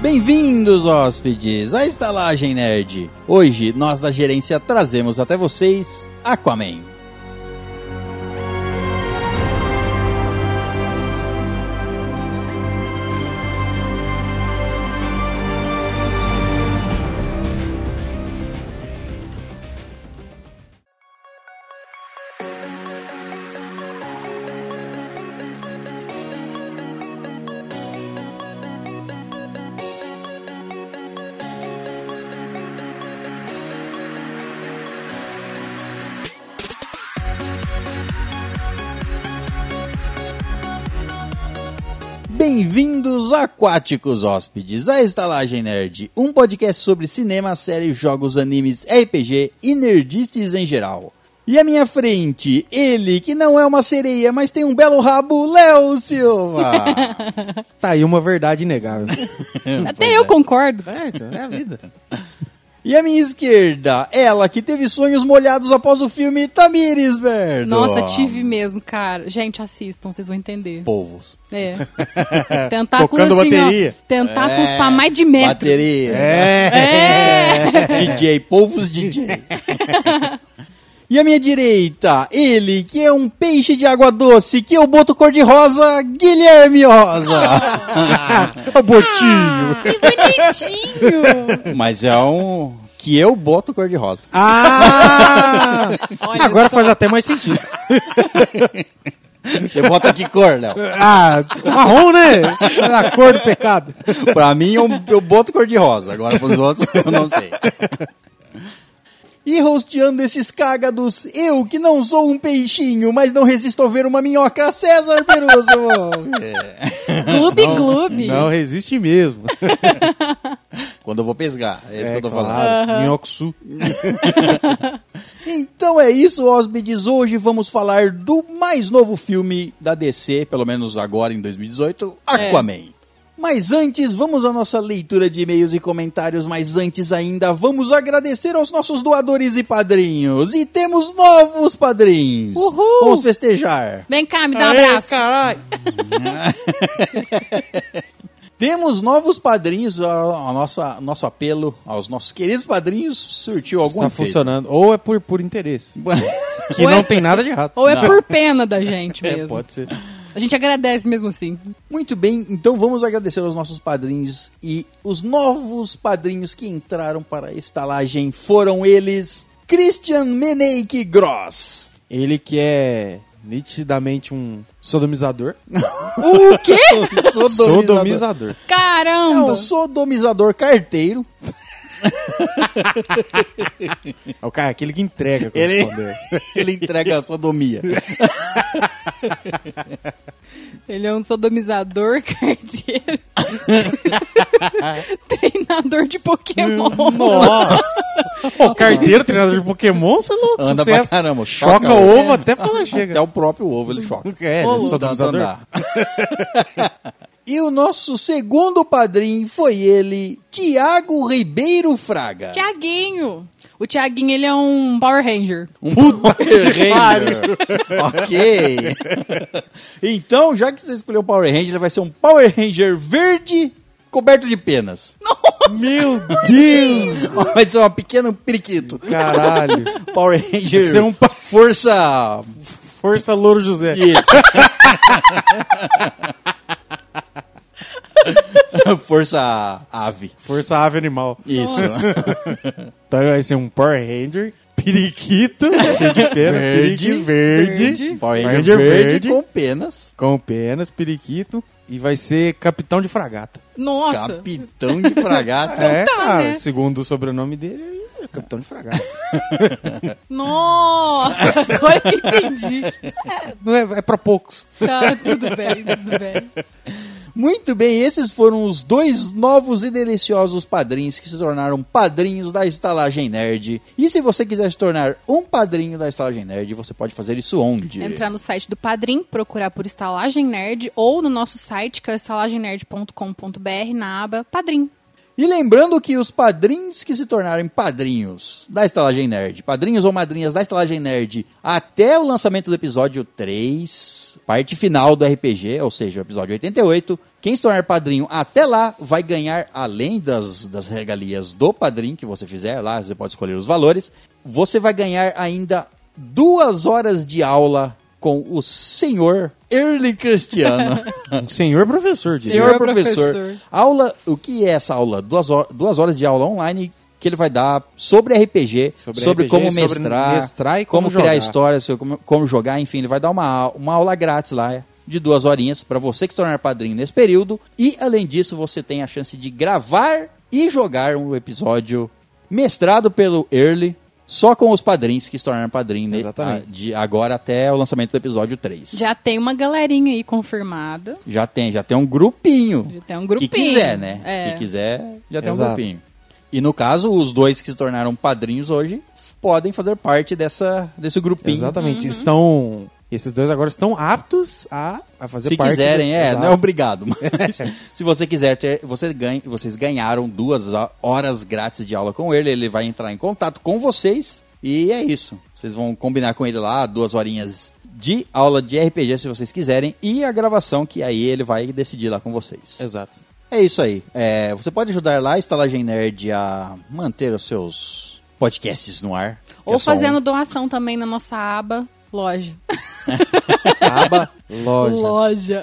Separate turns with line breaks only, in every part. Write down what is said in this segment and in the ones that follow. Bem-vindos, hóspedes, à Estalagem Nerd. Hoje, nós da gerência trazemos até vocês Aquaman. Bem-vindos, aquáticos hóspedes, à Estalagem Nerd, um podcast sobre cinema, séries, jogos, animes, RPG e nerdices em geral. E à minha frente, ele que não é uma sereia, mas tem um belo rabo, Léo Silva.
Tá aí uma verdade inegável.
Pois
Até eu concordo.
é, então, é a vida.
E à minha esquerda, ela que teve sonhos molhados após o filme Tamires, Berdo.
Nossa, tive mesmo, cara. Gente, assistam, vocês vão entender.
Povos.
É. Tentáculos
Tocando
assim,
bateria.
ó. Tentáculos pra É mais de metro.
Bateria.
É.
DJ, povos DJ. E à minha direita, ele que é um peixe de água doce, que eu boto cor de rosa, Guilherme Rosa.
É.
Ô, Botinho.
Ah, que bonitinho!
Mas é um que eu boto cor de rosa.
Ah!
Olha
Agora
só.
faz até mais sentido.
Você bota que cor, Léo?
Ah, marrom, né? É a cor do pecado.
Pra mim, eu, eu boto cor de rosa. Agora pros outros, eu não sei. E rosteando esses cágados, eu que não sou um peixinho, mas não resisto a ver uma minhoca, César Peruso. É,
Gloob, gloob.
Não resiste mesmo.
quando eu vou pescar, é isso que eu tô falando.
É, claro. Minhocuçu.
Então é isso, hóspedes. Hoje vamos falar do mais novo filme da DC, pelo menos agora em 2018, Aquaman. Mas antes, vamos à nossa leitura de e-mails e comentários. Mas antes ainda, vamos agradecer aos nossos doadores e padrinhos. E temos novos padrinhos.
Uhul!
Vamos festejar.
Vem cá, me dá um
Aê,
abraço.
caralho.
Temos novos padrinhos. A, a nossa, nosso apelo aos nossos queridos padrinhos surtiu algum
Tá
efeito.
funcionando. Ou é por, por interesse. Que
Ou é-
não tem nada de errado.
Ou é
Não.
por pena da gente mesmo.
É, pode ser.
A gente agradece mesmo assim.
Muito bem, então vamos agradecer aos nossos padrinhos e os novos padrinhos que entraram para a estalagem foram eles Christian Meneik Gross.
Ele que é nitidamente um sodomizador.
O quê?
Sodomizador.
É
Uh, Caramba!
um sodomizador carteiro.
É o cara, aquele que entrega. quando
Ele,
esconde.
ele entrega a sodomia.
Ele é um sodomizador, carteiro. Treinador de Pokémon.
Nossa! Ô, carteiro, treinador de Pokémon, você é louco,
Anda pra
sucesso.
caramba.
Choca
o
ovo até falar chega.
Até o próprio ovo ele choca.
É,
Ô,
eu sou
Tanto
dançador.
andar. e o nosso segundo padrinho foi ele, Tiago Ribeiro Fraga.
Tiaguinho. O Tiaguinho, ele é um Power Ranger.
Um Puta Power Ranger. ok. Então, já que você escolheu o Power Ranger, ele vai ser um Power Ranger verde coberto de penas.
Meu Deus!
Vai ser um pequeno periquito.
Caralho.
Power Ranger.
Vai ser um pa-
Força.
Força Louro José.
Isso. Força ave.
Força Ave Animal.
Isso.
Então vai ser um Power Ranger, periquito, de pena,
Verde.
periqui verde,
Verde.
Power Ranger,
Ranger
verde,
verde.
com penas.
com penas, periquito, e vai ser capitão de fragata.
Nossa.
Capitão de fragata.
é,
tá,
cara,
né?
segundo o sobrenome dele, é capitão de fragata.
Nossa, agora que entendi.
Não é, é pra poucos.
Tá, tudo bem, tudo bem.
Muito bem, esses foram os dois novos e deliciosos padrinhos que se tornaram padrinhos da Estalagem Nerd. E se você quiser se tornar um padrinho da Estalagem Nerd, você pode fazer isso onde?
Entrar no site do Padrim, procurar por Estalagem Nerd ou no nosso site, que é o estalagemnerd.com.br, na aba Padrim.
E lembrando que os padrinhos que se tornarem padrinhos da Estalagem Nerd, padrinhos ou madrinhas da Estalagem Nerd, até o lançamento do episódio 3, parte final do RPG, ou seja, o episódio 88, Quem se tornar padrinho até lá vai ganhar, além das, das regalias do padrinho que você fizer lá, você pode escolher os valores, você vai ganhar ainda duas horas de aula com o senhor Early Cristiano.
Um senhor professor, diz.
Senhor
senhor professor.
professor.
Aula, o que é essa aula? Duas, ho- duas horas de aula online que ele vai dar sobre RPG, sobre,
Sobre RPG,
como
sobre
mestrar,
mestrar e como
criar
jogar.
histórias, sobre como, como jogar, enfim, ele vai dar uma, au- uma aula grátis lá de duas horinhas para você que se tornar padrinho nesse período. E além disso, você tem a chance de gravar e jogar um episódio mestrado pelo Early. Só com os padrinhos que se tornaram padrinho né,
Exatamente.
de agora até o lançamento do episódio 3.
Já tem uma galerinha aí confirmada.
Já tem, já tem um grupinho.
Já tem um grupinho.
Que quiser, né?
É.
Que quiser, já tem um
Exato.
grupinho. E no caso, os dois que se tornaram padrinhos hoje f- podem fazer parte dessa, desse grupinho.
Exatamente. Estão. Esses dois agora estão aptos a, a fazer
Se
parte.
quiserem,
do-
é,
Exato.
não é obrigado. Mas se você quiser ter, você ganha, vocês ganharam duas a- horas grátis de aula com ele, ele vai entrar em contato com vocês e é isso. Vocês vão combinar com ele lá duas horinhas de aula de RPG se vocês quiserem e a gravação que aí ele vai decidir lá com vocês.
Exato.
É isso aí. É, você pode ajudar lá a Estalagem Nerd a manter os seus podcasts no ar. que
Ou
é só
fazendo
um.
doação também na nossa aba loja.
Aba, loja.
Loja.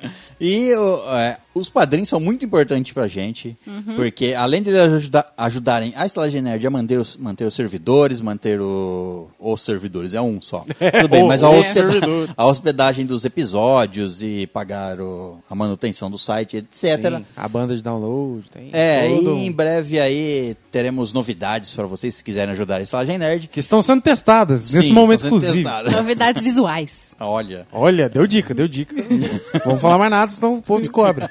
E o- é, os padrinhos são muito importantes pra gente,
Uhum.
porque além de eles ajuda- ajudarem a Estalagem Nerd a manter os, manter os servidores, manter o, os servidores, é um só. Tudo bem,
o-
mas a,
o
hospeda-
servidor.
a hospedagem dos episódios e pagar o- a manutenção do site, etc.
Tem a banda de download. Tem
É,
todo
e em
um-
breve aí teremos novidades pra vocês se quiserem ajudar a Estalagem Nerd.
Que estão sendo testadas nesse
Sim,
momento
estão sendo
exclusivo.
testadas.
Novidades visuais.
Ah, Olha.
Olha, deu dica, deu dica. Vamos falar mais nada, senão o povo descobre.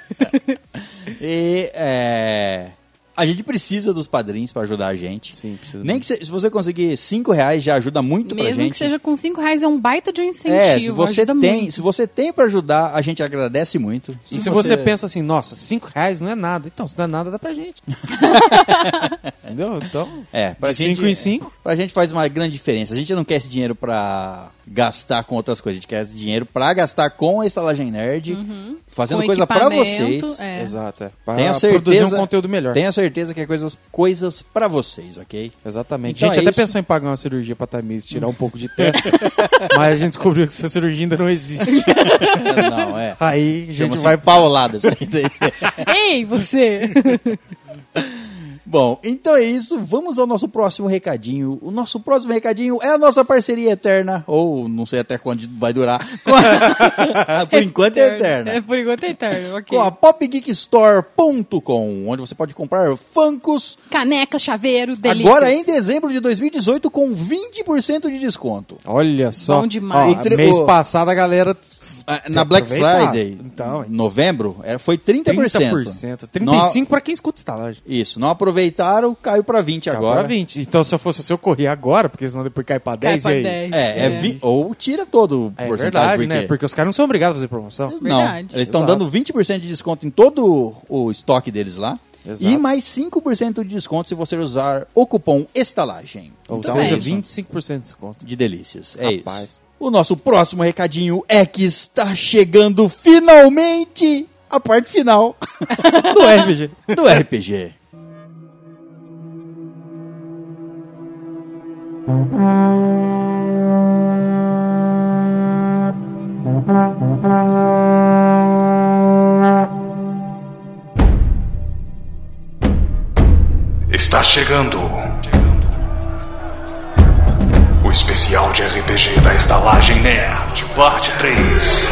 E é, a gente precisa dos padrinhos pra ajudar a gente.
Sim, precisa
Nem que
muito.
se, se você conseguir cinco reais já ajuda muito pra gente.
Mesmo que seja com 5 reais, é um baita de um incentivo.
é, se você
ajuda
tem,
muito.
se você tem para ajudar, a gente agradece muito.
E se você pensa assim, nossa, cinco reais não é nada. Então, se não é nada, dá pra gente. Entendeu? Então,
É, pra
de
gente,
cinco em cinco.
Pra gente faz uma grande diferença. A gente não quer esse dinheiro pra gastar com outras coisas. A gente quer esse dinheiro pra gastar com a Estalagem Nerd, fazendo
Uhum. Com
coisa pra
equipamento,
vocês.
é.
Exato, é. Pra
Tenha
produzir um
certeza-
conteúdo melhor.
Tenha certeza que é coisas, coisas pra vocês, ok?
Exatamente.
Então
a gente
é
até
isso.
pensou em pagar uma cirurgia pra Tamires, tirar um pouco de testa, mas a gente descobriu que essa cirurgia ainda não existe.
não, é.
Aí a gente
Chama-se
vai...
paulada isso aí daí.
Ei, você!
Bom, então é isso. Vamos ao nosso próximo recadinho. O nosso próximo recadinho é a nossa parceria eterna, ou não sei até quando vai durar. Com a- Por enquanto é
É,
eterna.
por enquanto é eterno. ok.
Com a popgeekstore.com, onde você pode comprar funkos
Caneca, chaveiro, delícias.
agora em dezembro de 2018 com 20% de desconto.
Olha só.
Bom demais.
Ó,
Entre
mês
o-
passado a galera...
Ah, Na Black
aproveitar.
Friday,
Então, é.
novembro, é- foi 30%.
30%. 35%
Não-
pra quem escuta estalagem.
Isso, não aproveitaram, caiu pra 20
Caiu
agora.
pra 20. Então, se eu fosse você, eu corria agora, porque senão depois cai pra 10
pra
e aí...
10.
É, é vi- ou tira todo o
É
porcentagem.
verdade, né?
porque-
Porque os caras não são obrigados a fazer promoção.
Não,
Verdade.
eles estão
Exato.
dando 20% de desconto em todo o estoque deles lá.
Exato.
E mais 5% de desconto se você usar o cupom estalagem.
Ou
Então
seja,
é isso.
25% de desconto.
De delícias. É
Rapaz.
isso. O nosso próximo recadinho é que está chegando finalmente a parte final
Do RPG.
do RPG.
Está chegando o especial de RPG da Estalagem Nerd, parte 3.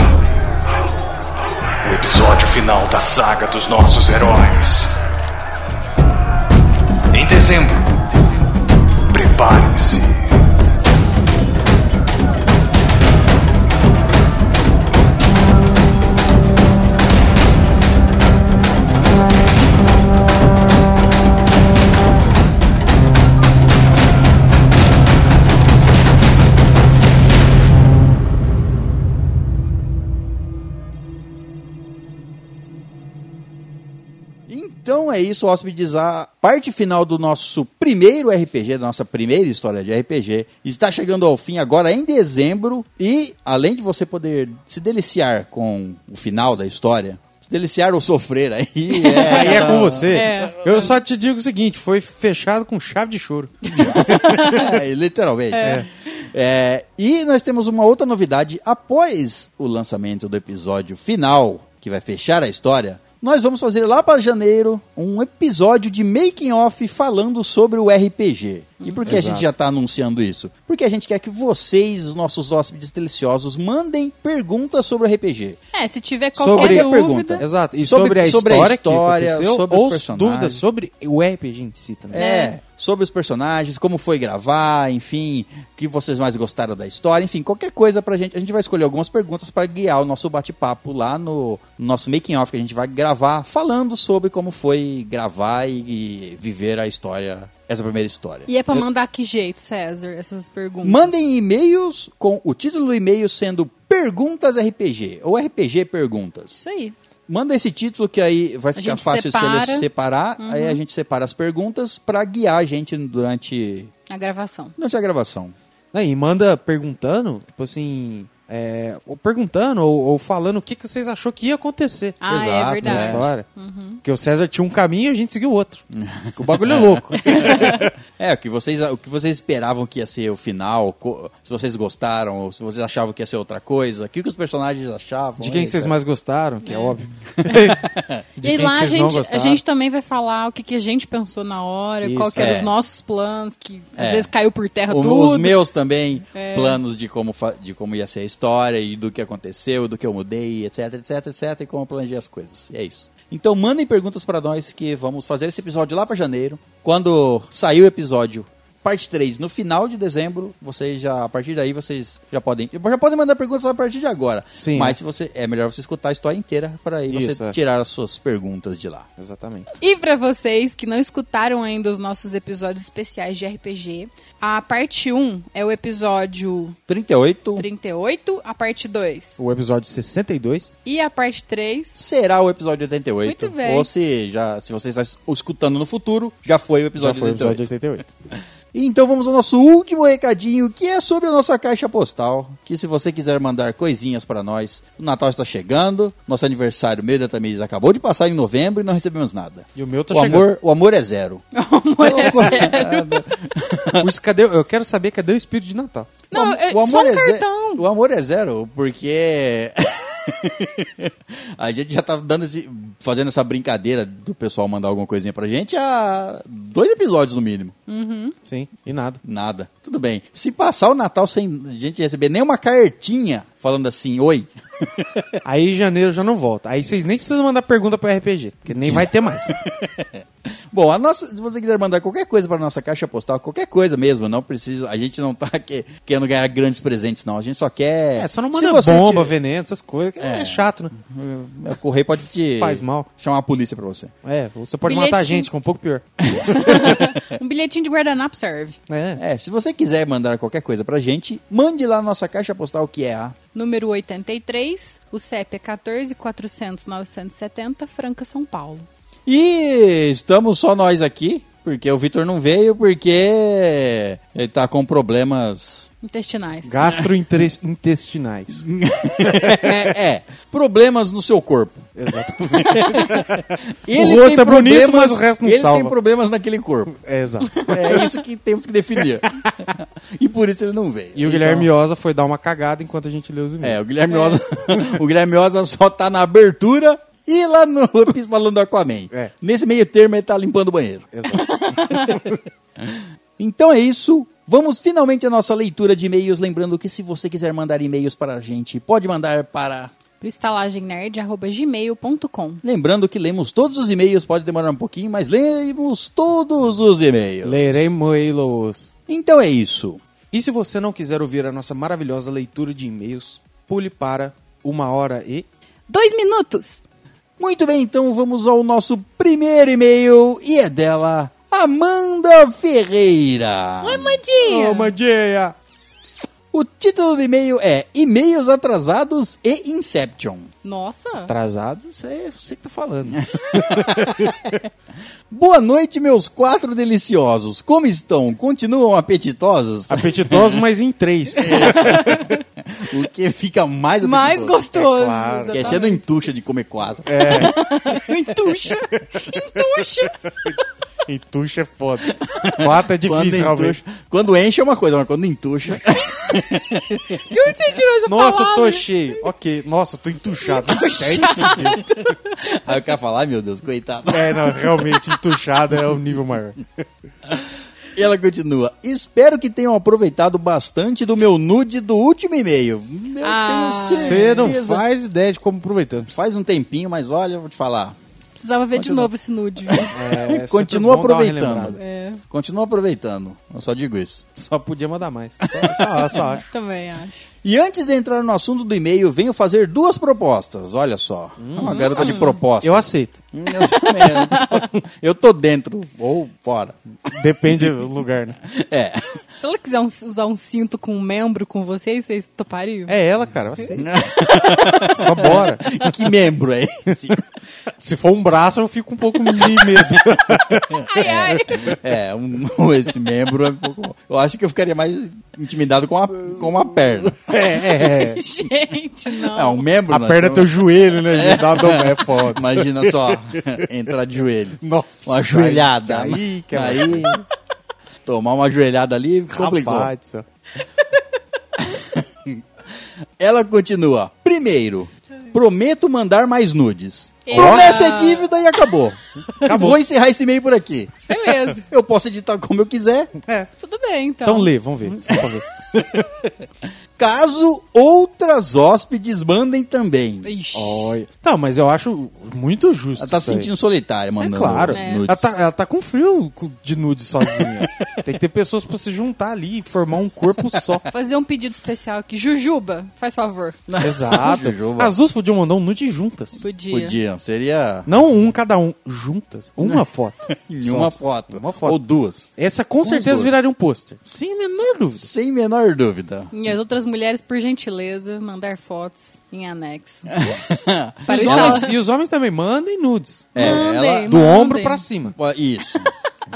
O episódio final da saga dos nossos heróis. Em dezembro, preparem-se.
Então é isso, hóspedes. A parte final do nosso primeiro RPG, da nossa primeira história de RPG, está chegando ao fim agora em dezembro. E além de você poder se deliciar com o final da história, se deliciar ou sofrer, aí
Aí
é,
é com você.
É.
Eu só te digo o seguinte: foi fechado com chave de choro.
É, literalmente. É. e nós temos uma outra novidade. Após o lançamento do episódio final, que vai fechar a história, nós vamos fazer lá para janeiro um episódio de making off falando sobre o RPG. E por que a gente
Exato.
já está anunciando isso? Porque a gente quer que vocês, nossos hóspedes deliciosos, mandem perguntas sobre o RPG.
É, se tiver qualquer
Sobre-
dúvida.
Exato. E
Sobre-
sobre, a
sobre a
história,
história,
que aconteceu,
sobre os
ou
personagens.
dúvidas sobre o RPG em si também.
Né?
É, sobre os personagens, como foi gravar, enfim, o que vocês mais gostaram da história, enfim, qualquer coisa pra gente. A gente vai escolher algumas perguntas pra guiar o nosso bate-papo lá no nosso making off que a gente vai gravar falando sobre como foi gravar e, e viver a história, essa primeira história.
E é pra mandar que jeito, César, essas perguntas?
Mandem e-mails com o título do e-mail sendo Perguntas RPG ou RPG Perguntas.
Isso aí.
Manda esse título que aí vai ficar
gente
fácil se
separa. Uhum.
ele separar. Aí a gente separa as perguntas pra guiar a gente durante
A gravação.
durante a gravação.
Né, E manda perguntando, tipo assim. é, ou perguntando ou, ou falando o que, que vocês achou que ia acontecer
Ah, é
Exato,
na
verdade. Uhum.
história. Porque o César tinha um caminho e a gente seguiu outro. Que o bagulho é louco.
É, o que vocês, o que vocês esperavam que ia ser o final, co- se vocês gostaram, ou se vocês achavam que ia ser outra coisa, o que, que os personagens achavam.
De quem que vocês
etc.
mais gostaram, que é, óbvio. De
e aí
quem
lá
que
a
vocês não
gente, a
gostaram.
gente também vai falar o que, que a gente pensou na hora,
Isso.
qual que eram
É.
os nossos planos, que às
É.
vezes caiu por terra
O-
tudo.
Os meus também, planos de como, fa- de como ia ser a história, e do que aconteceu, do que eu mudei, etc, etc, etc, e como eu planejei as coisas. E é isso. Então mandem perguntas pra nós que vamos fazer esse episódio lá pra janeiro. Quando sair o episódio parte 3, no final de dezembro, vocês já, a partir daí, vocês já podem, já podem mandar perguntas a partir de agora.
Sim.
Mas se você, é melhor você escutar a história inteira pra aí
Isso,
você
é.
tirar as suas perguntas de lá.
Exatamente.
E pra vocês que não escutaram ainda os nossos episódios especiais de RPG, a parte 1 é o episódio
38
38, a parte 2
O episódio 62.
e a parte 3.
será o episódio 88.
Muito bem.
Ou se, já, se você está es- escutando no futuro, já foi o
Já
episódio
foi o episódio
88.
88.
Então vamos ao nosso último recadinho, que é sobre a nossa caixa postal. Que se você quiser mandar coisinhas para nós, o Natal está chegando, nosso aniversário meio da Tamires acabou de passar em novembro e não recebemos nada.
E o meu tá
o
chegando.
amor, o amor é zero.
O amor é zero.
Os- cadê- eu quero saber cadê o espírito de Natal.
Não,
am-
é só um
ze-
cartão.
O amor é zero, porque. a gente já tá dando esse- fazendo essa brincadeira do pessoal mandar alguma coisinha pra gente há dois episódios no mínimo.
Sim, e nada.
Nada. Tudo bem. Se passar o Natal sem a gente receber nenhuma cartinha falando assim, oi.
Aí janeiro já não volta. Aí vocês nem precisam mandar pergunta pra RPG, porque nem vai ter mais.
Bom, a nossa, se você quiser mandar qualquer coisa para nossa caixa postal, qualquer coisa mesmo, não precisa. A gente não tá que- querendo ganhar grandes presentes, não. A gente só quer.
É, só não
Se
manda
você
bomba,
tiver-
veneno, essas coisas. que É, chato, né?
O correio pode te.
Faz mal.
Chamar a polícia pra você.
É, você pode
Bilhetinho.
matar gente, que é um pouco pior.
Um bilhetinho de guardanapo serve.
É.
É, se você quiser mandar qualquer coisa pra gente, mande lá na nossa caixa postal que é a.
Número 83, o CEP é 14 400 970, Franca, São Paulo.
E estamos só nós aqui, porque o Vitor não veio, porque ele tá com problemas.
Intestinais.
Gastrointestinais.
é, é, problemas no seu corpo.
Exato.
Ele
rosto
tem
é bonito,
problemas-
mas o resto não
ele
salva.
tem problemas naquele corpo.
É, exato.
É isso que temos que definir. e por isso ele não veio.
E o
Então,
Guilherme Oza foi dar uma cagada enquanto a gente leu os e-mails.
É, o Guilherme Osa, o Guilherme Osa só tá na abertura e lá no falando do Aquaman.
É.
Nesse meio termo ele tá limpando o banheiro.
Exato.
Então é isso. Vamos finalmente à nossa leitura de e-mails. Lembrando que se você quiser mandar e-mails para a gente, pode mandar para.
Pro estalagemnerd.gmail.com.
Lembrando que lemos todos os e-mails, pode demorar um pouquinho, mas lemos todos os e-mails.
Leremos.
Então é isso.
E se você não quiser ouvir a nossa maravilhosa leitura de e-mails, pule para uma hora e...
Dois minutos!
Muito bem, então vamos ao nosso primeiro e-mail e é dela, Amanda Ferreira.
Oi, Mandinha!
Mandia!
O título do e-mail é E-mails Atrasados e Inception.
Tá
Nossa!
Atrasado, você, você que tá falando.
Boa noite, meus quatro deliciosos. Como estão? Continuam apetitosos?
Apetitoso, mas em três.
O que fica mais
Mais
apetitoso.
gostoso.
É claro.
Porque você não entuxa de comer quatro.
É
exatamente. Entuxa. Entuxa.
Entuxa é foda. Quatro é
Quando,
difícil, realmente.
entuxa- quando enche é uma coisa, mas quando entuxa.
De onde você tirou essa
Nossa, eu tô
palavra?
cheio. Ok, nossa, eu tô entuchado.
aí o cara fala, ai meu Deus, coitado.
É, não, realmente, entuchado é o nível maior.
E ela continua. Espero que tenham aproveitado bastante do meu nude do último e-mail. Eu
Ah.
tenho
Você
certeza.
não faz ideia de como aproveitando.
Faz um tempinho, mas olha, eu vou te falar.
Precisava ver de novo esse nude. viu?
Continua
É, sempre bom dar uma
aproveitando.
relembrada.
É,
Continua aproveitando. Eu só digo isso.
Só podia mandar mais. Só, só, só acho.
também acho.
E antes de entrar no assunto do e-mail, venho fazer duas propostas. Olha só. É uma garota de proposta.
Hum, assim, Eu aceito.
Hum, eu sou mesmo. eu tô dentro ou fora.
Depende do lugar, né?
É.
Se ela quiser um- usar um cinto com um membro com vocês, vocês topariam?
É ela, cara, eu aceito. Só bora.
que membro é esse?
Se for um braço, eu fico um pouco de medo.
Ai, ai.
É, um, esse membro é um pouco. Eu acho que eu ficaria mais intimidado com uma, com uma perna.
É, é.
Gente, não.
É, um membro.
A
nós
perna é
temos-
teu joelho, né? gente? Dá uma dom- É foda.
Imagina só, entrar de joelho.
Nossa.
Uma joelhada.
Aí, é cara.
Aí, tomar uma joelhada ali, complicou.
Rapaz do céu.
Ela continua. Primeiro, prometo mandar mais nudes.
Eita.
Promessa é dívida e acabou.
Acabou.
Vou encerrar esse e-mail por aqui.
Beleza.
Eu posso editar como eu quiser,
Tudo bem, então.
Então lê, vamos ver. Vamos ver.
caso outras hóspedes mandem também.
Ixi.
Olha. Não, mas eu acho muito justo.
Ela tá
isso
se
aí.
sentindo né? solitária, mandando
É claro.
É.
nudes.
Ela tá, ela tá com frio de nude sozinha. Tem que ter pessoas pra se juntar ali e formar um corpo só.
Fazer um pedido especial aqui. Jujuba, faz favor.
Exato.
Jujuba.
As duas podiam mandar um nude juntas.
Podia.
Podiam, seria
Não um cada um, juntas. Uma foto.
em
Só.
uma foto.
Uma foto.
Ou duas.
Essa com certeza
duas.
viraria um pôster. Sem a menor é dúvida.
Sem menor dúvida.
E as outras mulheres, por gentileza, mandar fotos em anexo. Para o
Os
Instagram.
homens- e os homens tambem, mandem nudes.
É,
Mandem,
ela-
Do
mandem. Ah,
ombro pra cima.
Isso.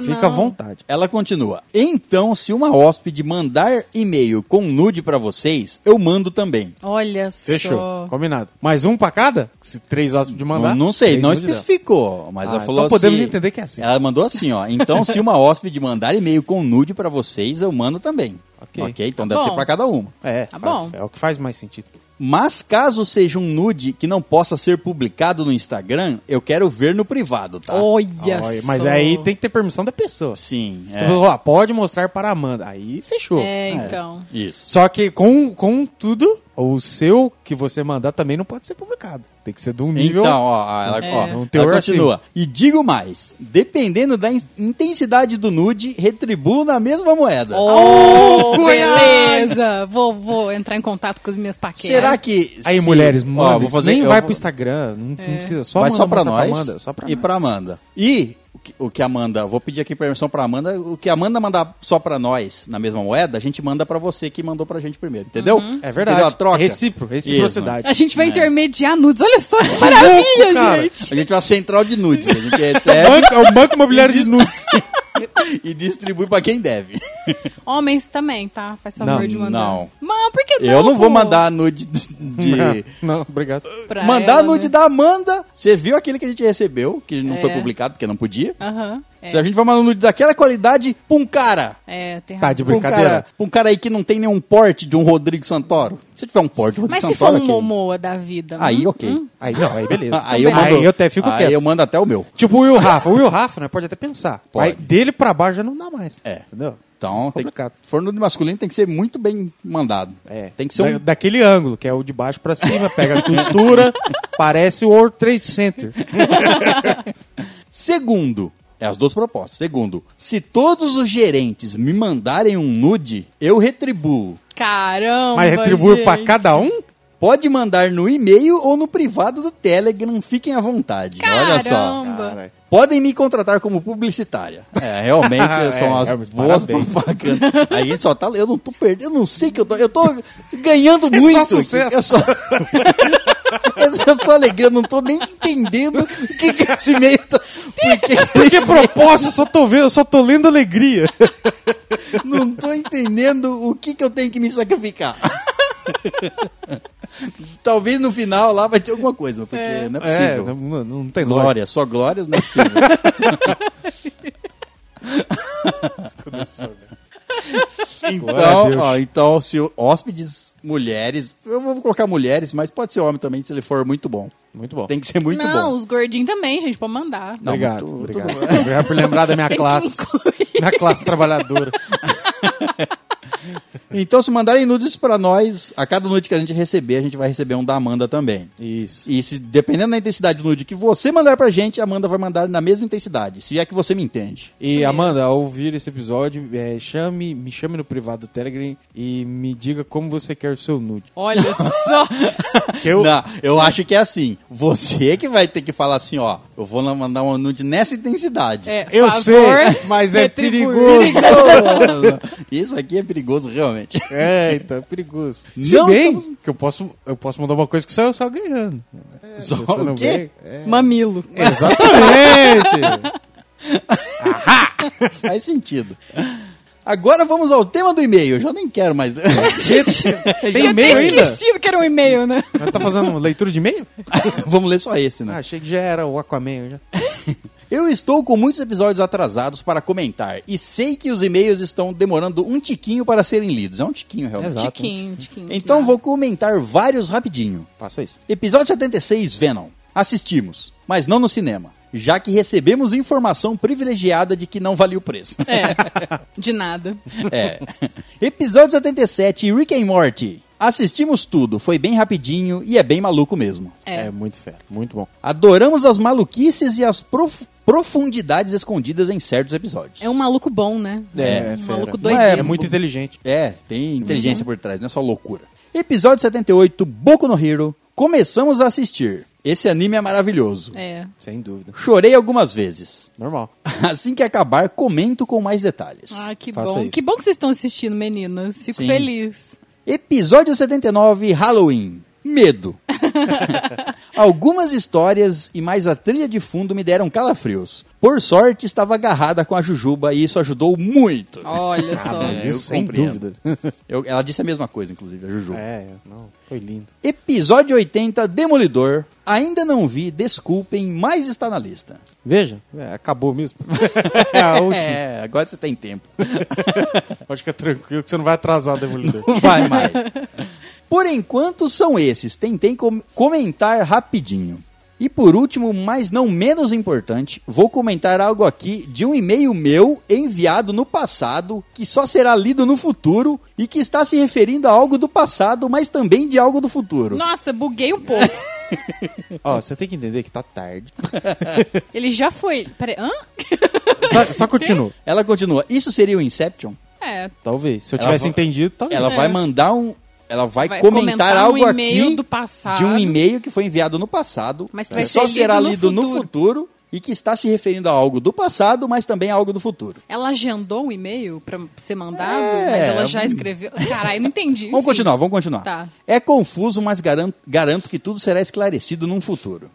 Fica à vontade.
Ela continua. Então, se uma hóspede mandar e-mail com nude pra vocês, eu mando também.
Olha só.
Fechou. Combinado. Mais um pra cada? Se três horas de mandar?
Não, não sei,
três
não
nudes dela.
especificou, mas
Ah,
ela falou
então podemos
assim-
entender que é assim.
Ela mandou assim, ó. Então, se uma hóspede mandar e-mail com nude pra vocês, eu mando também.
Ok.
então
Tá
deve
bom.
ser pra cada uma.
É,
Tá
faz-
bom.
é o que faz mais sentido.
Mas caso seja um nude que não possa ser publicado no Instagram, eu quero ver no privado, tá?
Oh.
Olha
Olha,
só.
mas aí tem que ter permissão da pessoa.
Sim,
Tipo,
é.
ó, pode mostrar para a Amanda. Aí fechou.
É, então.
Isso.
Só que com, com tudo, o seu que você mandar também não pode ser publicado. Tem que ser de um nível.
Então, ó, ela,
É.
ó,
Um
ela
teor
continua. E digo mais, dependendo da in- intensidade do nude, retribuo na mesma moeda.
Oh,
Goiás!
beleza. Vou, vou entrar em contato com as minhas paqueras.
Será que...
Aí,
se-
mulheres,
ó,
manda.
vou
isso.
fazer-
nem
eu
vai
vou-
pro Instagram. Não,
É.
não precisa. Só
Vai
manda,
só pra
mostra
nós
Amanda, só pra
e
nós.
pra Amanda. E o que, o que a Amanda, vou pedir aqui permissão pra Amanda, o que a Amanda mandar só pra nós na mesma moeda, a gente manda pra você que mandou pra gente primeiro, entendeu?
É verdade.
Entendeu a troca?
Recípro, reciprocidade.
A gente vai
É.
intermediar nudes. Olha só que maravilha,
louco, cara.
Isso.
gente.
A gente vai central de nudes, a gente
É
recebe
banco- é o banco imobiliário de nudes.
e distribui pra quem deve.
Homens também, tá? Faz favor
Não,
de mandar.
não.
Mas por que não?
Eu não vou
pô?
mandar nude de...
Não, obrigado.
Pra
mandar
ela,
nude
né?
da Amanda. Você viu aquele que a gente recebeu, que não
É.
foi publicado porque não podia?
Aham.
Se a gente vai mandar nude daquela qualidade pra um cara.
É, é, tem
Tá
razão.
de
Pra um
Brincadeira.
cara, pra um cara aí que não tem nenhum porte de um Rodrigo Santoro. Se tiver um porte de um Rodrigo
Mas se for
Santoro.
um
ok.
Momoa da vida.
Aí,
hum,
ok. Ah,
hum,
Aí não, aí beleza.
Aí eu, mando,
aí eu até fico
aí
quieto.
eu mando até o meu.
Tipo o Will Rafa. O Will Rafa, né? Pode até pensar.
Pode.
Aí dele pra baixo já não dá mais.
É.
Entendeu?
Então, tem que,
Complicado.
se for nude masculino, tem que ser muito bem mandado.
É.
Tem que ser
Da-
um.
Daquele ângulo, que é o de baixo pra cima, pega a costura, parece o World Trade Center.
Segundo, é as duas propostas. Segundo, se todos os gerentes me mandarem um nude, eu retribuo.
Caramba.
Mas retribui pra
gente.
cada um?
Pode mandar no e-mail ou no privado do Telegram, fiquem à vontade. Olha só.
Caramba.
Caralho.
Podem me contratar como publicitária. É, realmente são
É,
as
Elvis,
boas
parabéns.
propagandas. A gente só tá. Eu não tô perdendo, eu não sei que eu tô. Eu tô ganhando
É só
muito.
sucesso.
Eu só. Eu só alegria, eu não tô nem entendendo o que, que esse meio tá. Porque
Que proposta, eu só tô vendo, eu só tô lendo alegria.
não tô entendendo o que, que eu tenho que me sacrificar. Talvez no final lá vai ter alguma coisa, porque não é
É,
possível.
não, não tem lógica.
Glória, só glórias não é possível.
Glória a
né? então,
Deus.
ó, então, se o- hóspedes mulheres, eu vou colocar mulheres, mas pode ser homem também, se ele for muito bom.
Muito bom.
Tem que ser é muito
não,
bom.
os gordinhos também, gente, pode mandar.
Não,
obrigado,
muito- muito
obrigado. Obrigado por lembrar da minha classe. Minha classe trabalhadora.
Então, se mandarem nudes pra nós, a cada nude que a gente receber, a gente vai receber um da Amanda também.
Isso.
E se dependendo da intensidade do nude que você mandar pra gente, a Amanda vai mandar na mesma intensidade, se é que você me entende.
E Amanda, ao ouvir esse episódio, é, chame, me chame no privado do Telegram e me diga como você quer o seu nude.
Olha só.
Eu... Não, eu acho que é assim. Você que vai ter que falar assim, ó, eu vou lá mandar um nude nessa intensidade.
É,
Eu
favor,
sei, mas é
retribui.
perigoso.
Perigoso! Isso aqui é perigoso, realmente.
É, então é perigoso. então Se
Não
bem
estamos-
que eu posso, eu posso mandar uma coisa que só eu saio ganhando.
Só
Você
o
não
quê?
ganha? É.
Mamilo.
Exatamente!
Faz sentido. Agora vamos ao tema do e-mail. Eu já nem quero mais.
tem
Eu
e-mail
tinha
ainda?
esquecido que era um e-mail, né?
Mas tá fazendo leitura de e-mail?
vamos ler só esse, né?
Ah, achei que já era o Aquaman. Já.
Eu estou com muitos episódios atrasados para comentar e sei que os e-mails estão demorando um tiquinho para serem lidos. É um tiquinho, realmente.
Exato.
Tiquinho, tiquinho.
Então vou comentar vários rapidinho.
Faça isso.
Episódio 76, Venom. Assistimos, mas não no cinema, já que recebemos informação privilegiada de que não valia o preço.
É, de nada.
É. Episódio 77, Rick and Morty. Assistimos tudo, foi bem rapidinho e é bem maluco mesmo.
É.
muito fera, muito bom.
Adoramos as maluquices e as prof- profundidades escondidas em certos episódios.
É um maluco bom, né?
É,
um
fera.
maluco
Não
doido.
é, é muito inteligente.
É, tem
Uhum.
inteligência por trás, não é só loucura. Episódio 78, Boku no Hero. Começamos a assistir. Esse anime é maravilhoso.
É.
Sem dúvida.
Chorei algumas vezes.
Normal.
Assim que acabar, comento com mais detalhes.
Ah, que
Faça
bom.
isso.
Que bom que vocês estão assistindo, meninas. Fico
Sim.
feliz.
Episódio 79, Halloween. Medo. Algumas histórias e mais a trilha de fundo me deram calafrios. Por sorte, estava agarrada com a Jujuba e isso ajudou muito.
Olha
Ah,
só.
mas- eu
sem
compreendo.
dúvida.
Eu- ela disse a mesma coisa, inclusive, a Jujuba.
É, não, foi lindo.
Episódio 80, Demolidor. Ainda não vi, desculpem, mas está na lista.
Veja, é, acabou mesmo. é a última.
É, agora você tem tempo.
Pode ficar tranquilo que você não vai atrasar o demolidor.
Não vai mais. Por enquanto são esses. Tentei com- comentar rapidinho. E por último, mas não menos importante, vou comentar algo aqui de um e-mail meu enviado no passado, que só será lido no futuro e que está se referindo a algo do passado, mas também de algo do futuro.
Nossa, buguei um pouco.
Ó, você tem que entender que tá tarde.
Ele já foi. Peraí, hã?
Só, só continua.
Ela continua. Isso seria o Inception?
É.
Talvez. Se eu
Ela
tivesse
vai-
entendido, talvez.
Ela
É.
vai mandar um. Ela vai,
Vai
comentar,
comentar um
algo
e-mail
aqui
do passado.
de um e-mail que foi enviado no passado,
Mas que
que
vai
só
ser
será
lido
lido
no
no futuro e que está se referindo a algo do passado, mas também a algo do futuro.
Ela agendou um e-mail pra ser mandado,
É.
mas ela já escreveu. Caralho, não entendi.
Vamos
enfim.
continuar, vamos continuar.
Tá.
É confuso, mas garanto, garanto que tudo será esclarecido num futuro.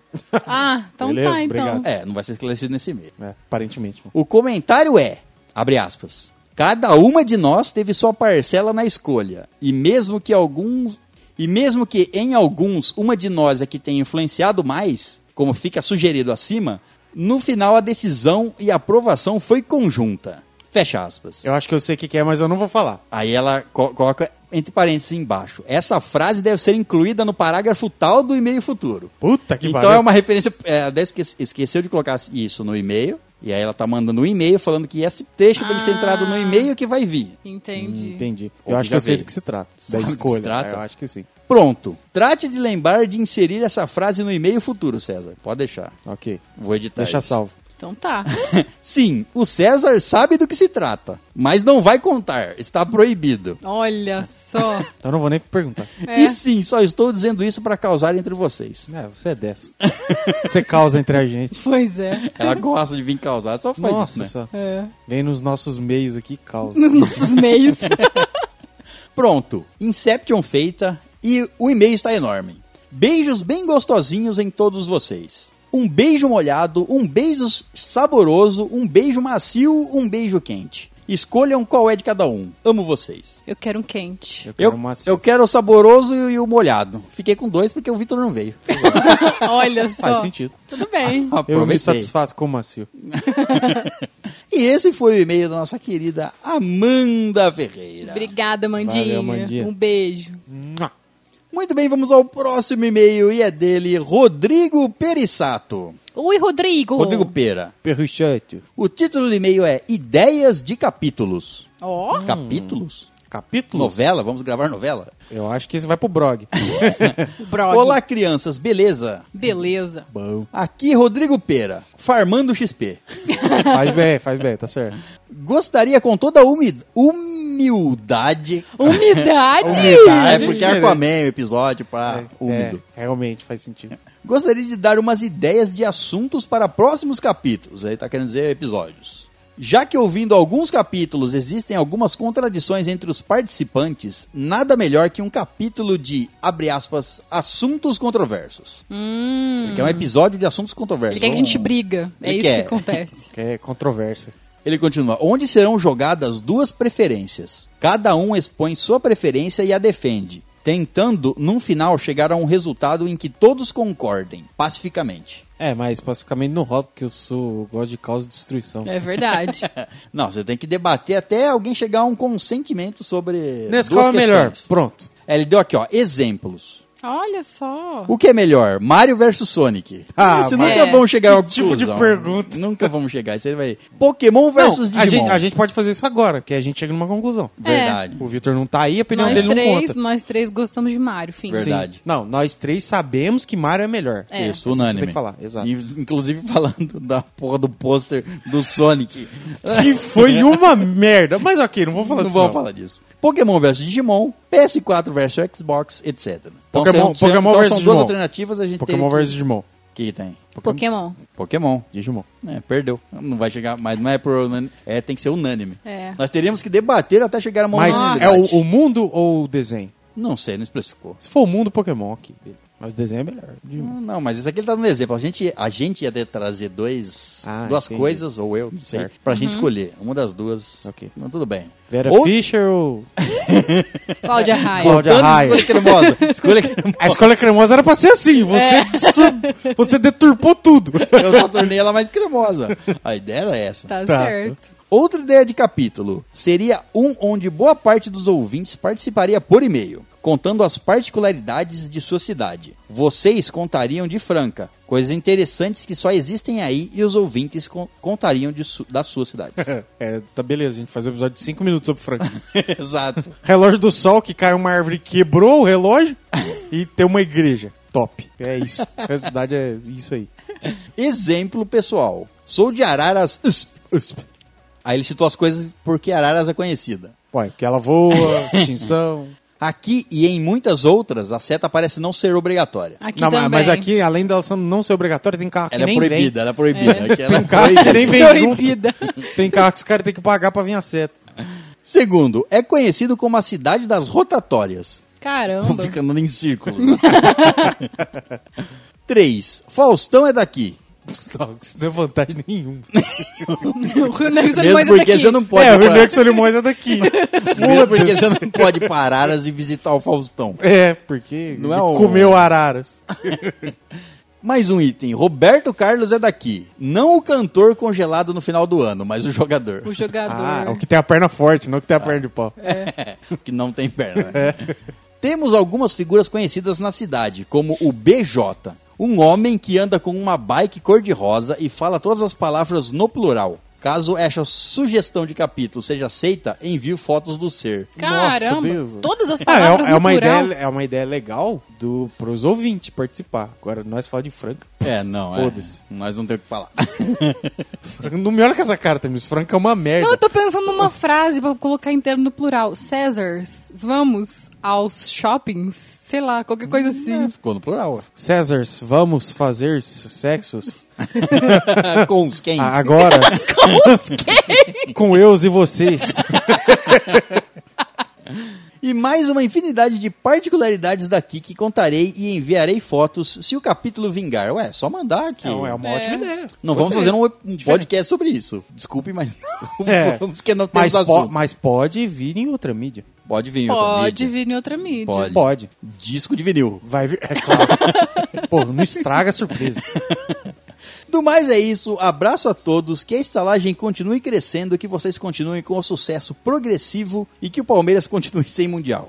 Ah, então
Beleza,
tá, então.
obrigado.
É, não vai ser esclarecido nesse e-mail.
É, aparentemente. mano.
O comentário é, abre aspas, cada uma de nós teve sua parcela na escolha, e mesmo que alguns e mesmo que em alguns uma de nós é que tenha influenciado mais, como fica sugerido acima, no final a decisão e a aprovação foi conjunta. Fecha aspas.
Eu acho que eu sei o que que é, mas eu não vou falar.
Aí ela co- coloca entre parênteses embaixo. Essa frase deve ser incluída no parágrafo tal do e-mail futuro.
Puta que
Então
pariu.
é uma referência. É, ela esque- esqueceu de colocar isso no e-mail. E aí ela tá mandando um e-mail falando que esse texto tem que ser
Ah.
entrado no e-mail que vai vir.
Entendi.
Hum, Entendi.
Ou
Eu
que
acho que
já
eu sei
veio.
do que se trata.
Sabe do
da
que
escolha.
se trata?
Eu acho que sim.
Pronto. Trate de lembrar de inserir essa frase no e-mail futuro, César. Pode deixar.
Ok.
Vou editar.
Deixa
isso.
salvo.
Então tá.
Sim, o César sabe do que se trata, mas não vai contar. Está proibido.
Olha só.
Então eu não vou nem perguntar.
É.
E sim, só estou dizendo isso para causar entre vocês.
É, você é dessa. você causa entre a gente.
Pois é.
Ela gosta de vir causar, só faz isso,
Nossa,
né?
só.
É.
Vem nos nossos meios aqui e causa.
Nos nossos meios.
Pronto, Inception feita e o e-mail está enorme. Beijos bem gostosinhos em todos vocês. Um beijo molhado, um beijo saboroso, um beijo macio, um beijo quente. Escolham qual é de cada um. Amo vocês.
Eu quero um quente.
quero
Eu,
macio.
eu quero o saboroso e o molhado. Fiquei com dois porque o Vitor não veio.
Olha só.
Faz sentido.
Tudo bem.
Eu me
Aproveitei.
satisfaço com o macio.
E esse foi o e-mail da nossa querida Amanda Ferreira.
Obrigada, Mandinha.
Valeu, Mandinha.
Um beijo.
Mua.
Muito bem, vamos ao próximo e-mail e é dele, Rodrigo Perissato.
Oi, Rodrigo.
Rodrigo Pera.
Perruchete.
O título do e-mail é Ideias de Capítulos.
Ó.
Capítulos?
Capítulo?
Novela? Vamos gravar novela?
Eu acho que esse vai pro Brog.
o Brog.
Olá, crianças, beleza?
Beleza.
Bom.
Aqui Rodrigo Pera, farmando XP.
Faz bem, faz bem, tá certo.
Gostaria com toda a humi- humildade.
Umidade.
É
Humildade.
porque Aquaman, o episódio para Ah, úmido.
É, realmente faz sentido.
Gostaria de dar umas ideias de assuntos para próximos capítulos. Aí tá querendo dizer episódios. Já que ouvindo alguns capítulos existem algumas contradições entre os participantes, nada melhor que um capítulo de, abre aspas, assuntos controversos. Porque é um episódio de assuntos controversos.
Hum. Ele quer que a gente
Um-
briga. É
Ele
isso
quer.
que acontece.
Que é controvérsia.
Ele continua: onde serão jogadas duas preferências. Cada um expõe sua preferência e a defende, tentando, num final, chegar a um resultado em que todos concordem, pacificamente.
É, mas pacificamente não rola, porque eu sou eu gosto de causa e destruição.
É verdade.
Não, você tem que debater até alguém chegar a um consentimento sobre.
Nessa
duas
qual é melhor?
questões.
Pronto.
É, ele deu aqui, ó, exemplos.
Olha só.
O que é melhor, Mario versus Sonic?
Ah,
Você
mas-
nunca
É.
vão chegar a uma
Que tipo de
conclusão.
pergunta?
Nunca vamos chegar. Você vai. Pokémon versus
não, a
Digimon.
gente, a gente pode fazer isso agora, que a gente chega numa conclusão.
Verdade.
O Vitor não tá aí, a opinião
Nós
dele não
três,
conta.
nós três gostamos de Mario, fim.
Verdade.
Sim. Não, nós três sabemos que Mario é melhor.
É.
Isso,
Isso que você
unânime.
tem que falar, exato.
In- Inclusive falando da porra do pôster do Sonic.
Que foi uma merda. Mas ok, não vou falar
É. não
disso.
vamos falar disso. Pokémon vs Digimon, PS4 versus Xbox, etc.
Pokémon- Pokémon
então
versus
são duas
Digimon.
alternativas, a gente
Pokémon
tem
vs Digimon.
que... que tem.
Pokémon.
Pokémon.
Digimon.
É, perdeu. Não vai chegar, mas não é por unânime. É, tem que ser unânime.
É.
Nós teríamos que debater até chegar a uma
Mas
unanimidade.
é o, o mundo ou o desenho?
Não sei, não especificou.
Se for o mundo, Pokémon, ok. beleza. Mas o desenho é melhor. Digimon.
Não, não, mas isso aqui ele tá dando exemplo. A gente, a gente ia ter- trazer dois,
Ah,
duas
entendi.
coisas, ou eu, não sei,
Certo.
pra gente escolher. Uma das duas.
Ok.
Não, tudo bem.
Vera
Ou-
Fischer ou...
Cláudia Raia.
Cláudia
Voltando,
Raia.
escolha cremosa. Escolha cremosa.
A escola é cremosa era pra ser assim. Você,
É.
distur- você deturpou tudo.
Eu só tornei ela mais cremosa. A ideia era essa.
Tá
Tá.
certo.
Outra ideia de capítulo seria um onde boa parte dos ouvintes participaria por e-mail, contando as particularidades de sua cidade. Vocês contariam de Franca, coisas interessantes que só existem aí e os ouvintes con- contariam de su das suas cidades.
É, tá beleza, a gente faz um episódio de 5 minutos sobre Frank.
Exato.
relógio do sol que caiu uma árvore e quebrou o relógio e tem uma igreja. Top. É isso. A cidade é isso aí.
Exemplo pessoal. Sou de Araras. USP.
Usp.
Aí ele citou as coisas porque Araras é conhecida.
Ué, porque ela voa, extinção.
Aqui e em muitas outras, a seta parece não ser obrigatória.
Aqui
Não,
também.
mas- mas aqui, além dela só não ser obrigatória, tem carro Ah, que
Ela é
nem
proibida, ela é proibida. Aqui ela é
vem. Tem carro que
proibida.
nem vem
Proibida.
junto. Tem carro que os caras têm que pagar pra vir a seta.
Segundo, é conhecido como a cidade das rotatórias. Vamos
Caramba.
ficar andando em círculos. né? 3. Faustão é daqui.
Não, Isso não é vantagem nenhuma.
o Rio Negro
Mesmo
Solimões é
porque
daqui.
você não pode
é, o
parar.
René Solimões é daqui.
Mesmo porque você não pode parar as e visitar o Faustão.
É, porque
Não é
ele
um-
comeu araras.
Mais um item. Roberto Carlos é daqui. Não o cantor congelado no final do ano, mas o jogador.
O jogador.
Ah, é o que tem a perna forte, não o que tem a perna de pau.
É. que não tem perna. né? Temos algumas figuras conhecidas na cidade, como o BJ, um homem que anda com uma bike cor-de-rosa e fala todas as palavras no plural. Caso esta sugestão de capítulo seja aceita, envio fotos do ser.
Caramba.
Deus.
Todas as
Ah,
palavras
é, é
no
uma
plural.
ideia, é uma ideia legal do, pros ouvintes participar. Agora, nós falar de Franca.
É, não, é.
Foda-se.
Nós não temos o que falar.
Franca- Não me olha com essa cara, Tamiris. Franca é uma merda.
Não, eu tô pensando numa frase pra colocar inteiro no plural. Césars, vamos aos shoppings? Sei lá, qualquer
Hum,
coisa assim.
É,
é.
Ficou no plural. ué.
Césars, vamos fazer s- sexos
Ah, com os quem?
a- agora
Com os quê?
com eu e vocês.
E mais uma infinidade de particularidades daqui que contarei e enviarei fotos se o capítulo vingar. Ué, só mandar aqui.
Não, é uma
É.
ótima ideia.
Não vamos fazer
Gostei.
um, um podcast sobre isso. Desculpe, mas não
É.
vamos, porque não
mas,
temos
po-
assunto.
mas pode vir em outra mídia.
Pode vir,
Pode
Otomir.
vir em outra mídia.
Pode.
Pode.
Disco de vinil.
Vai vir. É claro. Pô, não estraga a surpresa.
Do mais é isso, abraço a todos, que a estalagem continue crescendo, que vocês continuem com o sucesso progressivo e que o Palmeiras continue sem Mundial.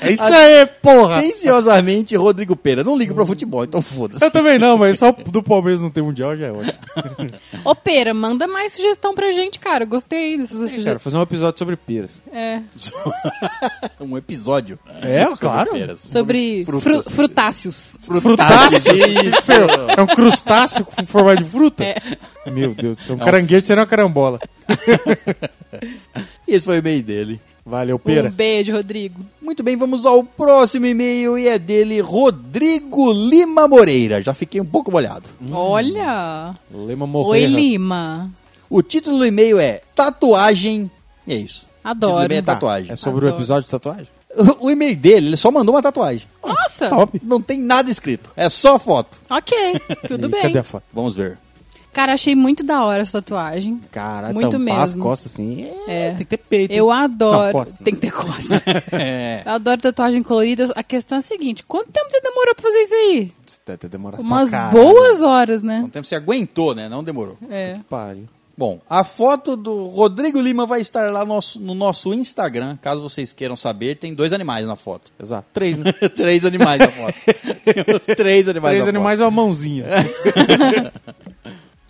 É isso aí, porra!
Atenciosamente, Rodrigo Pera. Não ligo pra futebol, então foda-se.
Eu também não, mas só do Palmeiras não ter mundial já é ótimo.
Ô, Pera, manda mais sugestão pra gente, cara. Eu Gostei dessas
Cara,
sugestões.
fazer um episódio sobre peras.
É,
Um episódio.
É, claro.
Palmeiras.
sobre fru-
frutas.
frutáceos.
Frutáceo.
Isso.
É um crustáceo com formato de fruta?
É.
Meu Deus do céu. Um caranguejo seria uma carambola.
Esse foi o e-mail dele.
Valeu, pera.
Um beijo, Rodrigo.
Muito bem, vamos ao próximo e-mail e é dele Rodrigo Lima Moreira. Já fiquei um pouco molhado.
Hum.
Olha.
Lema
Um Oi,
morrer.
Lima.
O título do e-mail é Tatuagem. E é isso. O título do
Adoro.
e-mail é tatuagem.
É sobre o
Adoro.
episódio de tatuagem?
O e-mail dele, ele só mandou uma tatuagem.
Nossa,
Top.
Não tem nada escrito, é só foto.
ok. Tudo
E
bem.
Cadê a foto?
Vamos ver.
Cara, achei muito da hora essa tatuagem.
Caralho, tá
Muito
tampar as
mesmo.
costas assim. É,
É.
Tem que ter peito.
Eu
Não,
adoro.
costa.
Tem que ter costa.
É.
Eu adoro tatuagem colorida. A questão é a seguinte: quanto tempo você demorou pra fazer isso aí?
Deve ter demorado pra
Umas
caralho.
boas horas, né?
Um tempo você aguentou, né? Não demorou.
É.
Pariu.
Bom, a foto do Rodrigo Lima vai estar lá nosso- no nosso Instagram, caso vocês queiram saber. Tem dois animais na foto.
Exato. Três, né?
três animais na foto. Tem os três animais
Três
na
animais é uma mãozinha.
foto.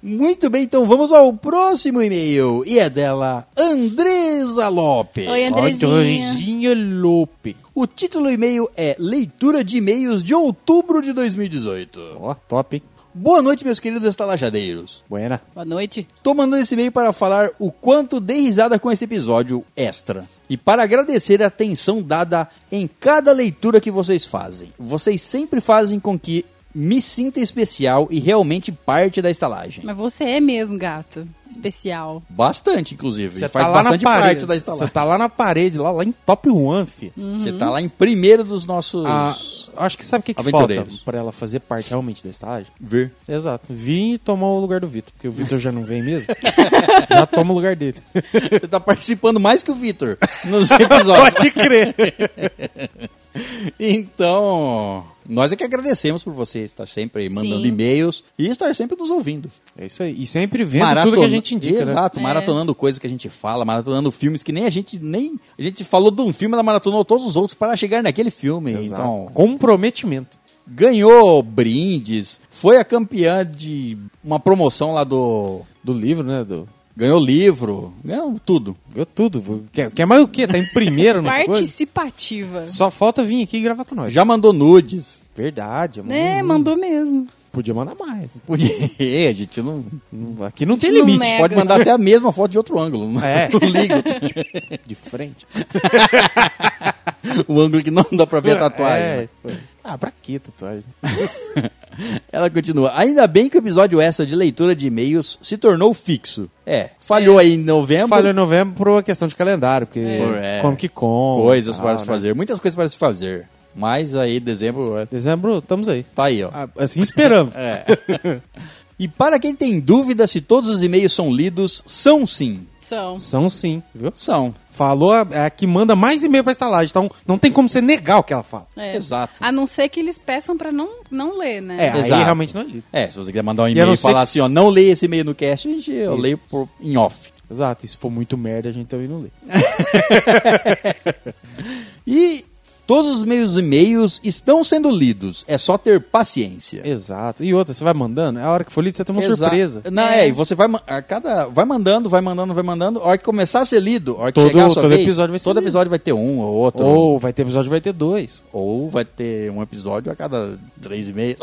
Muito bem, então vamos ao próximo e-mail. E é dela, Andresa Lopes.
Oi, Andrezinha.
Andrezinha Lope.
O título do e-mail é Leitura de E-mails de Outubro de 2018.
Ó, top, hein?
Boa noite, meus queridos estalajadeiros.
Buena.
Boa noite.
Tô mandando esse e-mail para falar o quanto dei risada com esse episódio extra. E para agradecer a atenção dada em cada leitura que vocês fazem. Vocês sempre fazem com que me sinta especial e realmente parte da estalagem.
Mas você é mesmo, gato. Especial.
Bastante, inclusive.
Você
faz
tá lá na
bastante parte
parede.
da
Você
estalagem.
tá lá na parede, lá, lá em top 1, fi.
Você tá lá em primeiro dos nossos.
Ah, acho que sabe o que, que falta
Aventureiros.
pra ela fazer parte realmente da estágio?
Ver.
Exato. Vim e tomar o lugar do Vitor, porque o Vitor já não vem mesmo. já toma o lugar dele.
Você tá participando mais que o Vitor nos episódios.
crer.
Então, nós é que agradecemos por você estar sempre mandando
Sim.
e-mails e estar sempre nos ouvindo.
É isso aí. E sempre vendo tudo que a gente indica, né?
Exato, maratonando coisas que a gente fala, maratonando filmes que nem a gente nem a gente falou de um filme, ela maratonou todos os outros para chegar naquele filme.
Exato.
Então,
Comprometimento.
ganhou brindes, foi a campeã de uma promoção lá do
Do livro, né? Do...
ganhou livro, ganhou tudo.
Eu tudo. Quer, quer mais o quê? Tá em primeiro no coisa?
Participativa.
Só falta vir aqui e gravar com nós.
Já mandou nudes.
Verdade. mano.
É, mandou mesmo.
Podia mandar mais.
Porque a gente não
Não- Hum, Aqui não tem
gente não
limite.
nega.
pode mandar até a mesma foto de outro ângulo, né? não,
É.
não liga
De frente.
o ângulo que não dá pra ver a tatuagem. né?
É. Ah, pra que tatuagem?
Ela continua. Ainda bem que o episódio extra de leitura de e-mails se tornou fixo. É, falhou aí em novembro.
Falhou em novembro por uma questão de calendário, porque
É.
Comic Con.
Coisas
e tal,
para se
né?
fazer, muitas coisas para se fazer. Mas aí, dezembro, é,
Dezembro, estamos aí.
tá aí, ó.
Ah, Assim esperamos.
E para quem tem dúvida se todos os e-mails são lidos, são sim.
São.
São sim, viu?
São.
Falou a, a que manda mais e-mail pra estalagem, então não tem como você negar o que ela fala.
É.
Exato.
A não ser que eles peçam pra não, não ler, né?
É,
Exato.
aí realmente não é lido.
É, se você quiser mandar um
a
e-mail
não
e falar
ser
assim, ó, não leia esse e-mail no cast, gente, eu leio por- em off.
Exato, e se for muito merda, a gente também não lê.
E todos os meus e-mails estão sendo lidos, é só ter paciência.
Exato. E outra, você vai mandando, É a hora que for lido, você toma uma
Exa-
surpresa.
Não, é, e você vai, ma- a cada, vai mandando, vai mandando, vai mandando. A hora que começar a ser lido, a hora que
Todo-
chegar a sua
todo
vez,
episódio vai ser
todo
lido.
episódio vai ter um ou outro. Ou...
Ou vai ter episódio, vai ter dois.
vai ter um episódio a cada três e meio.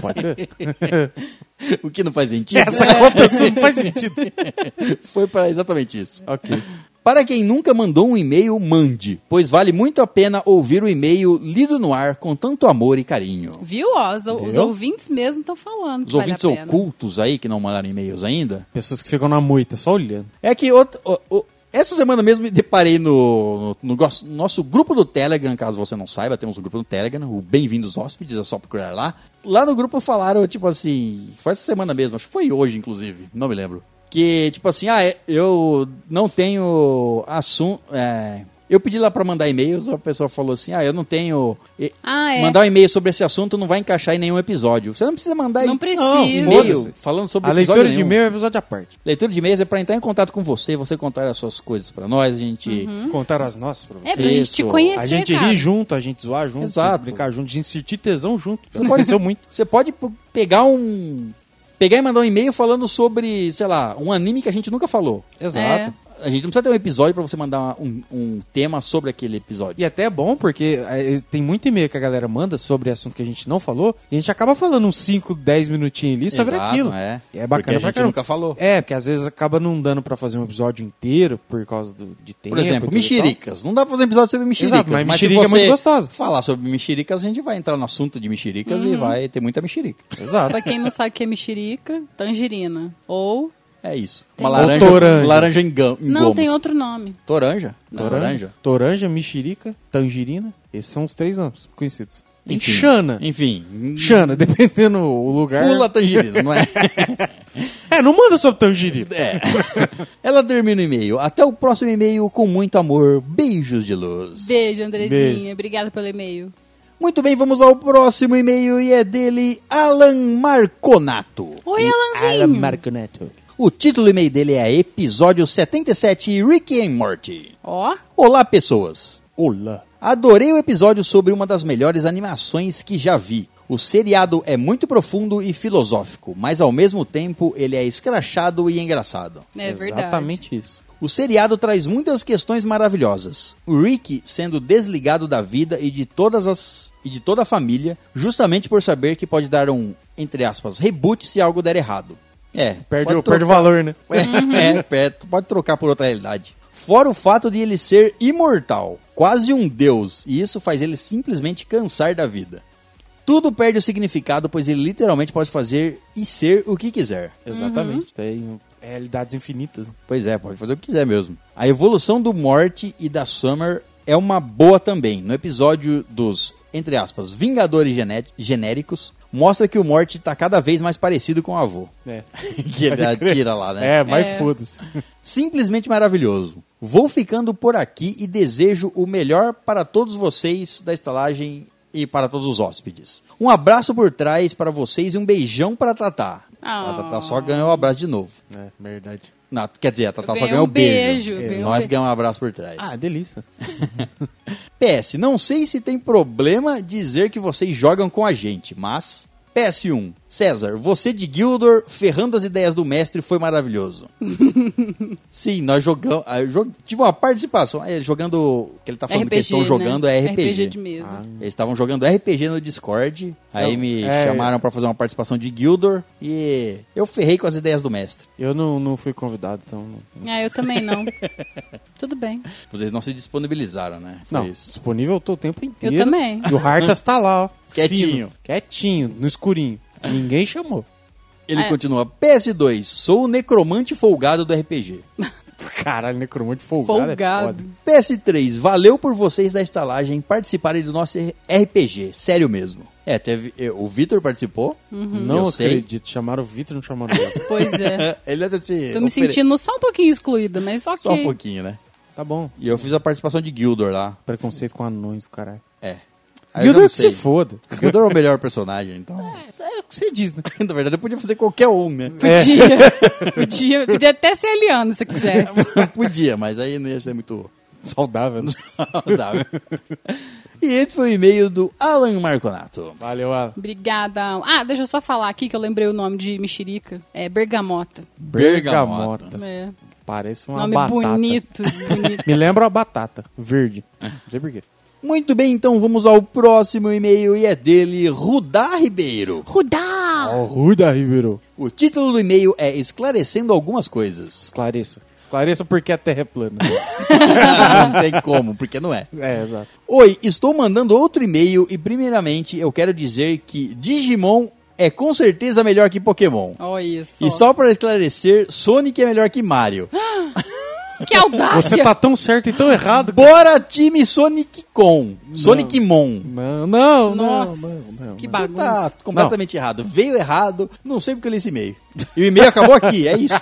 Pode ser.
o que não faz sentido. né?
Essa conta assim não faz sentido.
Foi para exatamente isso.
ok.
Para quem nunca mandou um e-mail, mande, pois vale muito a pena ouvir o e-mail lido no ar com tanto amor e carinho.
Viu? Ó, os, os
Viu?
ouvintes mesmo estão falando.
Os
que vale
ouvintes
a pena.
ocultos aí que não mandaram e-mails ainda,
Pessoas que ficam na moita, só olhando.
É que outra, o- o- Essa semana mesmo me deparei no, no, no gos- nosso grupo do Telegram, caso você não saiba, temos um grupo no Telegram, o Bem-vindos Hóspedes, é só procurar lá. Lá no grupo falaram, tipo assim, foi essa semana mesmo, acho que foi hoje, inclusive, não me lembro. Que, tipo assim, ah, é- eu não tenho assunto. é, eu pedi lá pra mandar e-mails, a pessoa falou assim, ah, eu não tenho. e-
Ah, é.
Mandar um e-mail sobre esse assunto não vai encaixar em nenhum episódio. Você não precisa mandar
Não
e-
precisa.
e-mail falando sobre
A
episódio
leitura de
nenhum.
e-mail é episódio à parte.
Leitura de e-mails é pra entrar em contato com você, você contar as suas coisas pra nós, a gente.
Contaram as nossas pra você.
Hum? É pra gente te
Isso.
conhecer,
A gente
cara.
rir junto, a gente zoar junto,
Exato.
brincar junto, a gente sentir tesão junto. Já
Você pode-
aconteceu muito.
Você pode p- pegar um. Pegar e mandar um e-mail falando sobre, sei lá, um anime que a gente nunca falou.
Exato.
A gente não precisa ter um episódio pra você mandar um, um tema sobre aquele episódio.
E até é bom, porque eh, tem muito e-mail que a galera manda sobre assunto que a gente não falou, e a gente acaba falando uns 5, 10 minutinhos ali sobre
Exato,
aquilo.
é.
E
Porque
é
a
bacana pra
gente
caramba.
nunca falou.
É, porque às vezes acaba não dando pra fazer um episódio inteiro por causa do, de tempo.
Por exemplo,
tudo e tal.
mexericas. Não dá pra fazer um episódio sobre mexericas.
tá- Exato, mas
se
mexerica é muito
você
gostosa.
Falar sobre mexericas, a gente vai entrar no assunto de mexericas e vai ter muita mexerica.
Exato.
Pra quem não sabe o que é mexerica, tangerina. Ou.
É isso. Uma
Ou
laranja,
toranja.
laranja em, gam, em
Não,
gomos.
tem outro nome.
Toranja? Não,
Toranja,
toranja.
Toranja, mexerica, tangerina. Esses são os três nomes conhecidos. Tem
Enfim.
Xana.
Enfim.
Xana, dependendo o lugar.
Pula a tangerina, não é?
É, não manda sobre tangerina.
É. Ela termina o e-mail. Até o próximo e-mail com muito amor. Beijos de luz.
Beijo, Andrezinha.
Beijo.
Obrigada pelo e-mail.
Muito bem, vamos ao próximo e-mail e é dele Alan Marconato.
Oi, Alanzinho.
Marconeto.
O título do e-mail dele é Episódio 77 Rick and Morty.
Ó,
Olá, pessoas.
Olá.
Adorei o episódio sobre uma das melhores animações que já vi. O seriado é muito profundo e filosófico, mas ao mesmo tempo ele é escrachado e engraçado.
é verdade.
Exatamente isso.
O seriado traz muitas questões maravilhosas. O Rick sendo desligado da vida e de todas as e de toda a família, justamente por saber que pode dar um, entre aspas, reboot se algo der errado. É, pode
Perde, o- perde o
trocar-
valor, né?
É, é, perto, pode trocar por outra realidade. Fora o fato de ele ser imortal, quase um deus, e isso faz ele simplesmente cansar da vida. Tudo perde o significado, pois ele literalmente pode fazer e ser o que quiser.
Exatamente. Tem realidades infinitas.
Pois é, pode fazer o que quiser mesmo. A evolução do Morty e da Summer é uma boa também. No episódio dos, entre aspas, Vingadores Gené- Genéricos, mostra que o Morty tá cada vez mais parecido com o avô.
É.
que ele atira lá, né?
É, mas foda-se.
Simplesmente maravilhoso. Vou ficando por aqui e desejo o melhor para todos vocês da estalagem e para todos os hóspedes. Um abraço por trás para vocês e um beijão para Tatá.
Ah.
A Tatá só ganhou o abraço de novo.
É, verdade.
Não, quer dizer, a Tatá só
Ganhou
ganhou
um
o beijo.
beijo, ganhou um
Nós
beijo.
ganhamos um abraço por trás.
Ah, delícia.
PS, não sei se tem problema dizer que vocês jogam com a gente, mas. PS1. César, você de Gildor, ferrando as ideias do mestre, foi maravilhoso. Sim, nós jogamos. ah, eu jo- Tive uma participação. é, jogando. Que ele tá falando
RPG,
que eles estão
né?
jogando é RPG.
RPG de mesa.
Ah. Eles estavam jogando RPG no Discord. Aí
Não,
me
é-
chamaram pra fazer uma participação de Gildor. E eu ferrei com as ideias do mestre.
Eu não, não fui convidado, então. Não,
Ah, eu também não. Tudo bem.
Vocês não se disponibilizaram, né? Foi
não
isso.
disponível eu tô o tempo inteiro.
Eu também.
E o Hartas tá lá, ó.
Quietinho.
fino, quietinho, no escurinho. Ninguém chamou.
Ele
É.
continua. PS2. Sou o necromante folgado do RPG.
Caralho, necromante
é
folgado. é
Folgado.
PS3, valeu por vocês da estalagem participarem do nosso RPG, sério mesmo. É, teve, eu- o Vitor participou.
Uhum.
Não
eu sei.
acredito. Chamaram o Vitor, não chamaram eu.
Pois é.
Ele deve se
Tô me
ofere-
sentindo só um pouquinho excluída, mas ok.
Só um pouquinho, né?
Tá bom.
E eu fiz a participação de Gildor lá.
Preconceito com anões, caralho.
É. Aí eu já
Gildor
não
que se
sei.
foda.
Gildor é o melhor personagem, então.
É o que você diz, né?
Na verdade, eu podia fazer qualquer um, né?
Podia,
É.
podia, podia até ser aliano se quisesse.
podia, mas aí não ia ser muito
Saudável. né?
saudável. e esse foi o e-mail do Alan Marconato.
Valeu, Alan.
Obrigada. Ah, deixa eu só falar aqui que eu lembrei o nome de mexerica. É bergamota.
Tá. Bergamota.
É,
Parece uma
nome
batata.
bonito, bonito.
Me lembra uma batata. Verde. Não sei porquê.
Muito bem, então vamos ao próximo e-mail e é dele, Rudá Ribeiro.
Rudá!
Ó, Ruda Ribeiro.
O título do e-mail é Esclarecendo Algumas Coisas.
Esclareça. Esclareça porque a Terra é plana.
não tem como, porque não é.
é, exato.
Oi, estou mandando outro e-mail e, primeiramente, eu quero dizer que Digimon é com certeza melhor que Pokémon.
Olha isso.
E só para esclarecer, Sonic é melhor que Mario.
Que audácia!
Você tá tão certo e tão errado. cara.
Bora time Sonic Con. Sonic Mon.
Não, não,
Nossa,
não, não, não.
que
Você
bagunça.
tá completamente errado. Veio errado, não sei porque eu li esse e-mail. E o e-mail acabou aqui, é isso.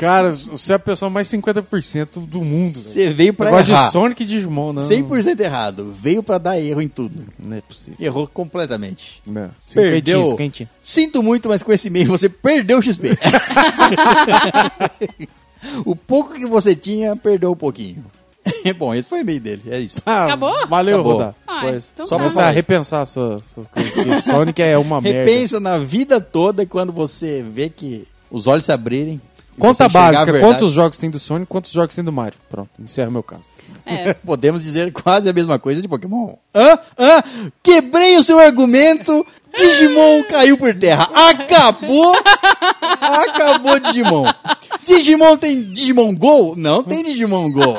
Cara, você é a pessoa mais 50% do mundo. velho.
Você veio pra
Negócio
errar.
de Sonic e Digimon, não.
100% errado. Veio pra dar erro em tudo.
Não é possível.
Errou completamente.
Não.
Perdeu.
Quentinho.
Sinto muito, mas com esse e-mail você perdeu o XP. o pouco que você tinha, perdeu um pouquinho. Bom, esse foi o e-mail dele, é isso.
Ah,
Acabou?
Valeu,
Acabou.
Rodar.
Ah,
Foi
então
só pra
tá.
Começar a
falar isso.
repensar suas suas coisas. porque Sonic é uma merda.
Repensa na vida toda quando você vê que os olhos se abrirem. e você
Conta
enxergar a
básica,
verdade.
quantos jogos tem do Sonic, quantos jogos tem do Mario? Pronto, encerra meu caso.
É.
Podemos dizer quase a mesma coisa de Pokémon. Hã? Hã? Quebrei o seu argumento. Digimon caiu por terra. Acabou. Acabou Digimon. Digimon tem Digimon Go? Não tem Digimon Go.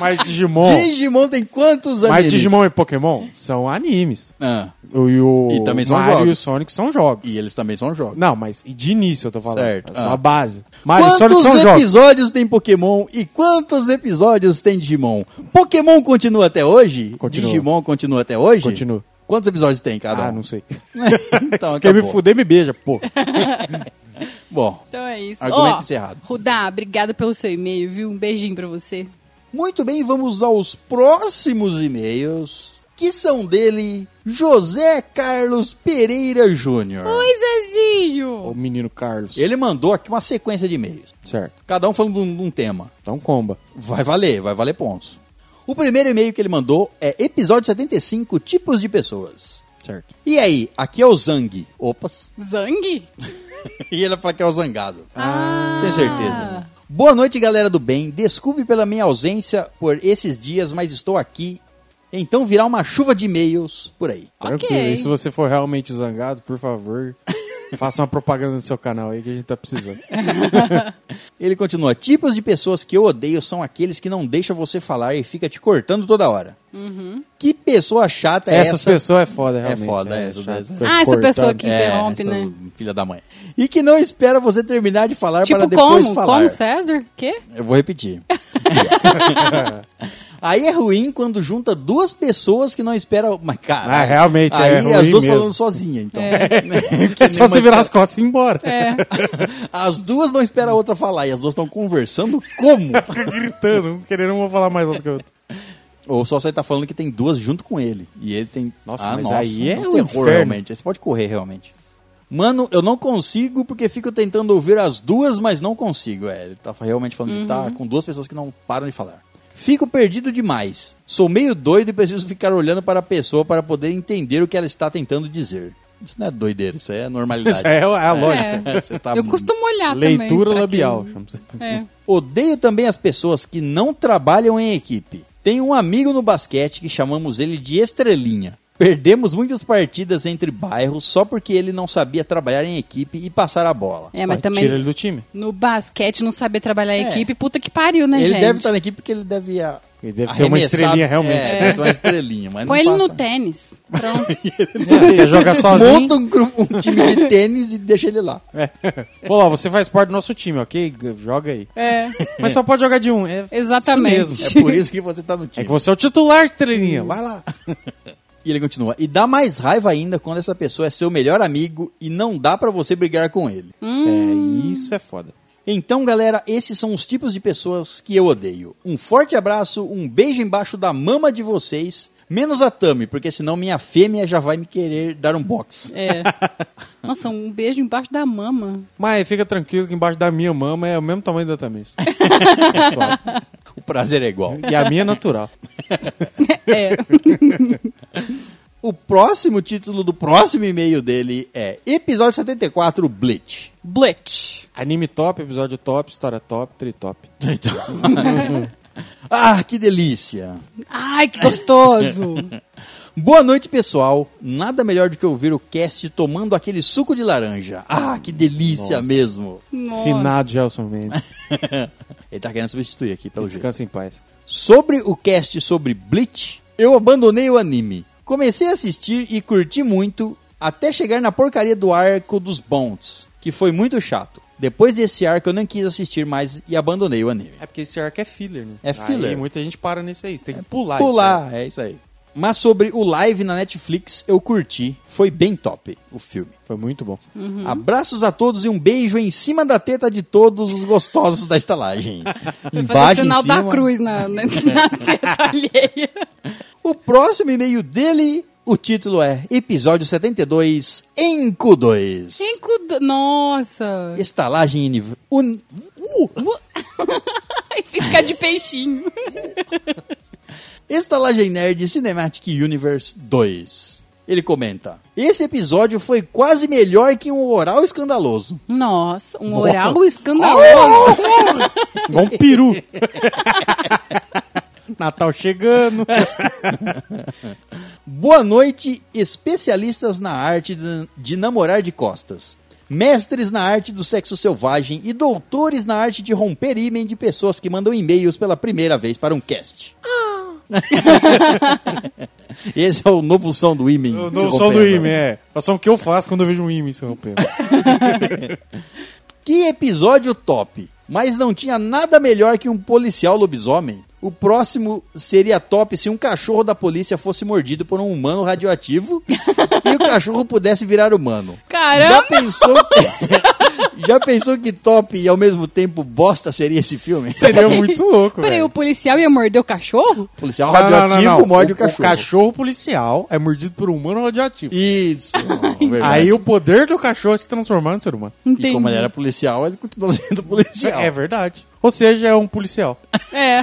Mas Digimon.
Digimon tem quantos animes?
mas Digimon e Pokémon são animes.
Ah,
O- E o
E também são
Mario e o
jogos.
Sonic são jogos.
e eles também são jogos.
Não, mas de início eu tô falando.
Certo,
São
ah.
a base. Mario e Sonic
quantos
são jogos.
episódios tem Pokémon e quantos episódios tem Digimon? Pokémon continua até hoje?
Continua.
Digimon continua até hoje?
Continua.
Quantos episódios tem cada um?
Ah, não sei.
então,
Se quer me
acabou.
fuder, me beija, pô.
Bom,
Então é isso.
Argumento
Ó,
encerrado.
Rudá, obrigado pelo seu e-mail, viu? Um beijinho pra você.
Muito bem, vamos aos próximos e-mails, que são dele José Carlos Pereira Júnior.
Oi, Zezinho!
O menino Carlos.
Ele mandou aqui uma sequência de e-mails,
Certo.
cada um falando de um, de um tema.
Então comba.
Vai valer, vai valer pontos. O primeiro e-mail que ele mandou é episódio 75, tipos de pessoas.
Certo.
E aí, aqui é o Zang. Opas.
Zang?
E ele fala que é o Zangado.
Ah.
Tenho certeza. né? Boa noite, galera do bem. Desculpe pela minha ausência por esses dias, mas estou aqui. Então virá uma chuva de e-mails por aí.
Tranquilo. E se você for realmente zangado, por favor, faça uma propaganda no seu canal aí que a gente tá precisando.
Ele continua: tipos de pessoas que eu odeio são aqueles que não deixam você falar e fica te cortando toda hora.
Uhum.
Que pessoa chata é
Essas
essa?
pessoas é foda, realmente.
foda, essa-
chato, É
essa-
fica
Ah, essa pessoa
cortando.
que interrompe,
essas
né?
Filha da mãe. E que não espera você terminar de falar para
Tipo
depois
como?
falar.
Como, César? Quê?
Eu vou repetir. aí é ruim quando junta duas pessoas que não esperam. Mas, cara.
Ah, realmente,
Aí
é
as
ruim
duas
mesmo.
falando sozinha, então.
É só você virar as costas e ir embora.
É.
As duas não esperam a outra falar e as duas estão conversando como?
Fica gritando, não querendo, não vou falar mais alto que eu.
Ou só você tá falando que tem duas junto com ele. E ele tem.
Nossa, mas aí é
um
o
terror,
inferno.
realmente. Aí você pode correr, realmente. Mano, eu não consigo porque fico tentando ouvir as duas, mas não consigo. É, ele tá realmente falando que
Uhum.
tá com duas pessoas que não param de falar. Fico perdido demais. Sou meio doido e preciso ficar olhando para a pessoa para poder entender o que ela está tentando dizer. Isso não é doideira, isso aí é normalidade.
Isso é, é a lógica.
É.
Você tá
Eu costumo olhar também. tá
Leitura
pra
labial.
quem-
chama-se.
É.
Odeio também as pessoas que não trabalham em equipe. Tem um amigo no basquete que chamamos ele de Estrelinha. Perdemos muitas partidas entre bairros só porque ele não sabia trabalhar em equipe e passar a bola.
É, mas
Vai,
também
Tira ele do time.
no basquete não saber trabalhar a
É.
equipe, puta que pariu, né,
ele
gente?
deve tá estar na equipe porque ele deve. a-
Ele deve ser uma
arremessar-
estrelinha, realmente.
É, deve ser uma estrelinha, mas
Põe
não
ele no
passa.
tênis. Pronto.
É, Quer jogar sozinho?
Monta um, grupo, um time de tênis e deixa ele lá.
É. Pô, lá, você faz parte do nosso time, ok? G- Joga aí.
É.
Mas só pode jogar de um. É isso
Exatamente.
mesmo.
É por isso que você tá no
É
time.
que você é o titular, estrelinha. Vai lá.
E ele continua. E dá mais raiva ainda quando essa pessoa é seu melhor amigo e não dá pra você brigar com ele. Hum.
É, isso é foda.
Então, galera, esses são os tipos de pessoas que eu odeio. Um forte abraço, um beijo embaixo da mama de vocês, menos a Tami, porque senão minha fêmea já vai me querer dar um box.
É. Nossa, um beijo embaixo da mama.
Mas fica tranquilo que embaixo da minha mama é o mesmo tamanho da Tamis.
O prazer é igual.
e a minha é natural.
É.
O próximo título do próximo e-mail dele é Episódio 74 Blitz.
Blitz.
Anime top, episódio top, história top, tri top.
Então- ah, que delícia!
Ai, que gostoso.
Boa noite, pessoal. Nada melhor do que ouvir o cast tomando aquele suco de laranja. Ah, que delícia mesmo!
Nossa.
Finado Gelson Mendes.
Ele tá querendo substituir aqui, pelo jeito.
Descansa em paz.
Sobre o cast sobre Bleach, eu abandonei o anime. Comecei a assistir e curti muito até chegar na porcaria do arco dos Bonds, que foi muito chato. Depois desse arco eu não quis assistir mais e abandonei o anime.
É porque esse arco é filler, né?
É filler.
Aí muita gente para nesse aí. Você tem que pular.
Pular, é isso aí. Mas sobre o live na Netflix, eu curti. Foi bem top o filme.
isso. Foi muito bom.
Hum.
Uhum.
Abraços a todos e um beijo em cima da teta de todos os gostosos da estalagem.
Foi fazer o sinal da cruz na, na, na teta alheia.
O próximo e-mail dele, o título é Episódio 72, Enco 2.
Cinco do... Nossa!
Estalagem univ- un- Uh!
Ai, Fica de peixinho.
Estalagem Nerd Cinematic Universe 2. Ele comenta: Esse episódio foi quase melhor que um oral escandaloso.
Nossa, um
Nossa.
oral escandaloso.
Igual um peru. Natal chegando.
Boa noite, especialistas na arte de, de namorar de costas. Mestres na arte do sexo selvagem e doutores na arte de romper ímen de pessoas que mandam e-mails pela primeira vez para um cast. Esse é o novo som do ímen.
Eu
se
dou o som do
romper,
IME,
né?
é. É o som que eu faço quando eu vejo um IME se rompendo.
Que episódio top! Mas não tinha nada melhor que um policial lobisomem. O próximo seria top se um cachorro da polícia fosse mordido por um humano radioativo e o cachorro pudesse virar humano. Já
Caramba!
pensou, que, já pensou que top e ao mesmo tempo bosta seria esse filme?
Seria é um muito louco,
Peraí,
velho.
o policial ia morder o cachorro?
policial radioativo morde o, cachorro.
O cachorro policial é mordido por um humano radioativo.
Isso.
Aí o poder do cachorro é se transformar no ser humano.
Entendi.
E como ele era policial, ele continuou sendo policial.
É verdade. Ou seja, é um policial.
É.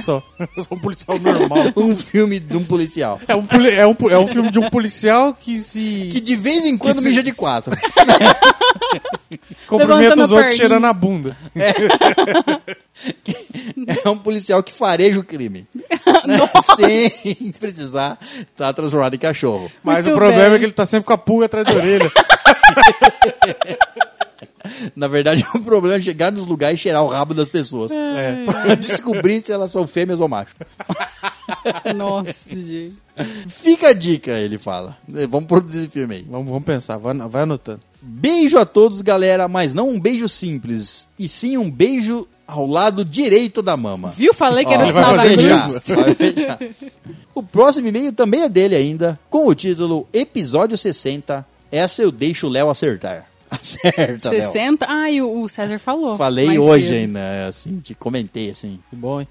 Só. Só um policial normal.
um filme de um policial.
É um, poli- é um, po- é um filme de um policial que se
Que de vez em quando
se-
mija de quatro.
cumprimenta os
Levantando a
outros
perninha.
cheirando a bunda.
É um policial que fareja o crime. Né? Sem precisar estar transformado em cachorro.
Mas
Muito
o problema
bem.
é que ele tá sempre com a pulga atrás da orelha.
Na verdade, o problema é chegar nos lugares e cheirar o rabo das pessoas.
É.
Pra descobrir se elas são fêmeas ou macho.
Nossa, gente.
Fica a dica, ele fala. É, Vamos produzir esse filme aí.
Vamos, vamos pensar, vai, vai anotando.
Beijo a todos, galera, mas não um beijo simples, e sim um beijo ao lado direito da mama.
Viu? Falei que
Ó,
era o
ele vai
sinal da
fazer
cruz.
fechar, vai fechar. O próximo e-mail também é dele ainda, com o título Episódio 60. Essa eu deixo o Léo acertar. Acerta, Léo.
60. Ai, o, o César falou.
Falei
mais
hoje
cedo.
ainda, é assim, te comentei assim.
Que bom, hein?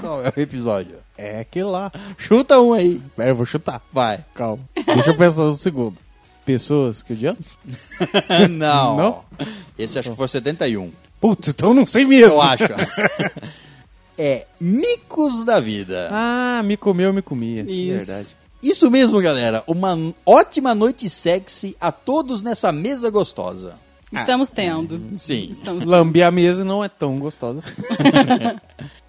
Qual é o episódio?
É aquele lá.
Chuta um aí,
Pera, eu vou chutar.
vai.
Calma. Deixa eu pensar um segundo. Pessoas que odiamos?
Não.
Não?
Esse acho que foi 71.
Putz, então eu não sei mesmo.
Eu acho. É Micos da Vida.
Ah, me comeu, me comia.
Isso.
Verdade.
Isso mesmo, galera. Uma ótima noite sexy a todos nessa mesa gostosa.
Estamos tendo.
Sim.
Estamos...
Lamber a mesa não é tão gostosa. assim.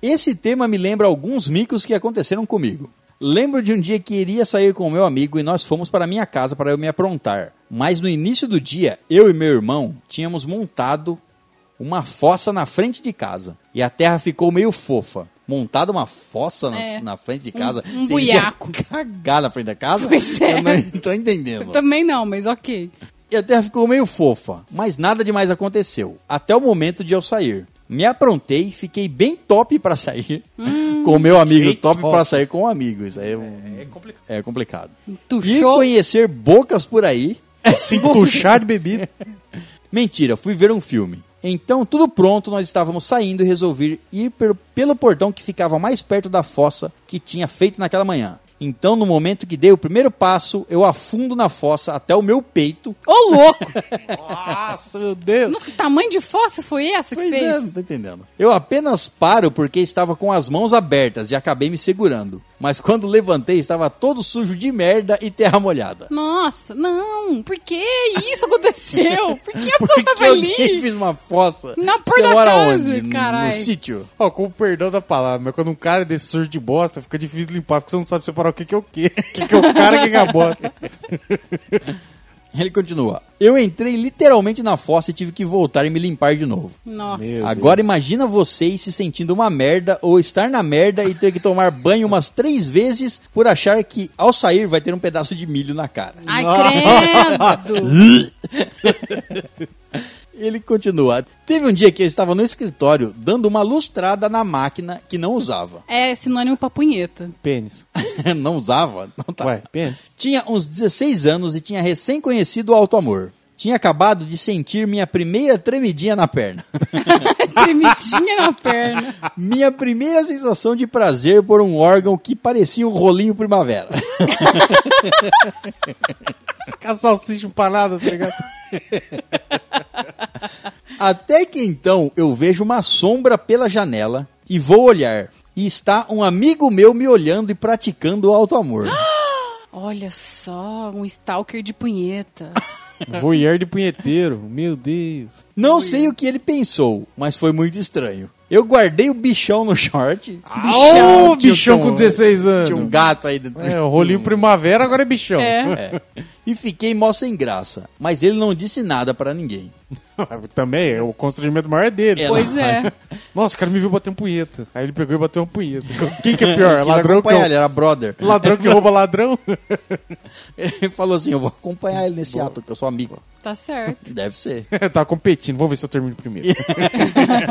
Esse tema me lembra alguns micos que aconteceram comigo. Lembro de um dia que iria sair com o meu amigo e nós fomos para minha casa para eu me aprontar. Mas no início do dia, eu e meu irmão tínhamos montado uma fossa na frente de casa. E a terra ficou meio fofa. Montada uma fossa na,
É.
na frente de casa.
Um- um
Você ia
buiaco.
Cagar na frente da casa?
Pois é.
Eu não tô entendendo.
Também não, mas ok.
E a terra ficou meio fofa, mas nada demais aconteceu, até o momento de eu sair. Me aprontei, fiquei bem top pra sair com o meu amigo,
Fiquei
top,
top.
pra sair com um amigo. Isso aí é, um- é complicado.
Um
E
Tuxou.
conhecer bocas por aí.
Se puxar de bebida.
Mentira, fui ver um filme. Então, tudo pronto, nós estávamos saindo e resolvi ir pelo, pelo portão que ficava mais perto da fossa que tinha feito naquela manhã. Então, no momento que dei o primeiro passo, eu afundo na fossa até o meu peito.
Ô, louco!
Nossa, meu Deus.
Nossa, que tamanho de fossa foi essa que
Pois é, não
fez?
tô entendendo. Eu apenas paro porque estava com as mãos abertas e acabei me segurando. Mas quando levantei, estava todo sujo de merda e terra molhada.
Nossa, não! Por que isso aconteceu? Por que a
Por que
fossa
que
tava
eu nem
ali?
fiz uma fossa?
Na porta
Você
da
mora
casa,
onde? No- No
carai.
sítio?
Ó, com o perdão da palavra, mas quando um cara é desse surge de bosta, fica difícil limpar, porque você não sabe separar o que, que é o quê. O que, que é o cara e o que, que é a bosta.
Ele continua. Eu entrei literalmente na fossa e tive que voltar e me limpar de novo.
Nossa.
Meu
Agora imagina vocês se sentindo uma merda ou estar na merda e ter que tomar banho umas três vezes por achar que ao sair vai ter um pedaço de milho na cara.
Ai, credo!
Ele continua. Teve um dia que eu estava no escritório dando uma lustrada na máquina que não usava.
É sinônimo pra punheta.
Pênis.
não usava? Não tá.
Ué, pênis.
Tinha uns 16 anos e tinha recém conhecido o alto amor. Tinha acabado de sentir minha primeira tremidinha na perna.
Tremidinha na perna.
minha primeira sensação de prazer por um órgão que parecia um rolinho primavera.
Com a salsicha empanada, tá ligado?
Até que então eu vejo uma sombra pela janela e vou olhar. E está um amigo meu me olhando e praticando o alto amor.
Olha só, um stalker de punheta.
Voyeur de punheteiro. Meu Deus.
Não sei o que ele pensou, mas foi muito estranho. Eu guardei o bichão no short.
Bichão,
tio
bichão
Tom.
com 16 anos.
Ah, Tinha um gato aí dentro.
É, o rolinho primavera agora é bichão.
É.
É. E fiquei mó sem graça. Mas ele não disse nada pra ninguém.
Também, é, o constrangimento maior é dele.
É.
Pois é.
Nossa, o cara me viu bater um punheta. Aí ele pegou e bateu uma punheta. Quem que é pior?
Quis
Ladrão que,
acompanhar ele, né?
ladrão,
era brother.
ladrão que rouba ladrão?
Ele falou assim: eu vou acompanhar ele nesse ato, que eu sou amigo.
Tá certo.
Deve ser.
Tava Tá competindo. Vamos ver se eu termino primeiro.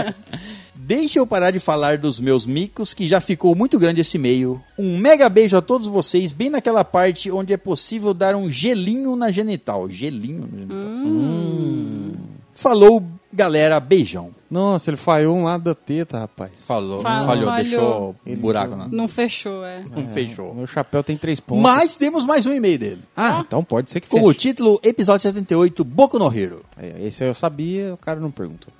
Deixa eu parar de falar dos meus micos, que já ficou muito grande esse e-mail. Um mega beijo a todos vocês, bem naquela parte onde é possível dar um gelinho na genital. Gelinho na genital. Hum. Falou, galera. Beijão.
Nossa, ele falhou um lado da teta, rapaz.
Falou.
Falou.
Falhou,
Falhou.
deixou um buraco na.
Não fechou, é.
Não fechou.
Meu chapéu tem três pontos.
Mas temos mais um e-mail dele.
Ah, então pode ser que
Com o
feche.
título Episódio 78, Boku no Hero.
É, Esse aí eu sabia, o cara não perguntou.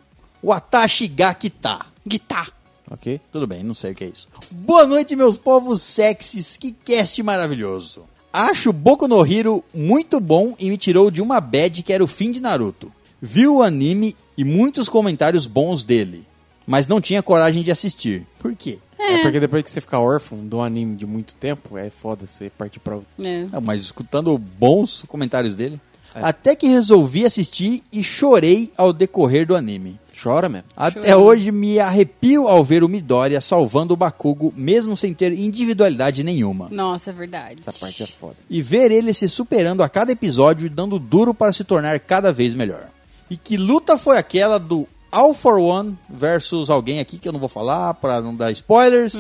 Watashi Gakita.
Guitar.
Ok?
Tudo bem, não sei o que é isso. Boa noite, meus povos sexys. Que cast maravilhoso. Acho Boku no Hero muito bom e me tirou de uma bad que era o fim de Naruto. Vi o anime e muitos comentários bons dele, mas não tinha coragem de assistir. Por quê?
É. porque depois que você fica órfão de um anime de muito tempo, é foda você partir pra outro.
É.
Não, mas escutando bons comentários dele, até que resolvi assistir e chorei ao decorrer do anime.
Chora mesmo.
Até hoje me arrepio ao ver o Midoriya salvando o Bakugo, mesmo sem ter individualidade nenhuma.
Nossa, é verdade.
Essa parte é foda.
e ver ele se superando a cada episódio e dando duro para se tornar cada vez melhor. E que luta foi aquela do All for One versus alguém aqui que eu não vou falar para não dar spoilers?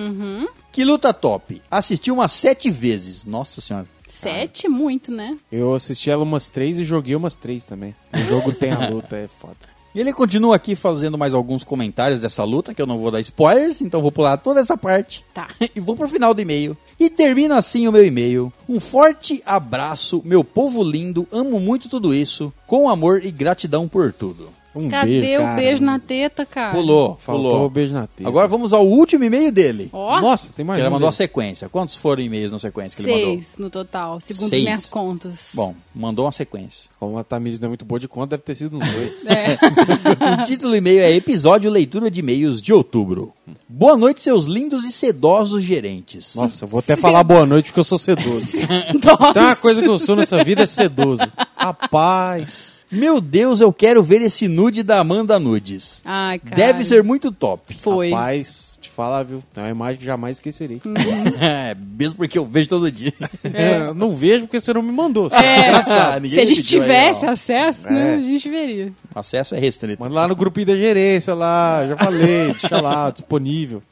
Que luta top! Assisti umas sete vezes, nossa senhora.
Sete, muito, né?
Eu assisti ela umas três e joguei umas três também. O jogo tem a luta, é foda.
E ele continua aqui fazendo mais alguns comentários dessa luta, que eu não vou dar spoilers, então vou pular toda essa parte.
Tá.
e vou pro final do e-mail. E termina assim o meu e-mail. Um forte abraço, meu povo lindo, amo muito tudo isso, com amor e gratidão por tudo.
Um
Cadê
beijo,
o
cara.
beijo na teta, cara?
Pulou,
Faltou
pulou.
o beijo na teta.
Agora vamos ao último e-mail dele. Que
Ó,
Nossa, tem mais
ele
um
mandou a
dele.
sequência. Quantos foram e-mails na sequência que ele mandou?
seis no total, segundo
Seis.
minhas contas.
Bom, mandou uma sequência.
Como a Tamires não é muito boa de conta, deve ter sido um dois.
É.
o título do e-mail é Episódio Leitura de E-mails de Outubro. Boa noite, seus lindos e sedosos gerentes.
Nossa, eu vou até falar boa noite porque eu sou sedoso. Tem
Nossa.
Tá uma coisa que eu sou nessa vida é sedoso. Rapaz.
Meu Deus, eu quero ver esse nude da Amanda Nudes.
Ai, Ah, cara.
Deve ser muito top.
Foi.
Rapaz, te falar, viu? É uma imagem que jamais esquecerei.
Uhum.
É, mesmo porque eu vejo todo dia.
É, eu não vejo porque você não me mandou.
É.
Ninguém
Se a gente
pediu aí,
tivesse
ó.
acesso, né, a gente veria.
Acesso é restrito.
Manda lá no grupinho da gerência lá, já falei, deixa lá, disponível.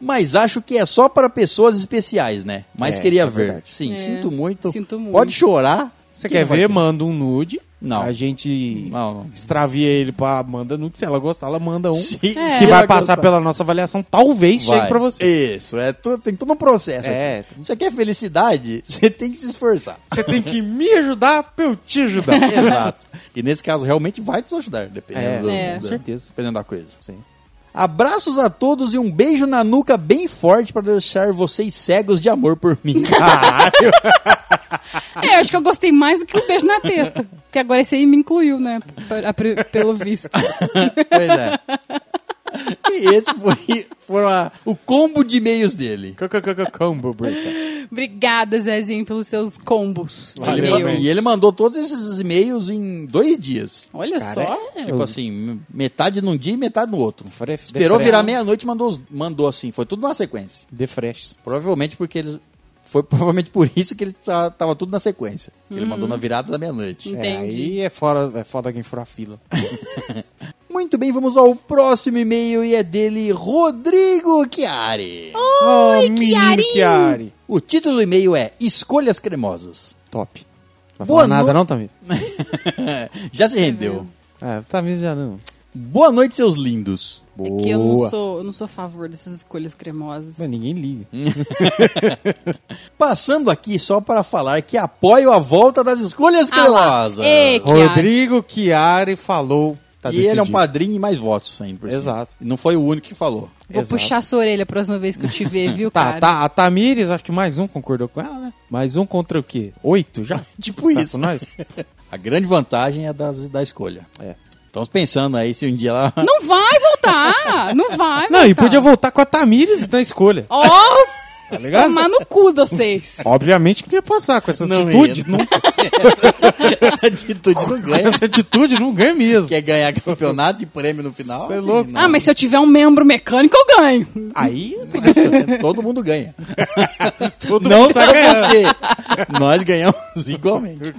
Mas acho que é só para pessoas especiais, né? Mas
É,
queria
isso é
ver.
verdade.
Sim,
É,
sinto muito.
sinto muito.
Pode chorar.
Você
Quem
quer
vai
ver?
ter?
Manda um nude.
Não.
A gente
Não, não.
extravia ele pra Amanda nude. Se ela gostar, ela manda
É.
um.
Se-
Se,
se ela
vai passar
gostar.
pela nossa avaliação, talvez chegue pra você.
Isso, é tu- tem todo um processo.
É.
aqui. Você quer felicidade? Você tem que se esforçar.
Você tem que me ajudar pra eu te ajudar.
Exato. E nesse caso, realmente vai te ajudar, dependendo,
É,
do-
É.
do-
com certeza.
dependendo da coisa.
Sim.
Abraços a todos e um beijo na nuca bem forte para deixar vocês cegos de amor por mim.
É, eu acho que eu gostei mais do que o beijo na teta. Porque agora esse aí me incluiu, né? pra- pra- Pelo visto.
pois é. E esse foi foram a- o combo de e-mails dele.
C- c- c- c- Combo breaker.
Obrigada, Zezinho, pelos seus combos. de
Ele
Valeu.
mandou-
e-mail.
e ele mandou todos esses e-mails em dois dias.
Olha só.
é
Tipo assim, metade num dia e metade no outro.
Fref-
Esperou
defref.
virar meia-noite e mandou, os- mandou assim. Foi tudo numa sequência.
The Fresh.
Provavelmente porque eles Foi provavelmente por isso que ele tá- tava tudo na sequência.
Uhum.
Ele mandou na virada da meia-noite.
É,
Entendi.
aí é, fora, é foda quem fura a fila.
Muito bem, vamos ao próximo e-mail e é dele Rodrigo Chiari.
Oi, oh,
Chiari!
Chiari.
O título do e-mail é Escolhas Cremosas.
Top. Não vai
Boa
falar nada
no-
não, Tamir?
Já se
Uhum.
rendeu.
É, o Tamir já não.
Boa noite, seus lindos.
É que eu não
Boa.
sou, eu não sou a favor dessas escolhas cremosas.
Mas ninguém liga.
Hum. Passando aqui só para falar que apoio a volta das escolhas
Ah lá.
cremosas.
Ê, Chiari.
Rodrigo Chiari falou. Tá
e ele é um
decidido.
padrinho e mais votos ainda. por cima.
Exato. Tá
E Não foi o único que falou.
Vou
Exato.
puxar sua orelha a próxima vez que eu te ver, viu,
Tá,
cara?
tá, a Tamires, acho que mais um concordou com ela, né? Mais um contra o quê? Oito já?
Tipo
Tá
isso.
com nós?
A grande vantagem é das, da escolha.
É.
Estamos pensando aí se um dia ela.
Não vai voltar! Não vai voltar!
Não, e podia voltar com a Tamires na escolha.
Ó!
Tá ligado?
Tomar no cu de vocês!
Obviamente que não ia passar com essa
Não
atitude.
ia. né?
Não,
Essa atitude não ganha.
essa atitude não ganha mesmo.
Quer é ganhar campeonato e prêmio no final?
Cê é
assim,
louco.
não.
Ah, mas se eu tiver um membro mecânico, eu ganho!
Aí
Então, assim, Todo mundo ganha.
todo
não
mundo
só
tá ganhando.
você. Nós ganhamos igualmente.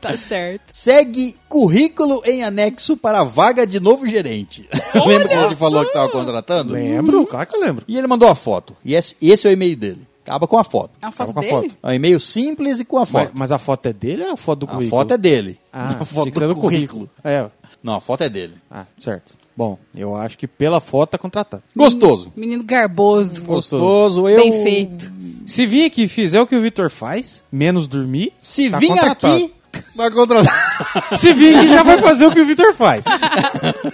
Tá certo.
Segue currículo em anexo para a vaga de novo gerente. Lembra que ele falou que estava contratando?
Lembro, claro que eu lembro.
E ele mandou a foto. E esse, esse é o e-mail dele. Acaba com a foto.
É uma foto
Tava
dele?
com a foto.
É um e-mail simples e com a
Mas,
foto.
mas a foto é dele ou a foto do
a
currículo?
foto é dele.
Ah,
a foto
tinha que ser do currículo. É.
Não, a foto é dele.
Ah, certo. Bom, eu acho que pela foto tá contratado.
Gostoso.
Menino garboso.
Gostoso. Eu...
Bem feito.
Se vir aqui e fizer o que o Vitor faz, menos dormir,
Se
tá
vir
contratado.
aqui... Tá contratado.
Se vir aqui, já vai fazer o que o Vitor faz.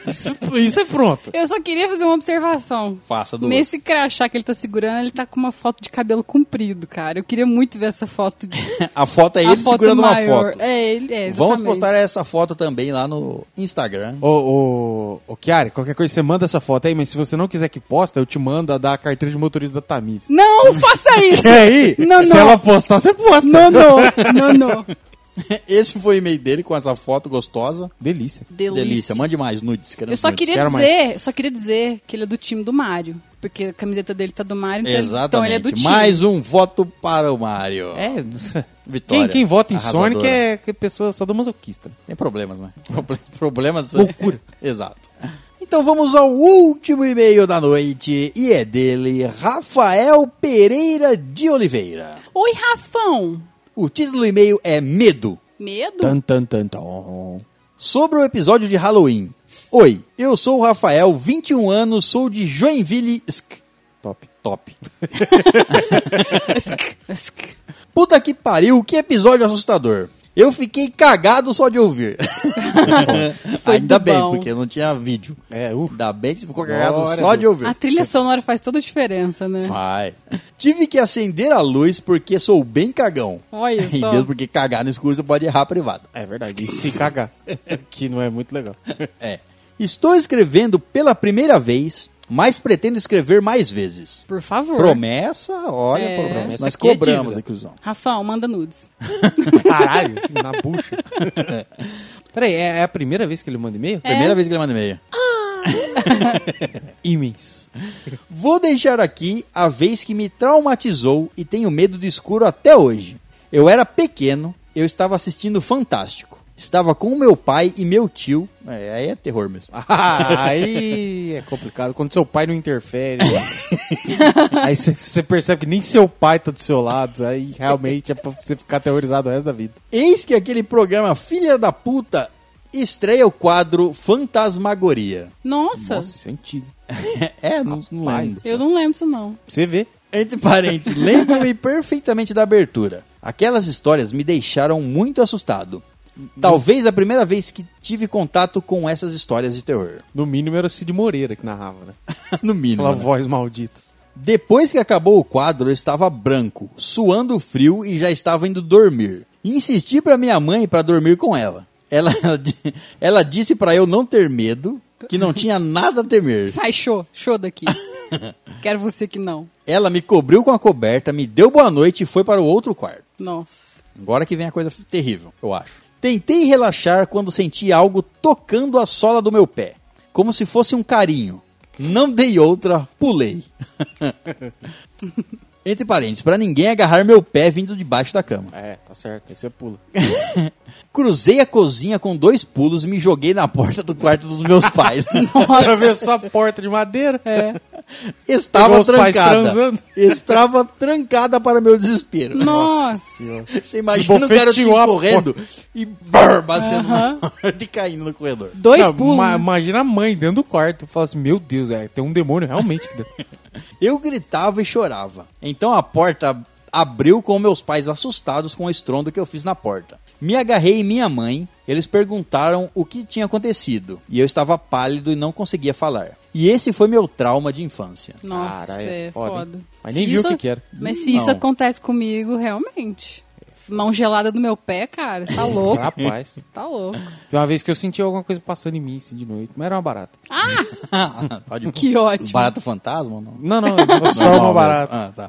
Isso, isso é pronto.
Eu só queria fazer uma observação.
Faça do
Nesse crachá que ele tá segurando, ele tá com uma foto de cabelo comprido, cara. Eu queria muito ver essa foto.
A foto é
a
ele
foto
segurando
maior.
uma foto.
É, ele é,
Vamos
exatamente.
postar essa foto também lá no Instagram.
Ô, ô, ô, Chiara, qualquer coisa você manda essa foto aí, mas se você não quiser que posta, eu te mando a da carteira de motorista da Tamires.
Não faça isso!
E É
É
aí,
Não,
se
não.
ela postar, você posta.
Não, não, não, não.
Esse foi o e-mail dele com essa foto gostosa.
Delícia.
Delícia.
Delícia. Mande mais nudes. queremos
Eu só
nudes.
queria
Quero mais.
dizer, só queria dizer que ele é do time do Mario. Porque a camiseta dele tá do Mario, então, ele-
Exatamente.
então ele é do time.
mais um voto para o Mário.
É,
Vitória.
quem, quem vota em
Arrasadora.
Sonic é que é pessoa sadomasoquista.
Tem problemas, né? Proble- Problemas.
Loucura.
Exato. Então vamos ao último e-mail da noite. E é dele, Rafael Pereira de Oliveira.
Oi, Rafão!
O título do e-mail é Medo.
Medo?
Tan, tan, tan, tan.
Sobre o episódio de Halloween. Oi, eu sou o Rafael, 21 anos, sou de Joinville. Sk.
Top.
Top.
Sk, sk.
Puta que pariu, que episódio assustador. Eu fiquei cagado só de ouvir.
Foi
Ainda
do
bem,
bom.
porque não tinha vídeo.
É, uh.
Ainda bem que você ficou cagado
Glória
só
a
de
Deus.
ouvir.
A trilha sonora faz toda a diferença, né?
Vai. Tive que acender a luz porque sou bem cagão.
Olha
E
só.
mesmo porque cagar no escuro você pode errar a privada.
É verdade. E se cagar. que não é muito legal.
É. Estou escrevendo pela primeira vez, mas pretendo escrever mais vezes.
Por favor.
Promessa, olha,
É.
promessa.
Promessa
Nós
aqui é
cobramos,
dívida.
inclusão.
Rafão, manda nudes.
Caralho, assim, na bucha. Peraí, é, é a primeira vez que ele manda
É.
e-mail? É,
Primeira vez que ele manda e-mail.
Imens.
Vou deixar aqui a vez que me traumatizou e tenho medo do escuro até hoje. Eu era pequeno, eu estava assistindo Fantástico. Estava com meu pai e meu tio. É, aí é terror mesmo.
Ah, Aí é complicado. Quando seu pai não interfere. aí você- você percebe que nem seu pai tá do seu lado. Aí realmente é pra você ficar terrorizado o resto da vida.
Eis que aquele programa Filha da Puta estreia o quadro Fantasmagoria.
Nossa,
Nossa, isso é antigo.
é, não, não
Rapaz.
lembro.
Tá. eu não lembro disso, não.
Pra você ver.
Entre parênteses, lembro-me perfeitamente da abertura. Aquelas histórias me deixaram muito assustado. Talvez a primeira vez que tive contato com essas histórias de terror.
No mínimo era o Cid Moreira que narrava, né?
no
Aquela
mínimo. né?
voz maldita.
Depois que acabou o quadro, eu estava branco, suando frio e já estava indo dormir. Insisti para minha mãe para dormir com ela. Ela, ela disse para eu não ter medo, que não tinha nada a temer.
Sai, show, show daqui. Quero você que não.
Ela me cobriu com a coberta, me deu boa noite e foi para o outro quarto.
Nossa.
Agora que vem a coisa terrível, eu acho. Tentei relaxar quando senti algo tocando a sola do meu pé, como se fosse um carinho. Não dei outra, pulei. Entre parênteses, pra ninguém agarrar meu pé vindo debaixo da cama.
É, tá certo. Aí você pula.
Cruzei a cozinha com dois pulos e me joguei na porta do quarto dos meus pais.
Atravessou a porta de madeira.
É.
Estava
Pegou os pais
trancada.
transando.
Estava trancada para meu desespero.
Nossa.
Você imagina o garotinho
Esbofeteou a
correndo e brrr, batendo
Aham.
na porta e caindo no corredor.
Dois
Não,
pulos. né?
ma- imagina a mãe dentro do quarto. Fala assim, meu Deus, é, tem um demônio realmente aqui dentro.
Eu gritava e chorava. Então a porta abriu com meus pais assustados com o estrondo que eu fiz na porta. Me agarrei em minha mãe, eles perguntaram o que tinha acontecido, e eu estava pálido e não conseguia falar. E esse foi meu trauma de infância.
Nossa,
Caralho,
é
foda, hein?
foda.
Mas nem
Se
viu o que que era.
Mas se isso
Não.
acontece comigo, realmente. Mão gelada do meu pé, cara, tá louco.
Rapaz.
Tá louco.
Tem uma vez que eu senti alguma coisa passando em mim assim, de noite, mas era uma barata.
Pode-
Que ótimo.
Barata fantasma, não?
Não, não, só
Normal,
uma barata.
né? Ah, tá.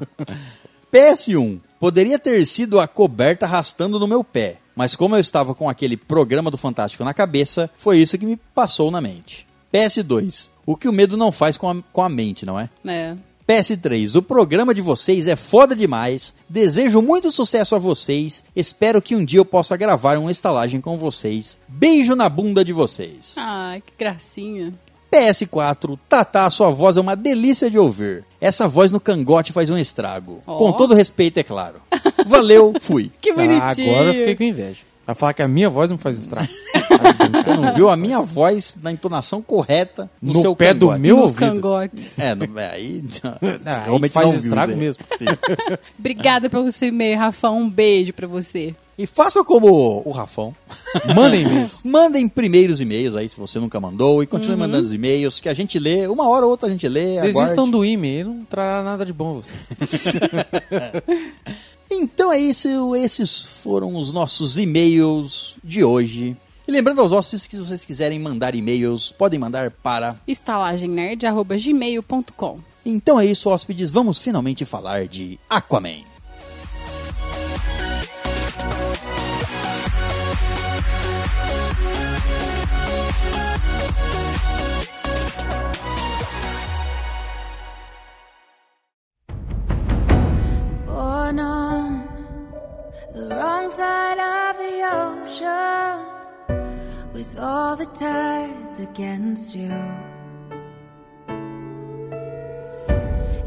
PS1. Poderia ter sido a coberta arrastando no meu pé, mas como eu estava com aquele programa do Fantástico na cabeça, foi isso que me passou na mente. PS2. O que o medo não faz com a, com a mente, não é?
É.
PS3, o programa de vocês é foda demais. Desejo muito sucesso a vocês. Espero que um dia eu possa gravar uma estalagem com vocês. Beijo na bunda de vocês.
Ah, que gracinha.
PS4, Tatá, sua voz é uma delícia de ouvir. Essa voz no cangote faz um estrago.
Ó.
Com todo respeito, é claro. Valeu, fui.
Que bonitinho.
Ah, agora eu fiquei com inveja. Vai falar que a minha voz não faz estrago.
Você não viu a minha voz na entonação correta no,
No
seu
pé do
cangote.
meu
Nos
ouvido.
cangotes.
É, não, é, aí
Ah, aí
realmente
faz
não viu,
estrago
Zé.
mesmo.
Sim.
Obrigada pelo seu e-mail, Rafa. Um beijo pra você.
E faça como o Rafão.
Mandem mesmo.
Mandem primeiros e-mails aí, se você nunca mandou, e continue mandando os e-mails, que a gente lê, uma hora ou outra a gente lê.
é
aguarde.
Desistam do e-mail, não trará nada de bom a vocês.
Então é isso, esses foram os nossos e-mails de hoje. E lembrando aos hóspedes que se vocês quiserem mandar e-mails, podem mandar para.
estalagemnerd.gmail.com
Então é isso, hóspedes, vamos finalmente falar de Aquaman.
Born on the wrong side of the ocean, with all the tides against you.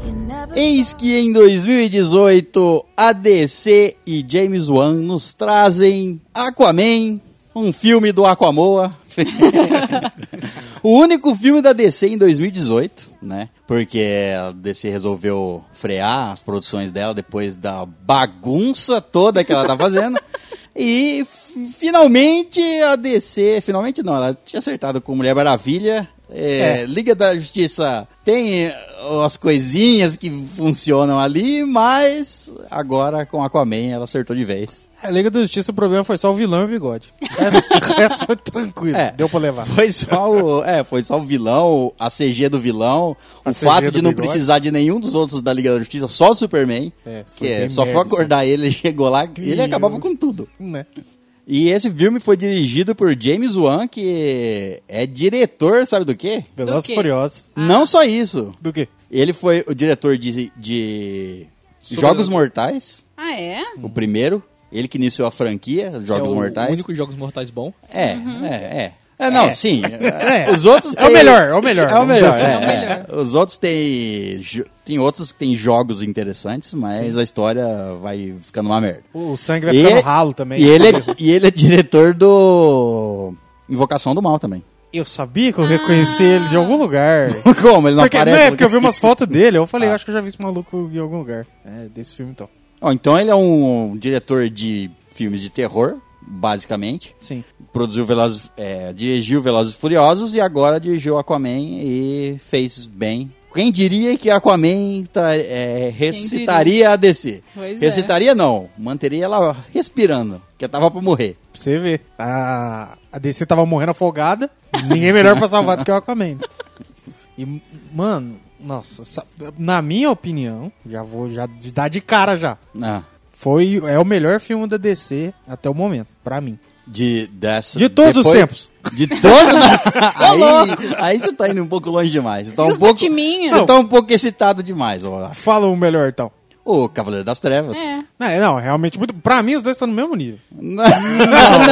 You never
Eis que em 2018, a DC e James Wan nos trazem Aquaman, um filme do Aquamoa. o único filme da DC em 2018, né? Porque a DC resolveu frear as produções dela depois da bagunça toda que ela tá fazendo. E f- finalmente a DC, finalmente não, ela tinha acertado com Mulher Maravilha. É, Liga da Justiça tem eh, as coisinhas que funcionam ali, mas agora com Aquaman ela acertou de vez.
É, A Liga da Justiça, o problema foi só o vilão e o bigode. Essa, essa foi tranquila,
É.
deu pra levar.
Foi só o, é, foi só o vilão, a CG do vilão,
A
o
CG
fato de
do
não
bigode.
precisar de nenhum dos outros da Liga da Justiça, só o Superman,
É,
que
foi
é,
bem
só foi
merda, assim.
acordar ele, ele chegou lá, ele
Meu.
acabava com tudo.
Né?
E esse filme foi dirigido por James Wan, que é diretor, sabe do quê?
Veloz
quê?
e Furioso.
Não só isso.
Do quê?
Ele foi o diretor de, de Jogos Mortais,
Ah, é?
o primeiro. Ele que iniciou a franquia Jogos
é o
Mortais.
único Jogos Mortais bom.
É, é, é. É, não, sim.
É.
Os outros
É o
têm-
melhor, é o melhor,
É o
vamos
melhor.
dizer
é,
assim. É o
é. Os outros têm. jo- Tem outros que têm jogos interessantes, mas a história vai ficando uma merda.
O sangue vai ficar no ralo também.
E ele, é, e ele é diretor do. Invocação do Mal também.
Eu sabia que eu reconheci
Ah.
ele de algum lugar.
Como? Ele não
Porque,
aparece.
não, é
no-
porque eu vi umas fotos dele, eu falei,
Ah.
eu acho que eu já vi esse maluco em algum lugar. É, desse filme então.
Ó, então ele é um diretor de filmes de terror, basicamente.
Sim.
Produziu Velozes, é, dirigiu Velozes e Furiosos e agora dirigiu Aquaman e fez bem. Quem diria que Aquaman tá, é, ressuscitaria a DC?
Pois é.
ressuscitaria não, manteria ela respirando, que tava pra morrer.
Pra você ver. A, a DC tava morrendo afogada. Ninguém melhor pra salvar do que o Aquaman. E, mano, nossa, sa- na minha opinião, já vou já de- dar de cara já.
Ah,
Foi, é o melhor filme da DC até o momento, pra mim.
de, dessa,
De todos os
depois-
tempos.
De todos aí, aí você tá indo um pouco longe demais. Você tá
E
um
os
pouco,
Batiminha?
você tá um pouco excitado demais, ó.
Fala o melhor então.
o Cavaleiro das Trevas.
É.
É, não, realmente muito. Pra mim, os dois estão no mesmo nível.
Não,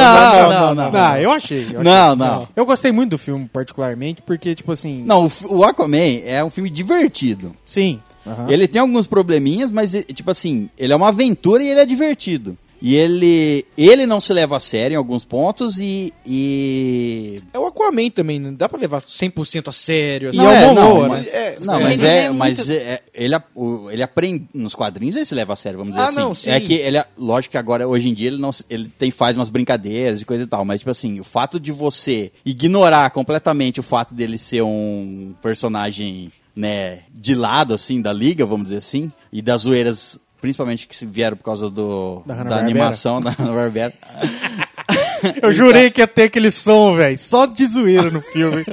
não, não, não.
Ah, eu achei. eu achei.
Não, não.
Eu gostei muito do filme, particularmente, porque, tipo assim.
Não, o fi- o Aquaman é um filme divertido.
Sim. Aham.
Ele tem alguns probleminhas, mas, eh, tipo assim, ele é uma aventura e ele é divertido. E ele, ele não se leva a sério em alguns pontos e. e...
É o Aquaman também, não dá pra levar 100% a sério.
E
Assim.
Não,
é,
é o
não,
Momoa,
mas,
né? É,
não,
é.
mas
Gente,
é,
é muito-
mas é- ele, a- o- ele aprende nos quadrinhos, ele se leva a sério, vamos dizer
Ah,
assim.
não, sim.
É que ele, a- lógico que agora hoje em dia ele não, se- ele tem faz umas brincadeiras e coisa e tal, mas tipo assim, o fato de você ignorar completamente o fato dele ser um personagem, né, de lado assim da liga, vamos dizer assim, e das zoeiras principalmente que se vieram por causa do da,
Hanna-Barbera.
animação da Hanna Barbera.
Eu jurei que ia ter aquele som, velho. Só de zoeira no filme.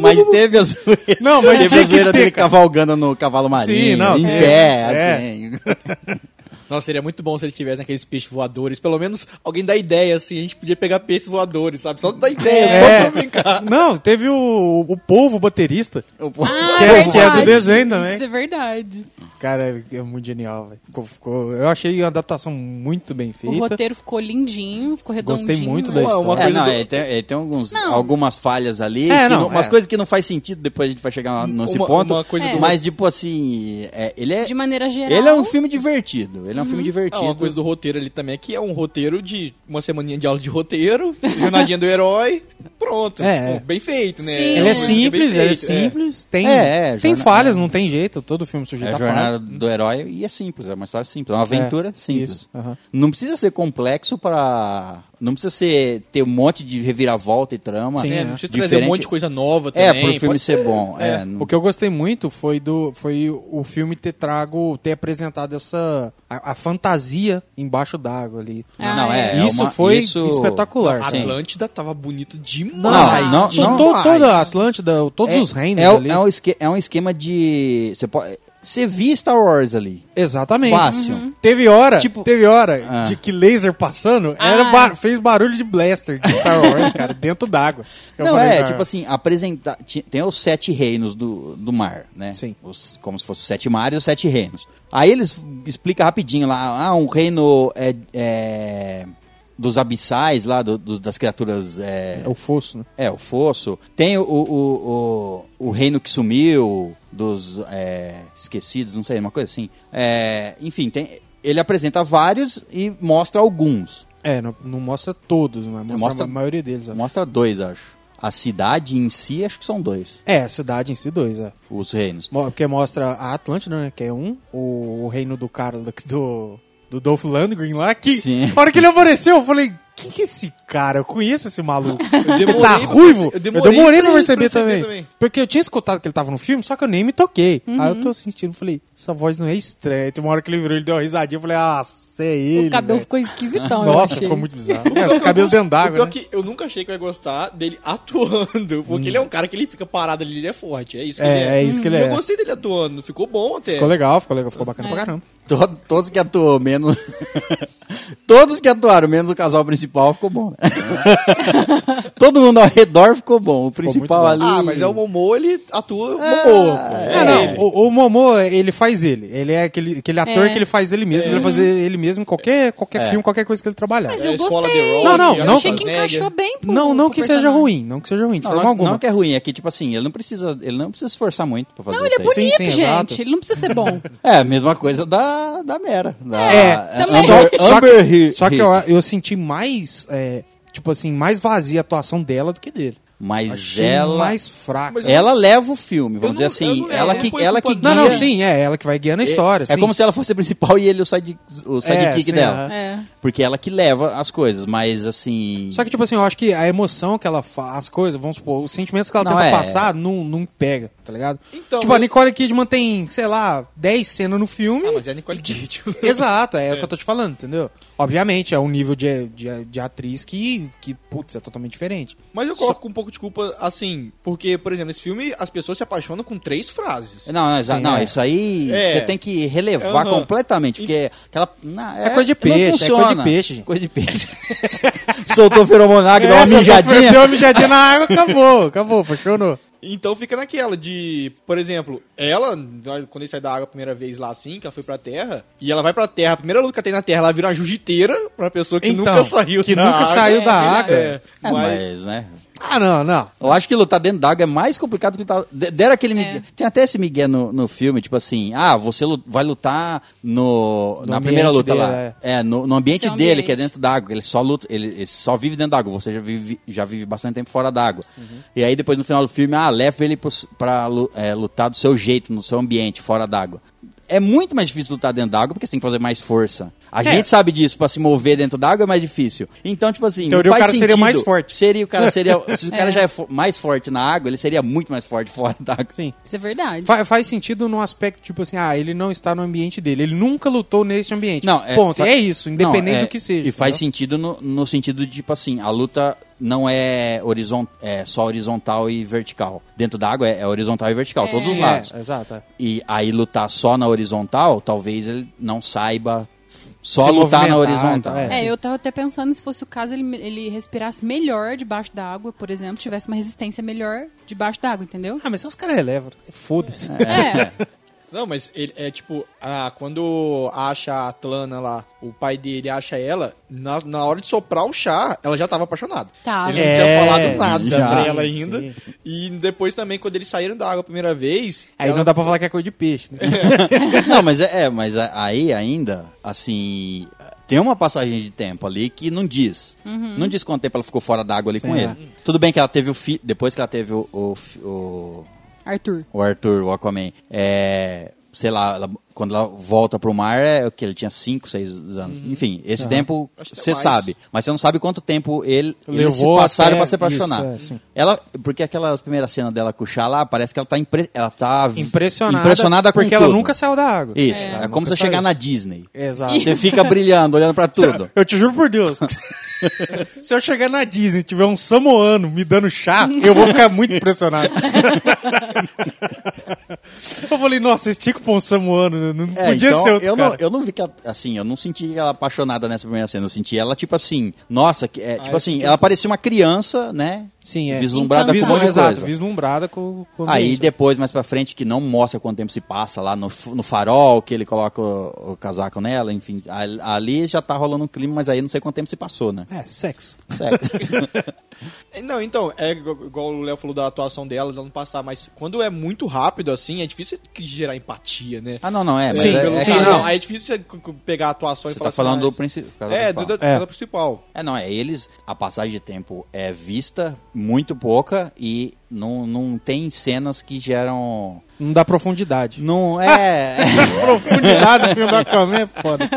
Mas teve a zoeira.
Não, mas
teve
tinha
a
que
zoeira
ter,
dele
cara.
cavalgando no cavalo marinho,
não,
em
teve.
pé, assim.
Nossa, seria muito bom se ele tivesse aqueles peixes voadores. Pelo menos alguém dá ideia, assim. A gente podia pegar peixes voadores, sabe? Só dá ideia, É, só pra brincar.
É. Não, teve o, o povo baterista.
Eu posso-
Ah,
Que é-
verdade.
que é do desenho também.
Isso é verdade.
Cara, é muito genial, velho. Ficou- ficou- eu achei a adaptação muito bem
O
feita.
roteiro ficou lindinho, ficou redondinho.
Gostei muito
né?
da
Uma- uma
história.
É,
coisa
não,
do-
ele tem, ele tem alguns,
Não.
algumas falhas ali,
É,
que
não,
não- umas
é.
coisas que não faz sentido, depois a gente vai chegar nesse
Uma-
ponto.
uma coisa
É. do-
Mas, tipo assim, é, ele é.
De maneira geral. Uhum.
Ele é um filme divertido. Ele é um filme
Ah,
divertido.
uma coisa do roteiro ali também é que é um roteiro de uma semaninha de aula de roteiro, jornadinha do herói, pronto.
É.
Tipo, bem feito, né?
Sim.
Ele é
É,
simples,
bem
ele é
feito, é.
simples. Tem,
É, é,
tem
jorna-
falhas, não tem jeito. Todo filme
É
sujeito
a
a falhas.
jornada do herói e é simples, é uma história simples, é uma aventura
tá É,
simples.
isso, aham.
Não precisa ser complexo pra. Não precisa ser, ter um monte de reviravolta e trama.
Sim,
É,
né?
não precisa trazer
Diferente-
um monte de coisa nova
É,
também.
pro filme
pode
ser bom. É, não-
O que eu gostei muito foi do foi o filme ter trago, ter apresentado essa a, a fantasia embaixo d'água ali.
Ah,
não, é,
isso
é uma-
foi
isso-
espetacular.
A
Sim.
Atlântida tava bonita demais.
Não, não,
To-
não.
to-
demais.
toda a Atlântida, todos
É-
os reinos
é, o-
ali.
é um esque- é um esquema de. Você pode. Você via Star Wars ali.
Exatamente.
Fácil. Uhum.
Teve hora,
Tipo-
teve hora
Ah.
de que laser passando era
Ah.
ba- fez barulho de blaster de Star Wars, cara, dentro d'água. Eu
Não,
falei, "Ah,
é,
cara,
tipo assim, apresentar. ti- Tem os sete reinos do, do mar, né?
Sim.
Os, como se fosse os sete mares e os sete reinos. Aí eles explicam rapidinho lá, ah, um reino é, é, dos abissais lá, do- do- das criaturas. É,
É o fosso, né?
é, o fosso. Tem o, o, o, o reino que sumiu, dos é, esquecidos, não sei, uma coisa assim. É, enfim, tem, ele apresenta vários e mostra alguns.
É, não, não mostra todos, mas mostra,
Mostra-
a maioria deles. né? ó.
Mostra dois, acho. A cidade em si, acho que são dois,
É, a cidade em si dois, é.
os reinos.
Mo- Porque mostra a Atlântida, né? Que é um. O, o reino do cara do, do, do Dolph Lundgren lá. Que
Sim.
na hora que ele apareceu, eu falei: que que é esse cara? Eu conheço esse maluco.
Eu demorei
tá
pra
ruivo?
perce-
Eu
eu
demorei,
demorei
pra
pra-
perceber
pra
também.
perceber também. Uhum.
Porque eu tinha escutado que ele tava no filme, só que eu nem me toquei. Aí eu tô sentindo, falei: essa voz não é estranha. Tem uma hora que ele virou, ele deu uma risadinha. Eu falei: ah, cê é ele.
O cabelo
velho."
ficou esquisitão, eu
Nossa,
assim.
achei.
ficou muito bizarro. É, os cabelos
Eu gosto-
dentro d'água.
assim. o pior
né?
que eu nunca achei que eu ia gostar dele atuando, porque ele é um cara que ele fica parado ali, ele é forte, é isso que
Hum. É,
ele é.
é isso que ele
E
é.
Eu gostei dele atuando, ficou bom até.
Ficou legal, ficou legal, ficou
É.
bacana pra caramba.
To- todos que atuou, menos. todos que atuaram, menos o casal principal, ficou bom. né? Todo mundo ao redor ficou bom. O principal
bom.
ali.
Ah, mas é o Momô, ele atua o Momô.
É, não, o, o Momo, ele faz ele. Ele é aquele, aquele ator
É.
que ele faz ele mesmo. Ele vai fazer ele mesmo em qualquer,
É.
qualquer filme, qualquer coisa que ele trabalhar.
Mas
É a
eu
escola
gostei.
The Rock,
Não, não,
é o
eu
não.
achei que
Schwarzenegger.
encaixou bem pro
Não, não
pro
que seja
personagem.
ruim. Não que seja ruim, de
Não,
forma
não,
alguma.
não que é ruim, é que, tipo assim, ele não precisa, ele não precisa se esforçar muito pra fazer
Não, ele
isso
é
aí.
bonito,
Sim, sim,
gente.
exato.
Ele não precisa ser bom.
É, a mesma coisa da, da Mera. Da,
É,
também.
só,
Amber,
só
Amber
que,
He-
só que eu,
Heard.
eu senti mais, é, tipo assim, mais vazia a atuação dela do que dele.
Mas
Achei
ela.
mais fraca.
Mas-
Ela leva o filme, vamos
Eu
dizer
não- eu
assim.
não- é,
ela
eu
que,
não ponho
ela que
culpa
Não,
guia.
não, sim, é ela que vai guiando a história.
É como se ela fosse a principal e ele o side, o sidekick
sim,
dela.
aham.
É.
Porque ela que leva as coisas, mas assim.
Só que, tipo assim, eu acho que a emoção que ela faz, as coisas, vamos supor, os sentimentos que ela
Não,
tenta
é.
passar não, não pega, tá ligado?
Então,
tipo, a
mas-
Nicole Kidman tem, sei lá, 10 cenas no filme.
Ah, mas é a Nicole Kidman.
Exato, é, o que eu tô te falando, entendeu? Obviamente, é um nível de, de, de atriz que, que, putz, é totalmente diferente.
Mas eu coloco com um pouco de culpa, assim, porque, por exemplo, nesse filme as pessoas se apaixonam com três frases.
Não, não, exa-
Sim,
não
é.
isso aí
É.
você tem que relevar
Aham.
completamente, porque aquela. não,
É coisa de peixe, é coisa de peixe, gente.
Coisa de peixe. Soltou o feromonário, deu uma
Essa,
mijadinha. É,
deu uma mijadinha na água, acabou, acabou, funcionou.
Então fica naquela de, por exemplo, ela, quando ele sai da água a primeira vez lá assim, que ela foi pra terra, e ela vai pra terra, a primeira luta que ela tem na terra, ela vira uma jujiteira pra pessoa que
Então,
nunca saiu
que
da
nunca
água.
saiu da
É,
água.
É,
É,
mas-
mas, né?
Ah, não, não.
Eu acho que lutar dentro d'água é mais complicado que lutar. de- Deram aquele. migué- Tem até esse Miguel no, no filme, tipo assim: ah, você lu- vai lutar no, na
ambiente
primeira luta
dele,
lá.
é.
É, no, no ambiente
Seu
dele,
ambiente.
que é dentro d'água. Ele só luta, ele, ele só vive dentro d'água. Você já vive, já vive bastante tempo fora d'água.
Uhum.
E aí depois no final do filme, ah, leva ele pros- pra lu- é, lutar do seu jeito, no seu ambiente, fora d'água. É muito mais difícil lutar dentro d'água porque você tem que fazer mais força. A gente sabe disso, pra se mover dentro d'água é mais difícil. Então, tipo assim,
Teoria, o
faz
cara seria
sentido.
mais forte.
Seria, o cara seria. Se o cara já é fo- mais forte na água, ele seria muito mais forte fora da água.
Sim.
Isso é verdade.
Fa- faz sentido num aspecto tipo assim, ah, ele não está no ambiente dele, ele nunca lutou neste ambiente.
Não, é,
Ponto.
fa-
É isso, independente
Não, é,
do que seja.
E faz
entendeu?
sentido no, no sentido de, tipo assim, a luta não é, horizon, é só horizontal e vertical. Dentro da água é, é horizontal e vertical, todos os lados.
É, exato. é.
E aí lutar só na horizontal, talvez ele não saiba f- só
Se
lutar na
movimentar,
horizontal.
então, é.
É, eu tava até pensando se fosse o caso ele, ele respirasse melhor debaixo da água, por exemplo, tivesse uma resistência melhor debaixo da água, entendeu?
Ah, mas os caras relevam. Foda-se.
É.
Não, mas ele é tipo, ah, quando acha a Atlana lá, o pai dele acha ela, na, na hora de soprar o chá, ela já tava apaixonada.
Tava.
Ele não
É,
tinha falado nada
já,
pra ela ainda.
sim.
E depois também, quando eles saíram da água a primeira vez.
Aí
ela-
não dá pra falar que é coisa de peixe, né?
Não, mas é, é, mas a- aí ainda, assim, tem uma passagem de tempo ali que não diz.
Uhum.
Não diz quanto tempo ela ficou fora d'água ali com
é.
ele. Tudo bem que ela teve o filho, depois que ela teve o, o, fi- o,
Arthur.
o Arthur, o Aquaman, é, sei lá, ela- quando ela volta pro mar, é o que? Ele tinha 5, 6 anos.
Uhum.
Enfim, esse tempo
Acho que é
você
mais.
sabe, mas você não sabe quanto tempo ele, eles se
Levou
passaram
até-
pra se apaixonar.
isso, é, sim.
Ela, porque aquela primeira cena dela com o Chá lá, parece que ela tá, impre- ela tá v-
Impressionada.
impressionada com
Porque ela
tudo.
nunca saiu da água.
Isso, é,
Ela
como
nunca
você chegar
saiu.
na Disney.
Exato.
Você fica brilhando, olhando pra tudo.
Eu te juro por Deus. Se eu chegar na Disney e tiver um samoano me dando chá, eu vou ficar muito impressionado. eu falei, nossa, esse tinha que pôr um samoano, não
É,
podia
então,
ser outro
eu,
cara.
não, eu não vi que ela, assim, eu não senti ela apaixonada nessa primeira cena. Eu senti ela, tipo assim, nossa, que- é,
Ah,
tipo
eu
assim, ela parecia uma criança, né?
Sim, é.
Vislumbrada
Então,
com um monte de
exato,
coisa.
vislumbrada com, com o
Aí
ambiente.
depois, mais pra frente, que não mostra quanto tempo se passa lá no, f- no farol, que ele coloca o, o casaco nela, enfim. a- Ali já tá rolando um clima, mas aí não sei quanto tempo se passou, né?
É, sexo.
Certo.
Não, então, é igual igual o Léo falou da atuação dela, ela não passar, mas quando é muito rápido assim, é difícil gerar empatia, né?
ah, não, não, é. Mas
Sim,
é,
pelo
é
sim,
que-
cara,
não.
Aí é difícil você c- c- pegar a atuação
Você
e falar
tá falando
ah,
do princi- cara
É,
principal.
do, da,
É.
da principal.
É, não, é eles. A passagem de tempo é vista, muito pouca, e não, não tem cenas que geram.
Não dá profundidade.
Não é.
profundidade no filme do Aquaman é foda.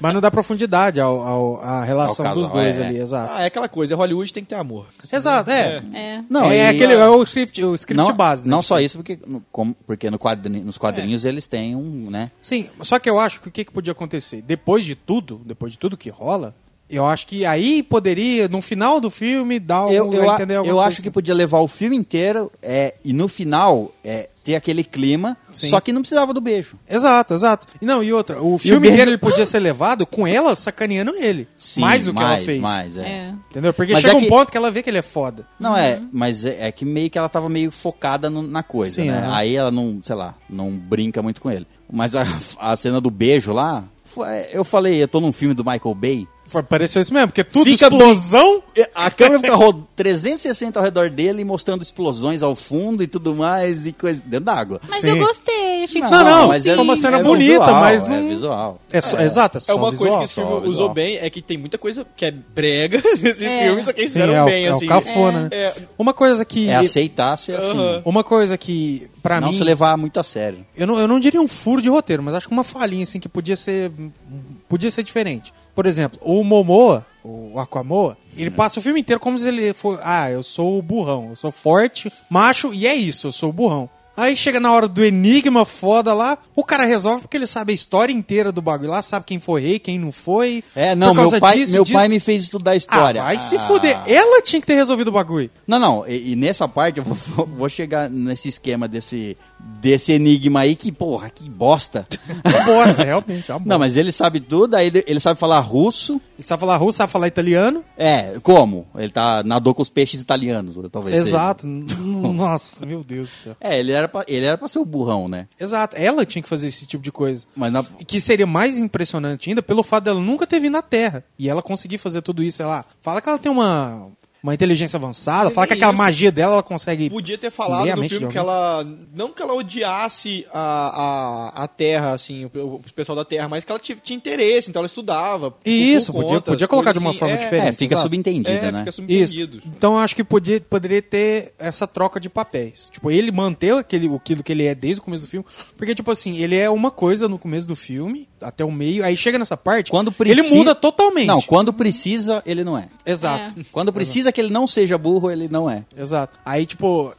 Mas não dá profundidade ao, ao- à relação
Ao casal,
dos dois
é,
ali,
é.
exato.
Ah, é aquela coisa, Hollywood tem que ter amor.
Exato, é.
É.
Não,
é,
e-
aquele, é o script, o script
não,
base, né? É.
não só isso, porque, no- como- porque no quadrinho, nos quadrinhos eles têm um, né?
Sim, só que eu acho que o que, que podia acontecer? Depois de tudo, depois de tudo que rola, eu acho que aí poderia, no final do filme, dar um,
eu, eu, a-
entender alguma
eu
coisa
acho que
assim.
podia levar o filme inteiro é, e no final é, ter aquele clima,
Sim.
só que não precisava do beijo.
Exato, exato. E não, e outra, o filme
beijo-
inteiro ele podia ser levado com ela sacaneando ele. mais do que ela fez.
Mais, é.
É.
Entendeu? Porque
Mas
chega
é
um
que-
ponto que ela vê que ele é foda.
Não é, mas é, é que meio que ela tava meio focada no- na coisa,
Sim, é.
né?
aham.
Aí ela não, sei lá, não brinca muito com ele. Mas a, a cena do beijo lá, foi- eu falei, eu tô num filme do Michael Bay.
Foi, pareceu isso mesmo, porque tudo
Fica
explosão.
A câmera fica ro- 360 ao redor dele, mostrando explosões ao fundo e tudo mais, e coisa dentro d'água.
Mas
Sim.
eu gostei, achei
Não, não,
fofinho.
mas é uma cena
é
bonita,
visual,
mas
É
não-
visual.
É, só, exato, é só
É uma
visual,
coisa que esse
só
filme
visual.
usou bem, é que tem muita coisa que é brega nesse
É.
filme, só que eles
Sim,
fizeram
é, o-
bem,
é o
assim.
cafona, né?
É,
Uma coisa que.
É aceitar ser assim.
Aham.
Uma coisa que, pra
Não
mim.
se levar muito a sério.
Eu não, eu não diria um furo de roteiro, mas acho que uma falhinha, assim, que podia ser. Podia ser diferente. Por exemplo, o Momoa, o Aquamoa,
Uhum.
ele passa o filme inteiro como se ele fosse. Ah, eu sou o burrão, eu sou forte, macho, e é isso, eu sou o burrão. Aí chega na hora do enigma foda lá, o cara resolve porque ele sabe a história inteira do bagulho lá, sabe quem foi rei, quem não foi.
É, não,
Por
meu
causa
pai,
disso,
meu
disso-
pai me fez estudar história.
Ah, vai se
Ah.
fuder. Ela tinha que ter resolvido o bagulho.
Não, não, e, e nessa parte eu vou- vou, vou chegar nesse esquema desse, desse enigma aí que, porra, que bosta.
Bosta, realmente. é uma bosta.
Não, mas ele sabe tudo, aí ele, ele sabe falar russo.
Ele sabe falar russo, sabe falar italiano.
É, como? Ele tá nadou com os peixes italianos, né, talvez. seja.
Exato. N- n- Nossa, meu Deus do céu.
É, ele era, pra, ele era pra ser o burrão, né?
Exato. Ela tinha que fazer esse tipo de coisa.
Mas na-
E Que seria mais impressionante ainda pelo fato dela nunca ter vindo na Terra. E ela conseguir fazer tudo isso, sei lá. Fala que ela tem uma, uma inteligência avançada,
Mas
fala que
nem
aquela
isso.
magia dela ela consegue.
É, Podia ter falado
ler a
no
é mente de
filme que
alguém.
ela. Não que ela odiasse a, a, a Terra, assim, o, o pessoal da Terra, mas que ela tinha, tinha interesse, então ela estudava. por- por
Isso, podia- podia colocar de uma
coisas
forma
É,
diferente.
fica
exato.
subentendido,
É,
né?
fica
Isso.
subentendido.
Então eu acho que podia, poderia ter essa troca de papéis. Tipo, ele manter aquele, aquilo que ele é desde o começo do filme. Porque, tipo assim, ele é uma coisa no começo do filme, até o meio, aí chega nessa parte,
Quando precisa.
ele muda totalmente.
Não, quando precisa, ele não é.
Exato.
Quando precisa que ele não seja burro, ele não é.
Exato. Aí, tipo,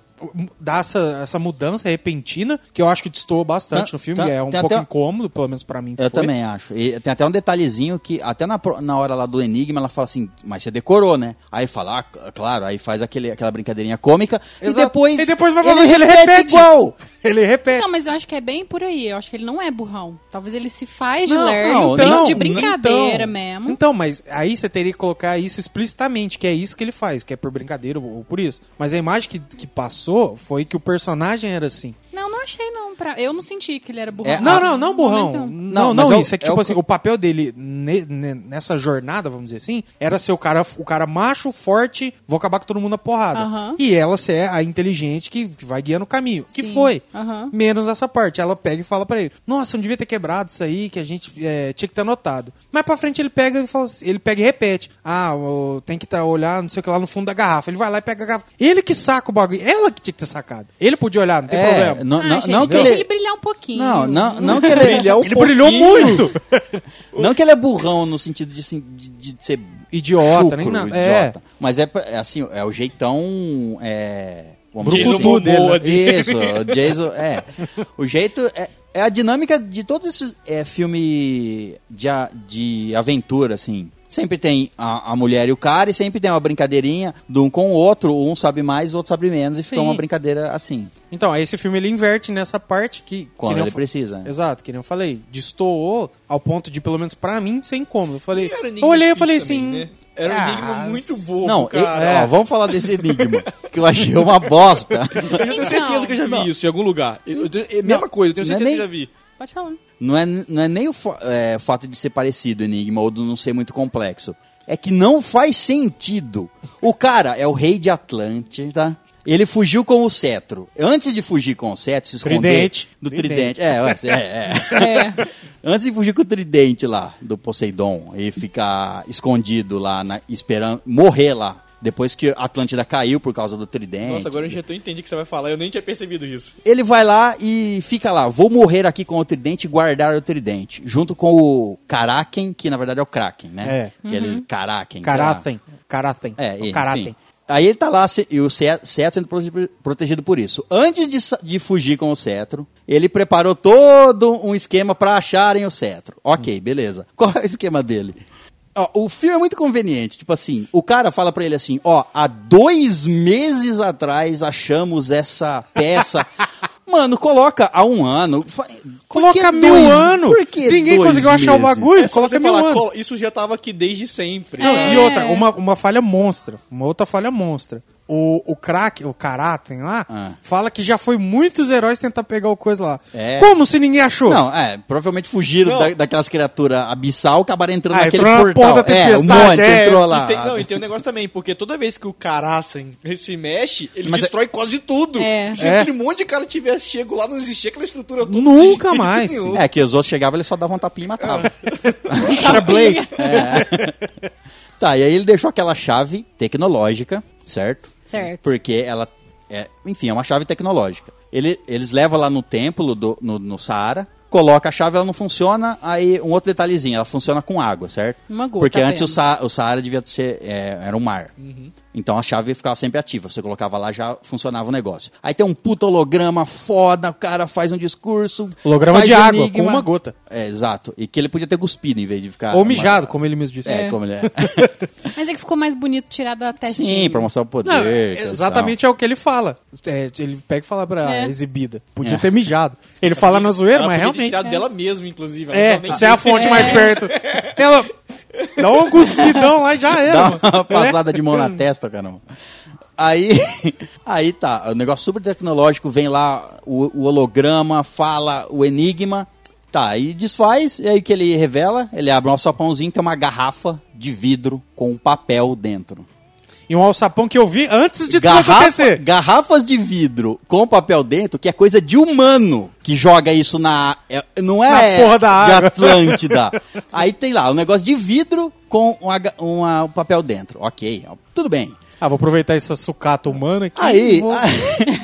dá essa, essa mudança repentina, que eu acho que destoa bastante
Tá-
no filme,
tá-
e é um
tem
pouco
até-
incômodo, pelo menos pra mim.
Eu
foi.
também acho. E tem até um detalhezinho que, até na, pro- na hora lá do Enigma, ela fala assim, mas você decorou, né? Aí fala, ah, c- claro, aí faz aquele, aquela brincadeirinha cômica.
Exato.
E depois.
E depois, provavelmente, ele repete.
igual.
Ele repete.
Não, mas eu acho que é bem por aí. Eu acho que ele não é burrão. Talvez ele se faz de
Não,
lerdo,
não,
bem
então,
de brincadeira
então,
mesmo.
Então, mas aí você teria que colocar isso explicitamente, que é isso que ele faz, que é por brincadeira ou ou por isso. Mas a imagem que, que passou foi que o personagem era assim.
Não, não achei não. Pra... Eu não senti que ele era burrão.
É,
Não,
Ah,
não, não, burrão.
Momento.
Não,
Não,
não,
mas é o-
isso. É que,
é o
tipo
que-
assim, o papel dele ne- ne- nessa jornada, vamos dizer assim, era ser o cara, o cara macho, forte, vou acabar com todo mundo na porrada.
Aham.
E ela ser a inteligente que, que vai guiando o caminho. Que
Sim,
foi.
aham.
Menos essa parte. Ela pega e fala pra ele: Nossa, eu não devia ter quebrado isso aí, que a gente é, tinha que ter anotado. Mas pra frente ele pega e fala assim- ele pega e repete. Ah, o- tem que tá, olhar, não sei o que lá, no fundo da garrafa. Ele vai lá e pega a garrafa. Ele que saca o bagulho. Ela que tinha que ter sacado. Ele podia olhar, não tem
É,
problema.
não,
Ah,
não,
gente,
não que
deixa
ele...
ele brilhar um pouquinho.
Não, não, não que ele... é
Brilhar um
Ele brilhou
pouquinho.
muito!
Não que ele é burrão no sentido de, assim, de, de ser
Idiota,
chucro,
nem nada.
idiota. Mas é, pra- é assim, é o jeitão. É, vamos dizer
Jason Momoa dele.
Isso, o Jason. É. O jeito. É, é a dinâmica de todos esses é, filme de, a- de aventura, assim. Sempre tem a, a mulher e o cara, e sempre tem uma brincadeirinha de um com o outro, um sabe mais, o outro sabe menos, e fica
Sim.
uma brincadeira assim.
Então, aí esse filme ele inverte nessa parte que. que
Quando
nem eu
ele
fa-
precisa. né?
Exato, que nem eu falei. Destoou ao ponto de, pelo menos pra mim, ser incômodo. Eu falei.
E era um
Eu
enigma
olhei e
difícil
falei assim. É.
também, né? Era um
"Ah,
enigma muito bom.
Não, e-
cara.
ó, vamos falar desse enigma, que eu achei uma bosta.
Eu tenho certeza que eu já vi
Não.
isso em algum lugar. Eu, eu, eu- mesma coisa, eu tenho
não é
certeza que eu já
nem-
vi.
Pode falar.
Não é, não é nem o fa- é, fato de ser parecido o Enigma ou de não ser muito complexo. É que não faz sentido. O cara é o rei de Atlântida. Ele fugiu com o cetro. Antes de fugir com o cetro, se esconder
Tridente.
do
Tridente.
tridente. É, ué, é, é.
É.
Antes de fugir com o tridente lá do Poseidon e ficar escondido lá, na- esperando morrer lá. Depois que Atlântida caiu por causa do tridente.
Nossa, agora eu já tô entendendo o que você vai falar, eu nem tinha percebido isso.
Ele vai lá e fica lá. Vou morrer aqui com o tridente e guardar o tridente. Junto com o Karaken, que na verdade é o Kraken, né? É. Aquele Karaken. sei lá.
Karatem. Karatem.
É,
o
e,
Karatem.
enfim. Aí ele tá lá se- e o ce- cetro sendo prote- protegido por isso. Antes de, sa- de fugir com o cetro, ele preparou todo um esquema pra acharem o cetro. Ok,
Hum.
beleza. Qual é o esquema dele? Ó, o fio é muito conveniente. Tipo assim, o cara fala pra ele assim: ó, há dois meses atrás achamos essa peça. Mano, coloca há um ano. Fa- por que
Coloca mil
dois-
anos!
por que
Ninguém
dois
conseguiu achar o
meses?
bagulho,
É só
coloca
você
mil
falar,
anos.
"Colo- isso já tava aqui desde sempre.
Não,
É.
E outra, uma, uma falha monstra. Uma outra falha monstra. O, o crack, o Karatem lá,
Ah.
fala que já foi muitos heróis tentar pegar o coisa lá.
É.
Como se ninguém achou?
Não, é, provavelmente fugiram
Não.
da- daquelas criaturas abissal, acabaram entrando
Ah,
naquele
entrou na
portal.
ponta da
é, um
tempestade,
monte
é.
entrou
E
lá.
tem, não, e tem um negócio também, porque toda vez que o Karasen se mexe, ele
Mas é-
destrói quase tudo.
É.
Se
É.
aquele monte de cara tivesse chego lá, não existia aquela estrutura toda.
Nunca
de jeito
mais,
nenhum.
É, que os outros chegavam, eles só davam um tapinha e matavam.
Cara, Blake.
tá, e aí ele deixou aquela chave tecnológica, certo?
Certo.
Porque ela, é, enfim, é uma chave tecnológica. Ele, eles levam lá no templo, do, no, no Saara, coloca a chave, ela não funciona, aí um outro detalhezinho, ela funciona com água, certo?
Uma gota
Porque antes o,
apenas.
Sa
Uhum.
o Saara devia ser, é, era um mar. Então a chave ficava sempre ativa. Você colocava lá, já funcionava o negócio. Aí tem um puta holograma foda, o cara faz um discurso.
Holograma
faz
de água,
enigma.
com uma gota.
É, exato. E que ele podia ter cuspido em vez de ficar.
Ou mijado, como ele mesmo disse.
É, como ele é.
Mas é que ficou mais bonito tirar da testinha.
Sim, pra mostrar o poder.
Não,
coisa e tal.
exatamente é o que ele fala. É, ele pega e fala pra
É.
exibida. Podia ter mijado. Ele fala Tá na zoeira,
Ela
mas
podia ter
realmente.
tirado
É.
dela mesma, inclusive.
É, isso é a fonte mais perto. Ela dá um cuspidão lá e já era.
Dá
mano.
uma passada
é
de mão na testa, caramba. Aí, aí tá, o negócio super tecnológico, vem lá o, o holograma, fala o enigma, tá, e desfaz, e aí que ele revela, ele abre um alçapãozinho, tem uma garrafa de vidro com um papel dentro.
E um alçapão que eu vi antes de tudo
Garrafa,
acontecer.
garrafas de vidro com papel dentro, que é coisa de humano que joga isso na. é- não é
Na porra da
de
água.
Atlântida. Aí tem lá um negócio de vidro com uma, ga- uma- um papel dentro. Ok, tudo bem.
Ah, vou aproveitar essa sucata humana aqui.
Aí,
e vou-
aí,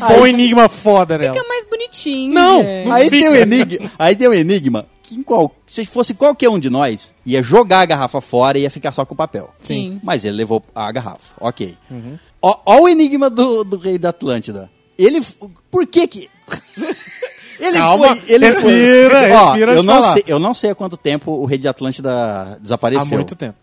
Põe um enigma foda nela.
Fica mais bonitinho.
Não,
gente.
aí tem
fica.
o enigma, aí tem o enigma que em qual, se fosse qualquer um de nós, ia jogar a garrafa fora e ia ficar só com o papel.
Sim.
Mas ele levou a garrafa. Ok.
Uhum.
Ó, ó o enigma do, do rei da Atlântida. Ele. f- Por que que. Ele
Calma, respira,
Ó, eu
respira antes de
não
falar.
sei, Eu não sei há quanto tempo o rei de Atlântida desapareceu.
Há muito tempo.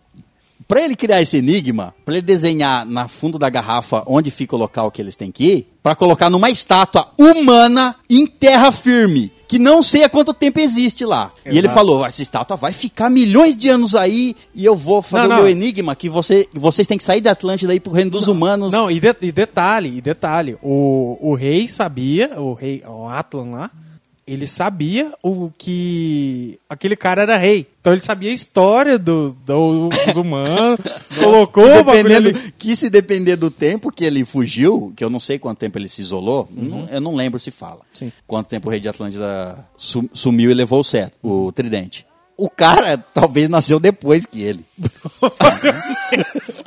Pra ele criar esse enigma, pra ele desenhar na fundo da garrafa onde fica o local que eles têm que ir, pra colocar numa estátua humana em terra firme, que não sei há quanto tempo existe lá. E ele falou: "Ah, essa estátua vai ficar milhões de anos aí e eu vou fazer
Não,
o meu
não.
enigma que você- vocês têm que sair da Atlântida aí pro reino dos humanos.
Não, e, de- e detalhe, e detalhe. O, o rei sabia, o rei, o Atlan lá, ele sabia o que aquele cara era rei. Então ele sabia a história do, do- dos humanos, colocou o bagulho
Dependendo,
ali.
que se depender do tempo que ele fugiu, que eu não sei quanto tempo ele se isolou, não- eu não lembro se fala.
Uhum. Sim.
Quanto tempo o rei de Atlântida su- sumiu e levou o, cetro, o tridente. O cara talvez nasceu depois que ele.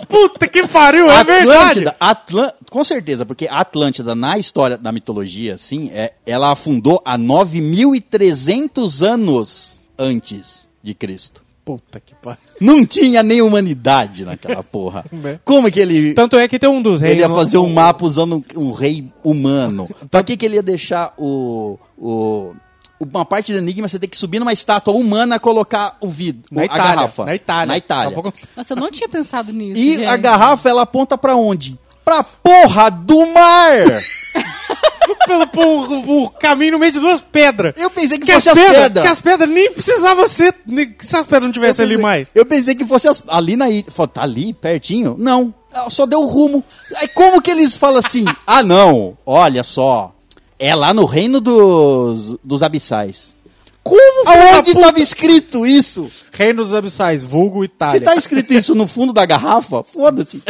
Puta que pariu, é verdade.
Atlântida, Atlân- com certeza, porque a Atlântida, na história da mitologia, assim, é, ela afundou há 9.300 anos antes de Cristo.
Puta que pariu.
Não tinha nem humanidade naquela porra. Como que ele...
Né? Tanto é que tem um dos reis.
Ele ia
lá-
fazer um mapa usando um, um rei humano. Pra que, que ele ia deixar o, o- Uma parte do enigma você tem que subir numa estátua humana colocar o vidro. o-
Na
a
Itália,
garrafa.
na Itália.
Na Itália.
Só pra constar.
Nossa, eu não tinha pensado nisso.
E
gente.
a garrafa ela aponta pra onde? Pra porra do mar!
Pelo por, o caminho no meio de duas pedras.
Eu pensei que,
Que as,
fosse as
pedras,
pedras.
que as pedras nem precisavam ser. nem- que se as pedras não tivessem ali mais.
Eu pensei que fosse as- ali na ilha. Falei, tá ali, pertinho? Não. Ela Só deu o rumo. Aí como que eles falam assim? ah, não. Olha só. É lá no reino dos, dos abissais.
Como filho da
Aonde estava escrito isso?
Reino dos Abissais, vulgo
Se
Itália.
tá escrito isso no fundo da garrafa, foda-se.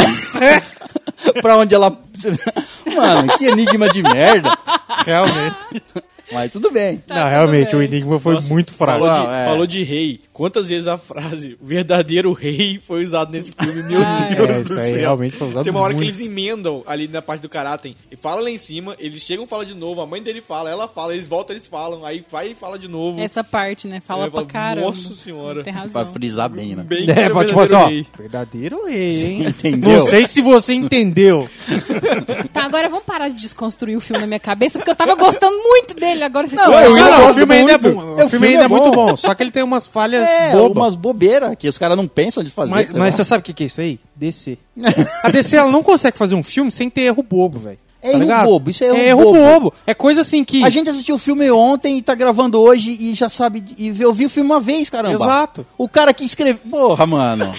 pra onde ela. Mano, que enigma de merda.
Realmente.
Mas tudo bem.
não, realmente,
Ah, tá, tudo
o
bem.
enigma foi
Nossa,
muito fraco.
Falou,
Não,
de,
é.
falou de rei. Quantas vezes a frase o verdadeiro rei foi usado nesse filme? Meu
Ah,
Deus
é,
do
isso
céu.
aí realmente foi usado
Tem uma hora
muito.
que eles emendam ali na parte do Karaten e fala lá em cima, eles chegam, fala de novo, a mãe dele fala, ela fala, eles voltam, eles falam, aí vai e fala de novo.
Essa parte, né? Fala
Eu
pra
falo,
caramba.
nossa senhora.
Tem
Pra
razão.
frisar bem, né?
Bem que
É,
era o
pode tipo assim, ó.
verdadeiro rei.
Verdadeiro rei, hein?
Entendeu?
Não sei se você entendeu.
Tá, agora vamos parar de desconstruir o filme na minha cabeça, porque eu tava gostando muito dele. Agora vocês
eu
estão-
ainda
o
gosto
filme ainda é
muito.
bom.
É,
O filme ainda é muito bom, só que ele tem umas falhas
É, né?
bobas.
umas bobeiras que os caras não pensam de fazer.
Mas,
sei
mas
lá.
você sabe o que, que é isso aí? DC. A DC ela não consegue fazer um filme sem ter erro bobo, velho. Tá
É erro
ligado?
bobo, isso é erro bobo.
bobo. É coisa assim que.
A gente assistiu o filme ontem e tá gravando hoje e já sabe. E eu vi o filme uma vez, caramba.
Exato.
O cara que escreveu. Porra, mano.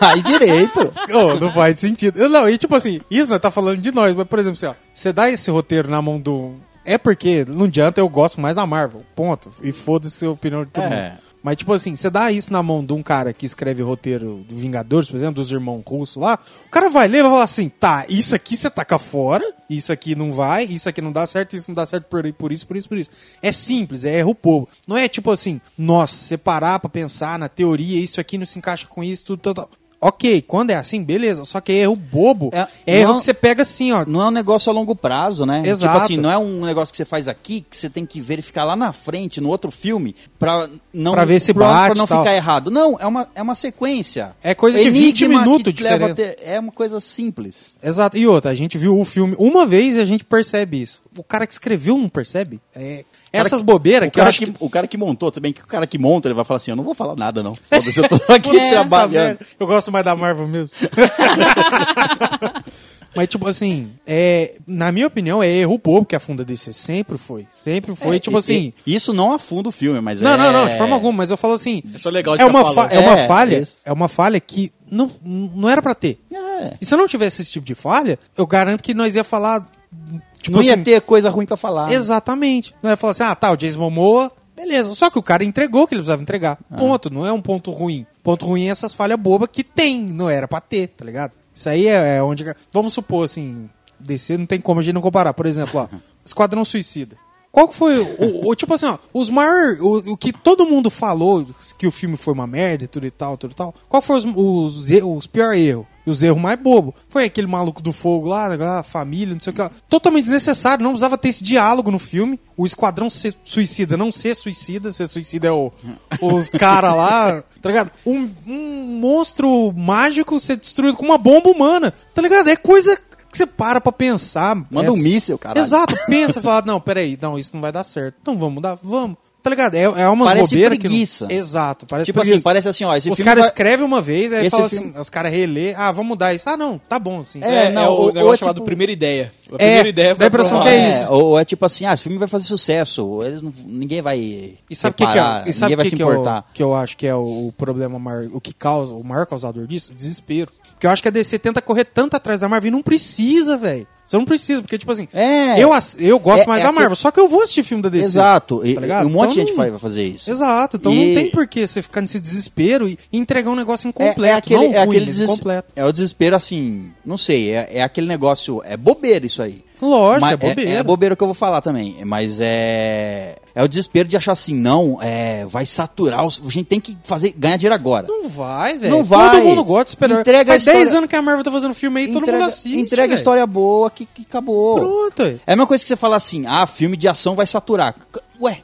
Aí direito.
Ô, não faz sentido. Eu, Não, e tipo assim, isso nós tá falando de nós, mas por exemplo, assim, ó, você dá esse roteiro na mão do. É porque, não adianta, eu gosto mais da Marvel. Ponto. E foda-se a opinião de todo
É.
mundo. Mas, tipo assim, você dá isso na mão de um cara que escreve roteiro do Vingadores, por exemplo, dos irmãos russos lá, o cara vai ler e vai falar assim: tá, isso aqui você taca fora, isso aqui não vai, isso aqui não dá certo, isso não dá certo por, por isso, por isso, por isso. É simples, é erro povo. Não é tipo assim, nossa, você parar pra pensar na teoria, isso aqui não se encaixa com isso, tudo, tal, tal. ok, quando é assim, beleza. Só que é erro bobo.
É,
É, erro
não-
que você pega assim, ó.
Não é um negócio a longo prazo, né?
Exato.
Tipo assim, não é um negócio que você faz aqui que você tem que verificar lá na frente, no outro filme, pra não,
Pra ver se
pra,
bate
pra não
e tal.
ficar errado. Não, é uma, é uma sequência.
É coisa de 20 minutos
que leva
diferente.
até- É uma coisa simples.
Exato. E outra, a gente viu o filme uma vez e a gente percebe isso. O cara que escreveu não percebe? É, essas bobeiras
O
que eu
cara
acho
que,
que...
o cara que montou também, que o cara que monta, ele vai falar assim, eu não vou falar nada não. Foda-se, eu tô aqui trabalhando.
Essa merda. Eu gosto mais da Marvel mesmo. Mas, tipo assim, é, na minha opinião, é erro bobo que afunda DC. Sempre foi. Sempre foi, tipo
É, E-
assim.
e- isso não afunda o filme, mas
Não,
é...
não, não, de forma alguma, mas eu falo assim.
É só legal de
é
ficar
uma, fa-
falando.
é uma
É,
falha.
isso.
É uma falha que não, não era pra ter.
É.
E se eu não tivesse esse tipo de falha, eu garanto que nós ia falar. Tipo
não ia
assim,
ter coisa ruim pra falar.
Exatamente. Não é falar assim, ah, tá, o Jason Momoa, beleza. Só que o cara entregou o que ele precisava entregar. Ponto, não é um ponto ruim. Ponto ruim é essas falhas bobas que tem, não era pra ter, tá ligado? Isso aí é, é onde... Vamos supor, assim, DC não tem como a gente não comparar. Por exemplo, ó, Esquadrão Suicida. Qual que foi o, o- tipo assim, ó, os maiores, o, o que todo mundo falou que o filme foi uma merda e tudo e tal, tudo e tal. Qual foi os os, er- os piores erros? E os erros mais bobos. Foi aquele maluco do fogo lá, a família, não sei o que lá. Totalmente desnecessário, não precisava ter esse diálogo no filme. O esquadrão ser suicida, não ser suicida, ser suicida é o, os cara lá, tá ligado? Um, um monstro mágico ser destruído com uma bomba humana, tá ligado? É coisa que você para pra pensar. É
Manda um
Essa-
míssil, caralho.
Exato, Ah, tá, pensa e fala, não, peraí, não, isso não vai dar certo. Então vamos mudar, vamos. Tá ligado? É, é uma
Parece
bobeira
preguiça.
que. não- Exato, parece
Tipo
preguiça.
assim, parece assim, ó, esse
Os
filme
caras
vai-
escrevem uma vez, aí
Esse
fala
filme-
assim, os caras relê, ah, vamos mudar isso. Ah, não, tá bom, assim.
É,
É,
não,
é o
ou- ou
negócio
é
chamado
tipo-
primeira ideia. A primeira ideia
dá a impressão
provar.
É, que é
É,
isso.
ou é tipo assim, ah, esse filme vai fazer sucesso, ou eles não, ninguém vai
E sabe o que, que
reparar,
é, e sabe
ninguém vai
que
se
que é o-
importar.
que eu acho que é o, o problema maior, o que causa, o maior causador disso? Desespero. Porque eu acho que a DC tenta correr tanto atrás da Marvel e não precisa, velho. Você não precisa, porque, tipo assim,
É.
eu, ass- eu gosto
É-
mais
é
da
aquele-
Marvel, só que eu vou assistir filme da DC.
Exato, e,
tá ligado?
e um monte de
Então
gente
não-
vai vai fazer isso.
Exato, então
E- É,
não tem por que você ficar nesse desespero e e entregar um negócio incompleto, não ruim, mas
deses-
incompleto.
É o desespero assim, não sei, é, é aquele negócio, é bobeira isso aí.
Lógico,
Mas
é bobeira.
É, bobeira que eu vou falar também, mas é é o desespero de achar assim, não, é, vai saturar, os- a gente tem que fazer ganhar dinheiro agora.
Não vai, velho.
Não vai.
Todo mundo gosta de super-herói.
Entrega
Faz
a história-
10 anos que a Marvel tá fazendo filme aí, todo mundo assiste,
entrega
velho.
história boa que, que acabou.
Pronto, velho.
É a mesma coisa que você falar assim, ah, filme de ação vai saturar. C- Ué,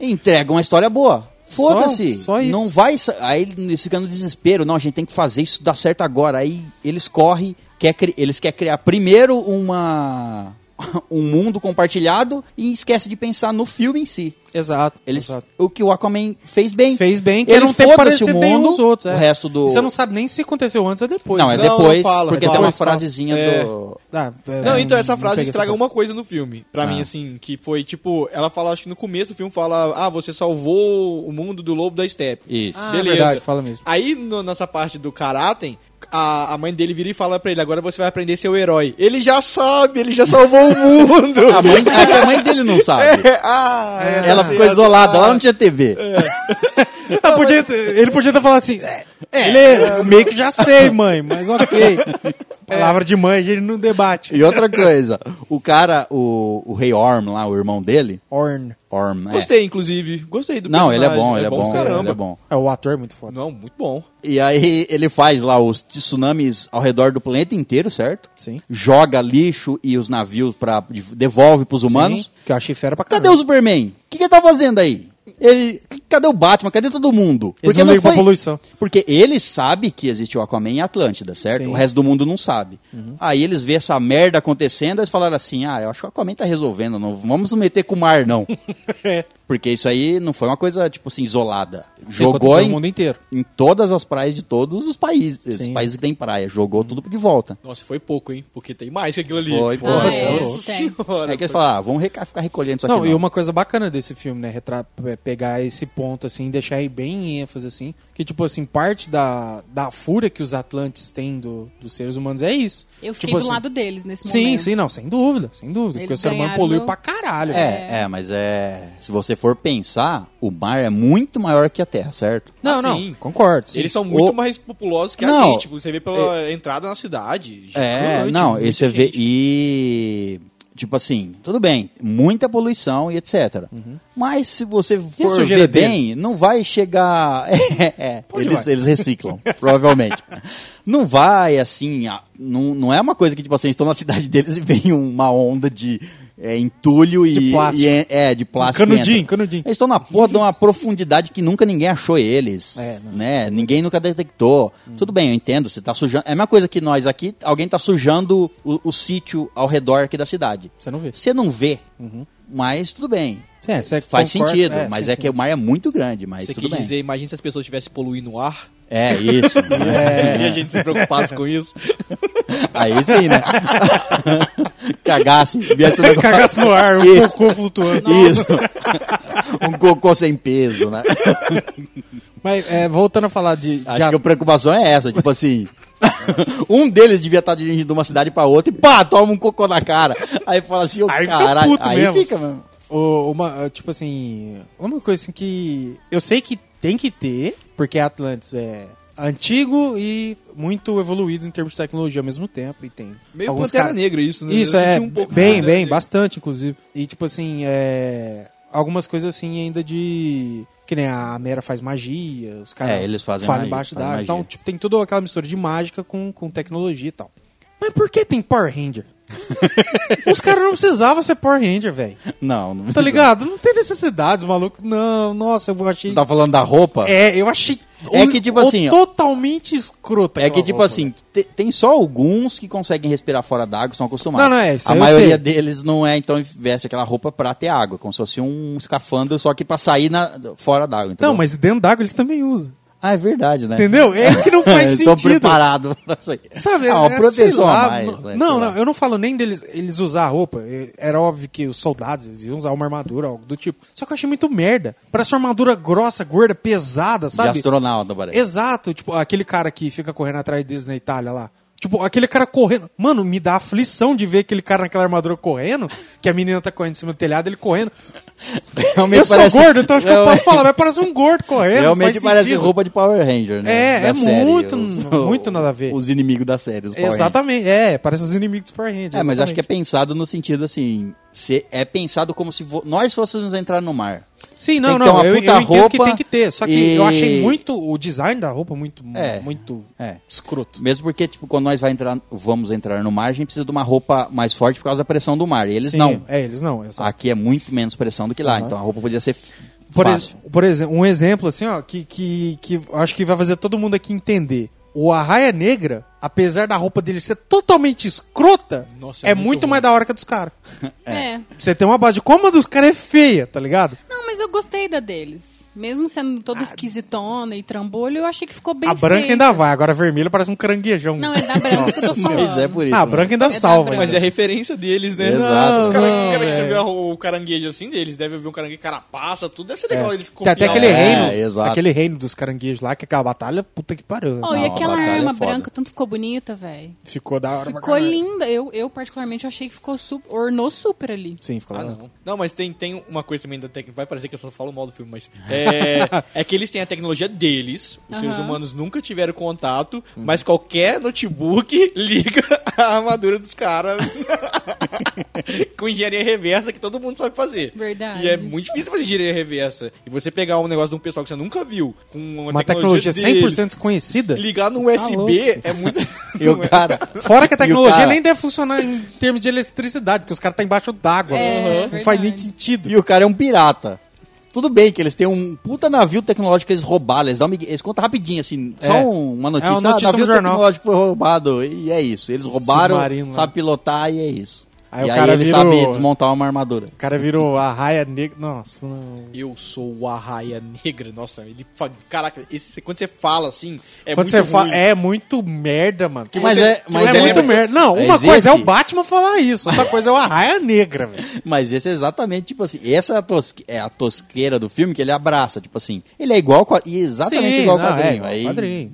entrega uma história boa. Foda-se.
Só- só isso.
Não vai. sa- Aí eles ficam no desespero. Não, a gente tem que fazer isso dar certo agora. Aí eles correm, quer cri- eles querem criar primeiro uma. um mundo compartilhado e esquece de pensar no filme em si.
Exato,
Eles,
exato.
o que o Aquaman fez bem.
Fez bem, que
ele
não tem
foda-se
parecer
o
bem uns
mundo,
outros. é.
o resto do...
E Você não sabe nem se aconteceu antes ou depois.
Não, é
né?
Não, não
depois,
fala,
porque
fala.
tem uma
Depois fala.
frasezinha
É.
do...
Ah, é,
Não, então
não-
essa
não
frase
peguei
estraga
essa Ah.
uma coisa no filme. Pra mim, assim, que foi tipo, ela fala, acho que no começo do filme fala, ah, você salvou o mundo do lobo da steppe.
Isso.
Ah, é verdade, fala mesmo.
Aí, no- nessa parte do Karaten, a, a mãe dele vira e fala pra ele, agora você vai aprender seu herói. Ele já sabe, ele já salvou o mundo.
A mãe, é a mãe dele não sabe.
É, ah, é, tá
Ela ficou
certo.
isolada,
Ah,
ela não tinha TV.
Ah, podia ter- ele podia ter falado assim. É, ele é, eu meio que já sei, mãe, mas ok.
É.
Palavra de mãe, a gente não debate.
E outra coisa, o cara, o, o Rei Orm lá, o irmão dele.
Orn.
Orm, é.
Gostei, inclusive. Gostei do
Não, ele é
personagem.
bom, ele é bom,
pra caramba.
ele é bom.
É, o ator é muito foda.
Não, muito bom.
E aí ele faz lá os tsunamis ao redor do planeta inteiro, certo?
Sim.
Joga lixo e os navios pra, devolve pros humanos.
Sim, que eu achei fera pra caramba.
Cadê o Superman? O que, que ele tá fazendo aí? Ele, cadê o Batman? Cadê todo mundo?
Eles não ligam pra poluição.
Porque ele sabe que existe o Aquaman em Atlântida, certo?
Sim. Uhum.
O resto do mundo não sabe. Aí eles vê essa merda acontecendo, eles falaram assim: "Ah, eu acho que o Aquaman tá resolvendo, não vamos nos meter com o mar não". Porque isso aí não foi uma coisa tipo assim isolada. Jogou
aconteceu
em,
no mundo inteiro.
em todas as praias de todos os países, os
Sim.
países que tem praia, jogou tudo de volta.
Nossa, foi pouco, hein? Porque tem mais que aquilo ali.
Foi, pô.
Ah,
Nossa,
é,
Nossa
tem.
senhora.
Aí que eles falaram: ah, "Vamos reca- ficar recolhendo isso aqui".
Não,
Não,
e uma coisa bacana desse filme, né? Retra é, pegar esse ponto, assim, deixar aí bem em ênfase, assim. Que, tipo assim, parte da, da fúria que os Atlantes têm do, dos seres humanos é isso.
Eu fiquei
tipo,
do lado deles nesse
Sim,
momento.
sim, não, sem dúvida, sem dúvida.
Eles
porque o ser humano
ganharam
polui
no-
pra caralho. né? velho.
É, é, mas é. Se você for pensar, o mar é muito maior que a terra, certo?
Não,
Ah,
não,
sim.
concordo. sim.
Eles são muito
assim, O-
mais populosos que
Não.
a gente. Tipo, você vê pela entrada na cidade.
É,
gigante,
não,
muita
e você vê.
gente.
E. Tipo assim, tudo bem, muita poluição e etc. Mas se você for
Uhum. sujeira
ver bem,
deles?
não vai chegar. É, é,
Onde
eles,
vai?
eles reciclam, provavelmente. Não vai assim. a- Não, não é uma coisa que, tipo assim, estão na cidade deles e vem uma onda de é, entulho e.
De plástico. Um
e é, é, de plástico.
Canudinho,
entra.
canudinho.
Eles estão na porra de uma profundidade que nunca ninguém achou eles.
É,
né? Ninguém nunca detectou.
Hum.
Tudo bem, eu entendo. Você tá sujando. É a mesma coisa que nós aqui, alguém tá sujando o, o sítio ao redor aqui da cidade.
Você não vê.
Você não vê. Mas tudo bem.
Sim, é, você
Faz
concorda-
sentido,
Uhum. é,
mas
sim,
é
sim.
que o mar é muito grande, mas
Você
tudo
quis
bem.
dizer, imagina se as pessoas estivessem poluindo o ar.
É isso.
E
né?
a gente se preocupasse com isso.
Aí sim, né? Cagasse, viesse um negócio-
Cagaço no ar, o
Isso.
cocô flutuando.
Isso. um cocô sem peso, né?
Mas é, voltando a falar de, de
Acho que a preocupação é essa, tipo assim. um deles devia estar dirigindo de uma cidade pra outra e pá, toma um cocô na cara. Aí fala assim, ô
Aí fica
caralho,
puto
aí
mesmo.
fica mesmo.
Ô, uma, ah, tipo assim, uma coisa assim que eu sei que tem que ter, porque Atlantis é antigo e muito evoluído em termos de tecnologia ao mesmo tempo e tem
Meio
alguns
Pantera
cara-
Negra isso, né?
Isso
Eu
é
senti um pouco
bem,
Pantera
bem,
Negra.
bastante inclusive. E tipo assim, é algumas coisas assim ainda de que nem a Mera faz magia, os caras
É, eles fazem
falam
magia,
embaixo
fazem
da,
magia.
então tipo tem toda aquela mistura de mágica com, com tecnologia e tal. Mas por que tem Power Ranger? os caras não precisavam ser Power Ranger, velho.
Não, não
Tá ligado? Não tem necessidade, maluco. Não, nossa, eu achei.
Você tá falando da roupa?
É, eu achei.
É que, tipo
o-
assim, ó.
Totalmente escrota.
É que,
aquela
tipo
roupa,
assim,
velho.
te- tem só alguns que conseguem respirar fora d'água, são acostumados.
Não, não, é, isso
A
aí eu
maioria
sei.
deles não é, então veste aquela roupa pra ter água, como se fosse um escafandro, só que pra sair na, fora d'água. entendeu?
Não, mas dentro d'água eles também usam.
Ah, é verdade, né?
Entendeu? É que não faz
Estou
sentido.
preparado pra sair.
Sabe?
ah, uma
é, sei
proteção
lá,
a mais.
não-
né, sei
não,
lá.
não, eu não falo nem deles eles usar a roupa. É, Era óbvio que os soldados eles iam usar uma armadura, algo do tipo. Só que eu achei muito merda. Parece uma armadura grossa, gorda, pesada,
De
sabe?
astronauta, parece.
Exato, tipo, aquele cara que fica correndo atrás deles na Itália lá. Tipo, aquele cara correndo. Mano, me dá aflição de ver aquele cara naquela armadura correndo, que a menina tá correndo em cima do telhado, ele correndo.
Realmente
eu
parece-
sou gordo, então acho que eu
Realmente-
posso falar, mas parece um gordo correndo.
Realmente
faz
parece
sentido.
roupa de Power Ranger, né?
É,
Da
é
série,
muito-
os-
muito nada a ver.
Os inimigos da série, os Power Rangers.
Exatamente, é, parece os inimigos do Power Rangers.
É, mas acho que é
exatamente.
pensado no sentido assim. se- é pensado como se vo- nós fôssemos entrar no mar.
Sim,
tem
não,
que ter
não,
uma
eu, eu
puta
entendo que
roupa
tem que ter, só que
e-
eu achei muito o design da roupa muito,
É,
muito
é.
escroto.
Mesmo porque, tipo, quando nós vai entrar, vamos entrar no mar, a gente precisa de uma roupa mais forte por causa da pressão do mar. E eles
Sim,
não.
É, eles não, exato.
Aqui é muito menos pressão do que lá, então a roupa podia ser f-
Por,
fácil.
ex- por exemplo, um exemplo assim, ó, que, que, que eu acho que vai fazer todo mundo aqui entender. O Arraia Negra, apesar da roupa dele ser totalmente escrota,
Nossa,
é,
é
muito,
muito
mais da hora que a dos caras.
É.
Você tem uma base de como a dos caras é feia, tá ligado?
Não, mas eu gostei da deles. Mesmo sendo toda esquisitona e trambolho, eu achei que ficou bem
Ah, a branca
feita.
ainda vai, agora a vermelha parece um caranguejão.
Não, é da branca que eu tô falando.
Pois é, por isso.
ah, a
né?
branca ainda
da
salva.
branca.
Mas
ainda.
é a referência deles, né?
Exato.
O cara, o cara que você
velho.
vê o caranguejo assim deles, deve ver um caranguejo carapaça, tudo. Deve ser legal eles
Tem até aquele
É,
reino,
exato.
aquele reino dos caranguejos lá, que aquela batalha, puta que pariu.
Oh, e
Não, a
aquela
batalha é
arma
foda.
branca, tanto ficou bonita, velho.
Ficou da hora pra
Ficou
caralho.
linda. Eu, eu, particularmente, achei que ficou super. Ornou super ali.
Sim, ficou
Ah,
da hora.
não. Não, mas tem, tem uma coisa também da técnica. Vai parecer que eu só falo mal do filme, mas. É, é que eles têm a tecnologia deles. Os seres
Aham.
humanos nunca tiveram contato.
Uhum.
Mas qualquer notebook liga a armadura dos caras com engenharia reversa que todo mundo sabe fazer.
Verdade.
E é muito difícil fazer engenharia reversa. E você pegar um negócio de um pessoal que você nunca viu com uma,
Uma tecnologia
deles,
100% Tá desconhecida.
Ligar no USB é muito.
E o cara.
Fora que a
E
tecnologia
o cara-
nem deve funcionar em termos de eletricidade, porque os caras estão tá embaixo d'água.
É,
né? não faz
verdade.
nem sentido.
E o cara é um pirata. Tudo bem que eles têm um puta navio tecnológico que eles roubaram, eles, dão, migue- eles contam rapidinho, assim, só
É.
um- uma notícia.
É uma notícia
ah, navio
no jornal.
tecnológico foi roubado, e é isso. Eles roubaram,
Submarino, né?
sabe pilotar, e é isso.
Aí
e
o
aí
cara
ele
vira
sabe
o-
desmontar uma armadura.
O cara virou a raia negra. Nossa, não.
Eu sou o Arraia Negra. Nossa, ele. fa- Caraca, esse, quando você fala assim. É
Quando
muito
você fala.
ruim.
É muito merda, mano.
Que
Mas
você-
é-
que
mas
você
é muito
lembra-
merda. Não, uma
Existe.
coisa é o Batman falar isso, outra coisa é o Arraia Negra, velho.
Mas esse é exatamente, tipo assim, essa é a, tosque- é a tosqueira do filme que ele abraça, tipo assim. Ele é igual, ao qua- e exatamente
Sim,
igual ao
não, é
quadrinho.
igual ao
aí,
quadrinho.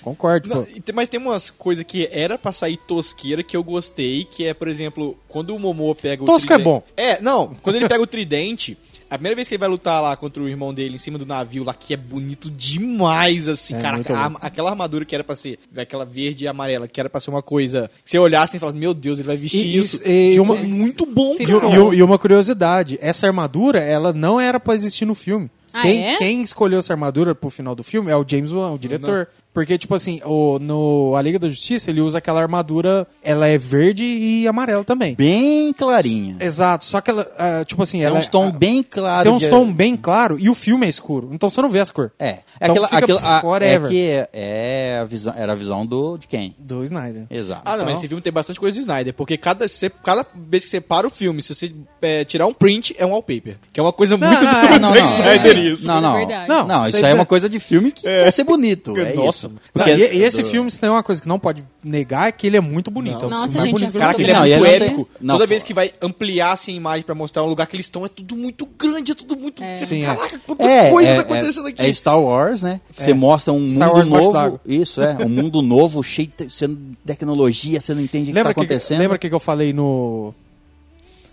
Concordo,
Não,
pô.
e tem- mas tem umas coisas que era pra sair tosqueira que eu gostei, que é, por exemplo, quando o Momo pega o
Tosco é
triden-
bom.
É, não, quando ele pega o tridente, a primeira vez que ele vai lutar lá contra o irmão dele em cima do navio lá, que é bonito demais, assim,
É,
cara.
muito
a-
bom.
aquela armadura que era pra ser, aquela verde e amarela, que era pra ser uma coisa que você olhasse e falasse, meu Deus, ele vai vestir
E-
isso. um
e-
Tinha uma-
e-
muito bom,
E,
Ficou.
e- e uma curiosidade, essa armadura, ela não era pra existir no filme.
Ah,
quem,
é?
quem escolheu essa armadura pro final do filme é o James Wan, o diretor. Porque, tipo assim, o, no A Liga da Justiça, ele usa aquela armadura, ela é verde e amarela também.
Bem clarinha.
Exato, só que ela, ah, tipo assim,
É
ela
um tom bem claro.
tem uns
de-
tom bem claro e o filme é escuro, então você não vê as cores.
É. É
Então
aquela,
fica
aquela, a, é
forever.
que é, é a visão, era a visão do, de quem?
Do Snyder.
Exato.
Ah, não, mas
Então-
esse filme tem bastante coisa do Snyder, porque cada, você- cada vez que você para o filme, se você é, tirar um print, é um wallpaper. Que é uma coisa muito
não,
do
é,
não,
Zack
não,
Snyder
é.
isso.
Não, não.
Verdade.
Não,
Não,
isso
isso
aí é
aí-
uma coisa de filme que quer ser bonito. É
Nossa.
isso.
Não, e, e esse filme, se não é uma coisa que não pode negar, é que ele é muito bonito. é um dos
Nossa,
filmes mais
gente,
bonitos
é
que eu já
Caraca,
Caraca,
vi.
ele é
Não,
muito
e ela não
épico.
tem- não,
Toda
fala.
vez que vai ampliar assim, a imagem pra mostrar o lugar que eles estão, é tudo muito grande, é tudo muito.
Sim, é.
Caraca, quanta
É,
coisa
é,
tá acontecendo
é-
aqui.
é Star Wars, né? Você mostra um
Star
mundo
Wars embaixo
novo.
d'água.
Isso, é. Um mundo novo, cheio de te- sendo tecnologia, você não entende o que está
Lembra que,
acontecendo.
lembra que eu falei no.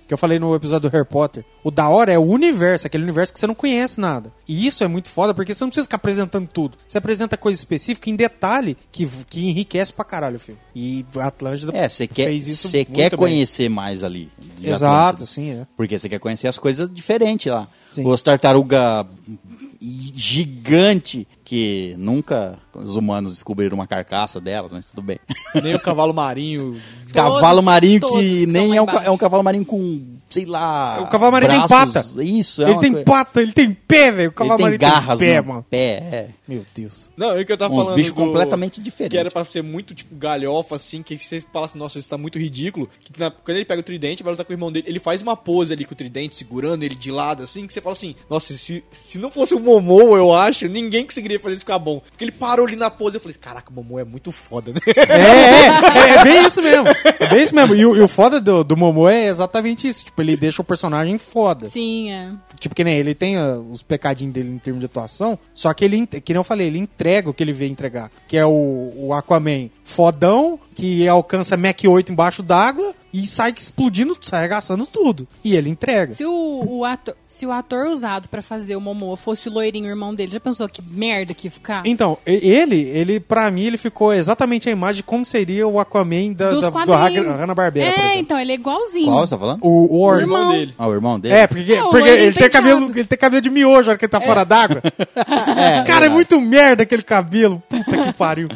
Que eu falei no episódio do Harry Potter. O da hora é o universo, aquele universo que você não conhece nada. E isso é muito foda, porque você não precisa ficar apresentando tudo. Você apresenta coisa específica em detalhe que, que enriquece pra caralho o filme. E Atlântida
É, você quer,
fez isso
você
muito
quer
bem.
conhecer mais ali. de
Exato,
Atlântida.
sim, é.
Porque você quer conhecer as coisas diferentes lá.
Sim.
Os tartaruga gigante que nunca os humanos descobriram uma carcaça delas, mas tudo bem.
Nem o cavalo marinho.
cavalo marinho
todos
que
estão
nem
lá
é um, ca-
embaixo.
é um cavalo marinho com, sei lá.
O cavalo marinho tem
Ah, braços.
pata.
Isso, é
ele
uma
tem
coisa-
pata, ele tem pé, velho. O cavalo
Ele tem
marinho
garras
tem pé,
no
mano.
pé, é.
Meu Deus.
Não, é o que eu tava
Uns
falando.
bichos completamente
Que
diferentes.
era pra ser muito, tipo, galhofa, assim, que você fala assim, nossa, isso tá muito ridículo. Que na- quando ele pega o tridente, vai lutar com o irmão dele, ele faz uma pose ali com o tridente, segurando ele de lado, assim, que você fala assim, nossa, se, se não fosse o Momô, eu acho, ninguém conseguiria fazer isso ficar bom. Porque ele parou ali na pose, eu falei, caraca, o Momô é muito foda, né?
É, é, é, é bem isso mesmo. É bem isso mesmo. E o, e o foda do, do Momo é exatamente isso. Tipo, ele deixa o personagem foda.
Sim, é.
Tipo, que nem ele tem ah, os pecadinhos dele em termos de atuação, só que ele, ent- que nem eu falei, ele entrega o que ele veio entregar, que é o, o Aquaman fodão, que alcança Mac 8 embaixo d'água e sai explodindo, sai arregaçando tudo. E ele entrega.
Se o, o ator, se o ator usado pra fazer o Momoa fosse o loirinho, o irmão dele, já pensou que merda que ia ficar?
Então, e- ele, ele, pra mim, ele ficou exatamente a imagem de como seria o Aquaman da,
Dos
da, do
quadrinhos.
Hanna Barbera, por
É,
exemplo.
então, ele é igualzinho.
Qual você tá falando?
O, o Or-
irmão.
dele.
Ah, o irmão dele?
É, porque,
É, o
porque
loirinho
ele, tem
penteado.
cabelo, ele tem cabelo de miojo na hora que ele tá fora d'água. cara, é,
verdade.
muito merda aquele cabelo. Puta que pariu.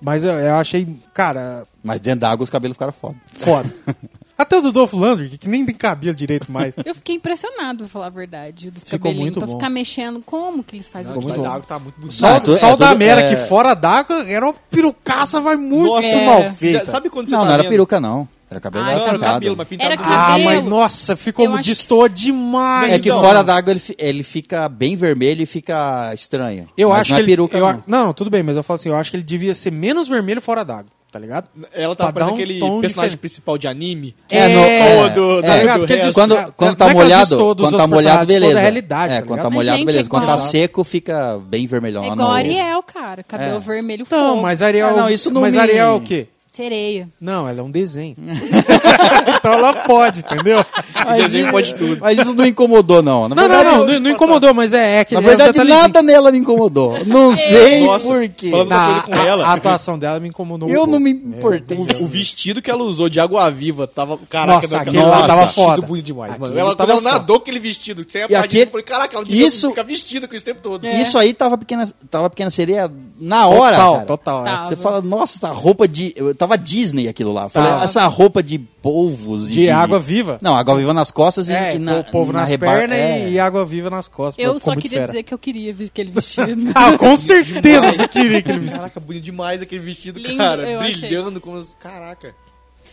Mas eu, eu achei, cara,
Mas dentro d'água os cabelos ficaram foda.
foda. Até o do Dolph Lundgren, que nem tem cabelo direito mais.
Eu fiquei impressionado, pra falar a verdade, dos
Ficou
cabelinhos.
muito
Pra
bom.
ficar mexendo, como que eles fazem
muito
aquilo?
bom.
A água tá muito bonita.
Só,
é tu-
só
é
o da
tudo-
América,
é-
que fora d'água era uma perucaça, vai muito
é.
mal
Você já-
feita.
sabe quando você
Não,
tá
não era
vendo-
peruca, não. Era cabelo
Ah,
Não, era
pintado.
cabelo, mas pintado.
Era
de
cabelo.
Ah, mas nossa,
Eu
ficou,
acho que-
distor demais.
É que
Então,
fora
mano.
d'água ele, fi- ele fica bem vermelho e fica estranho.
Eu
Mas
acho
não
que
é
ele,
peruca,
eu a-
não.
não, não, tudo bem, mas eu falo assim, eu acho que ele devia ser menos vermelho fora d'água, tá ligado?
Ela tá
Pra dar
parecendo
um
aquele
tom
personagem
diferente.
principal de anime.
É, no- é,
todo,
é.
tá
ligado?
ligado?
Porque diz-
quando,
é,
quando
não
tá
é que ela
molhado,
distor dos
quando tá
outros
molhado,
personagens, toda a
beleza.
realidade,
é,
tá
quando
ligado?
tá
Mas,
molhado,
gente,
beleza. Quando tá
igual.
seco, fica bem vermelhão.
É
lá
igual
no-
Ariel, cara. Cabelo
É.
vermelho
Então,
fogo.
mas Ariel,
Ah, não, isso não
mas
me-
Ariel é o quê?
Sereia.
Não, ela é um desenho. então ela pode, entendeu?
Mas
desenho
i-
pode tudo.
Mas isso não incomodou, não. Na
Não, não,
verdade,
não, não, não incomodou, mas é, é que
Na
é os
verdade,
detalhezinhos.
nada nela me incomodou. Não
É.
sei
Nossa,
por quê.
falando
Na-
Outra coisa com
a-
ela.
A atuação dela me incomodou. um
Eu não
pouco.
me importei.
O, o vestido que ela usou de água viva tava. Caraca,
Nossa,
não,
aquele lá tava
vestido
foda.
bonito demais, mano.
Aquele
Ela,
tava
quando ela
foda.
nadou com aquele vestido, você ia
E
pra
aquele-
aquele... falei, caraca, ela devia
Isso-
ficar vestida com isso o tempo todo.
É.
Isso aí tava pequena, tava pequena sereia na hora.
Total,
cara.
total.
Tá.
é.
Você fala, nossa, essa roupa de. eu- Tava Disney aquilo lá. Eu Falei,
Tava.
essa roupa de polvos e
De água viva.
Não, água viva nas costas e,
É,
e na.
o povo
na
nas
rebar-
pernas
é.
e, e água viva nas costas.
Eu
pô, ficou
só
muito
queria
fera.
dizer que eu queria ver aquele vestido.
Ah, com certeza você queria aquele vestido.
Caraca, bonito demais aquele vestido,
Lindo,
cara.
eu
Brilhando como. Caraca.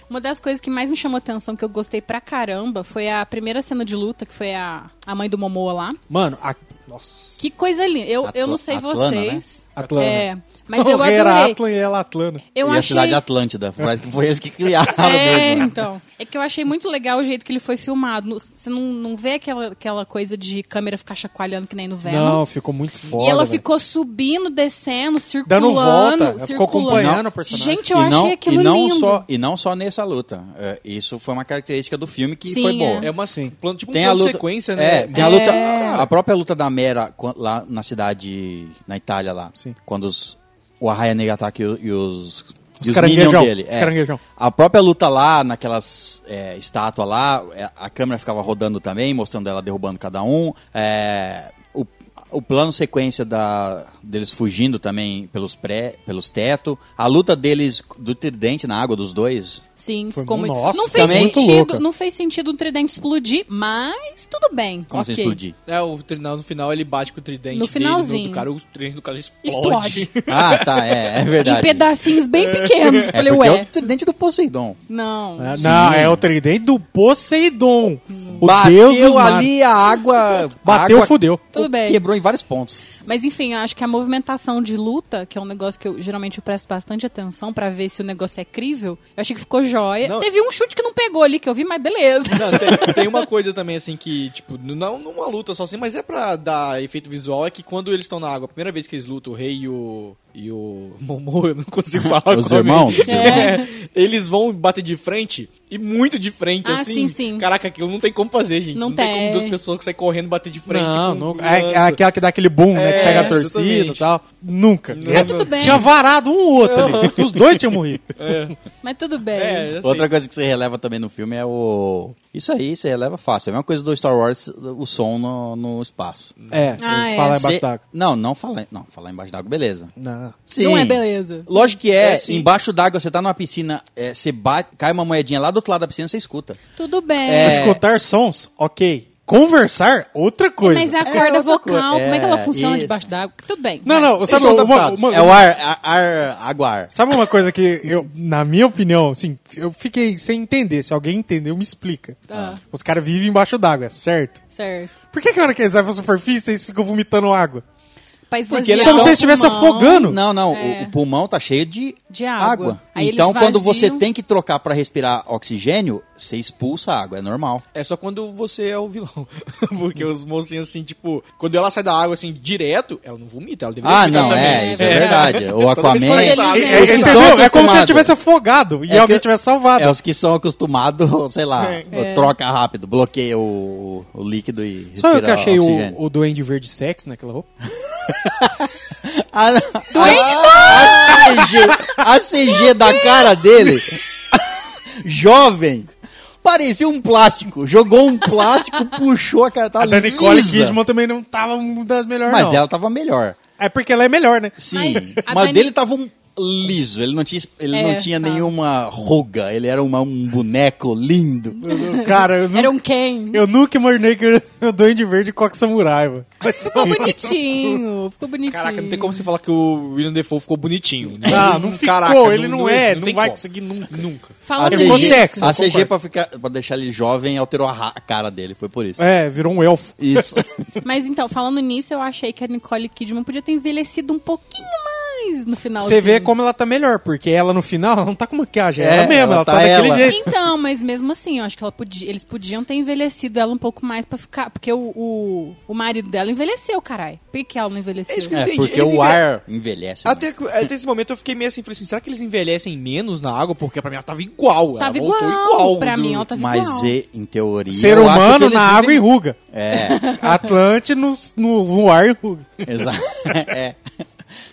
Uma das coisas que mais me chamou atenção, que eu gostei pra caramba, foi a primeira cena de luta, que foi a, a mãe do Momoa lá.
Mano, a- Nossa.
Que coisa linda. Eu, eu
Atla-
não sei
Atlana,
vocês.
né? Atlana.
É, mas eu
O rei Era
adorei.
Atlan e ela Atlana.
Eu
e a
achei.
cidade Atlântida, parece que foi eles que criaram
É,
mesmo. né?
então. É que eu achei muito legal o jeito que ele foi filmado. No- Você não, não vê aquela, aquela coisa de câmera ficar chacoalhando que nem no Venom.
Não, ficou muito foda.
e ela
velho.
ficou subindo, descendo, circulando.
Dando volta. Ela ficou
circulando.
acompanhando o personagem.
Gente, eu achei aquilo
e não
lindo.
Só, e não só nessa luta. É, isso foi uma característica do filme que
Sim,
foi boa.
É uma assim, plano, tipo
Tem
um
a
plano
luta,
sequência, né?
É, tem a luta.
É.
A própria luta da Mera qu- lá na cidade, na Itália lá.
Sim.
Quando os, o Arraia Negra ataca e, o- e os.
Os
e os
caranguejão,
minions dele. é.
os caranguejão.
A própria luta lá, naquelas é, estátuas lá, é, a câmera ficava rodando também, mostrando ela derrubando cada um. É, o, o plano sequência da, deles fugindo também pelos, pré, pelos teto. A luta deles do tridente na água dos dois.
Sim,
Foi
ficou muito.
nossa,
não fez
também.
muito louca.
sentido, não fez sentido um tridente explodir, mas tudo bem.
Como
ok.
se explodir.
É, o trinal no final ele bate com o tridente
No
dele,
finalzinho.
do cara, o tridente do cara explode.
Explode.
Ah, tá, é, é
em
verdade.
pedacinhos bem pequenos.
É
Falei,
porque é
ué.
o tridente do Poseidon.
Não.
É, Não, é o tridente do Poseidon. O deus dos
Bateu
mares.
ali a água. a
Bateu,
água
fudeu.
Tudo bem.
é-
Quebrou em vários pontos.
Mas enfim, eu acho que a movimentação de luta, que é um negócio que eu geralmente eu presto bastante atenção pra ver se o negócio é crível, eu achei que ficou jóia.
Não.
Teve um chute que não pegou ali, que eu vi, mas beleza.
Não, tem, tem uma coisa também, assim, que, tipo, não numa luta só assim, mas é pra dar efeito visual, é que quando eles estão na água, a primeira vez que eles lutam, o rei e o. e o Momô, eu não consigo falar
Os
o nome.
irmãos?
É, eles vão bater de frente e muito de frente,
Ah,
assim.
sim, sim.
Caraca, aquilo não tem como fazer, gente.
Não
tem.
tem.
como duas pessoas que saem correndo e bater de frente.
Não,
com
nunca. É, é
lança.
aquela que dá aquele boom, né?
É,
Que pega a torcida e
exatamente.
tal. Nunca. É,
Não. Mas
tudo bem.
Tinha varado um ou outro ali. Os dois tinham morrido.
Mas tudo bem.
É, assim,
Outra coisa que você releva também no filme é o. Isso aí, você releva fácil. É a mesma coisa do Star Wars, o som no, no espaço.
É,
Ah,
eles
é.
falam
Você-
embaixo d'água.
Não, não falar não, falar embaixo d'água, beleza.
Não.
Sim.
Não é beleza.
Lógico que é,
É, sim.
embaixo d'água, você tá numa piscina, é, você bate, cai uma moedinha lá do outro lado da piscina, você escuta.
Tudo bem.
É.
Escutar sons, ok. Conversar, outra coisa.
Mas a
É,
corda
outra
vocal,
coisa.
como é que ela
É,
funciona
isso.
debaixo d'água? Tudo bem.
Não, não, sabe
Eles são
uma,
adaptados.
uma-
É o ar, ar, ar água, ar.
Sabe uma coisa que eu, na minha opinião, assim, eu fiquei sem entender. Se alguém entendeu, me explica.
Tá.
Os caras vivem embaixo d'água, certo?
Certo.
Por que, que a hora que eles vão pra superfície, eles ficam vomitando água?
Pra
Porque
esvaziar
eles
é Como se
Então,
eles estivessem
pulmão.
afogando.
Não, não, o-
É.
o, pulmão tá cheio de,
De água. Aí eles
Então, quando você
vaziam.
tem que trocar pra respirar oxigênio, você expulsa a água, é normal.
É só quando você é o vilão. Porque os mocinhos, assim, tipo, quando ela sai da água, assim, direto, ela não vomita, ela deveria
Ah,
vomitar
não,
também.
é, isso é,
É.
verdade. O
Toda vez
Aquaman.
que ela
Aquaman-
entra-
É,
Eles
são
é, entendeu? É como se
acostumados.
ele tivesse afogado e
É
alguém
que-
tivesse salvado.
É os que são acostumados, sei lá,
É.
troca rápido, bloqueia o, o líquido e respira
Sabe o que eu achei
é oxigênio.
o, o Duende Verde sexy naquela roupa?
Ah, A, a, a, CG, a CG da cara dele, jovem, parecia um plástico. Jogou um plástico, puxou a cara, tava
A da Nicole
lisa.
Kidman também não tava uma das melhores,
Mas
não.
ela tava melhor.
É porque ela é melhor, né?
Sim,
Mas a
mas
Dani-
dele tava um liso, ele não tinha, ele
É,
não tinha
tava.
nenhuma ruga, ele era uma- um boneco lindo.
Cara, eu, nu-
Era um Ken.
né? eu nunca imaginei que o Duende Verde coque samurai, mano.
Ficou bonitinho. Ficou bonitinho.
Caraca, não tem como você falar que o William Defoe ficou bonitinho. né?
Ah, não ficou, ele não é, não
tem
vai
como.
conseguir nunca.
Ah,
Falando
Ele ficou
nisso-
sexy.
a
concordo.
CG pra, ficar, pra deixar ele jovem alterou a, ra- a cara dele, foi por isso.
É, virou um elfo.
Isso. É,
Mas então, falando nisso, eu achei que a Nicole Kidman podia ter envelhecido um pouquinho mais no final.
Você vê como ela tá melhor, porque ela no final ela não tá com maquiagem, é,
É,
ela mesma, ela,
ela
tá,
tá
daquele
ela.
jeito.
Então, mas mesmo assim, eu acho que ela podia- eles podiam ter envelhecido ela um pouco mais pra ficar. Porque o, o, o marido dela envelheceu, caralho. Por que ela não envelheceu?
É isso que eu
É,
entendi.
porque
Eles
o ar envelhece. né?
Até, até esse momento eu fiquei meio assim, falei assim, será que eles envelhecem menos na água? Porque pra mim ela tava igual.
Tava
ela voltou
igual,
igual
pra
do-
mim, ela tava
Mas
igual.
e, em teoria.
Ser
eu acho que
humano
eles
na
vivem-
água enruga.
É,
Atlante no, no, no ar enruga.
exato. É.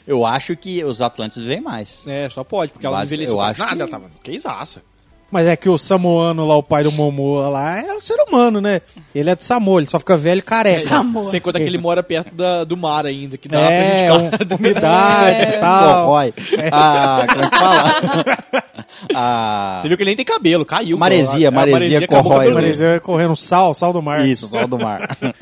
Eu acho que os Atlantes vêm mais.
É, só pode, porque ela não
Mas
envelheceu
eu
quase
acho
nada,
que-
ela tava que isaça.
Mas é que o samoano lá, o pai do Momoa lá, é um ser humano, né? Ele é de Samoa, ele só fica velho e careca.
Tá,
Amor.
Sem contar que ele mora perto da- do mar ainda, que dá
É,
pra gente
um, umidade e tal.
Corrói. É um Ah, como é que fala? Ah,
Você viu que ele nem tem cabelo, caiu.
Maresia,
A- a
maresia
acabou
corrói,
com o cabelo
né?
dele.
Mas eu ia correndo sal, sal do mar.
isso, só do mar.
né?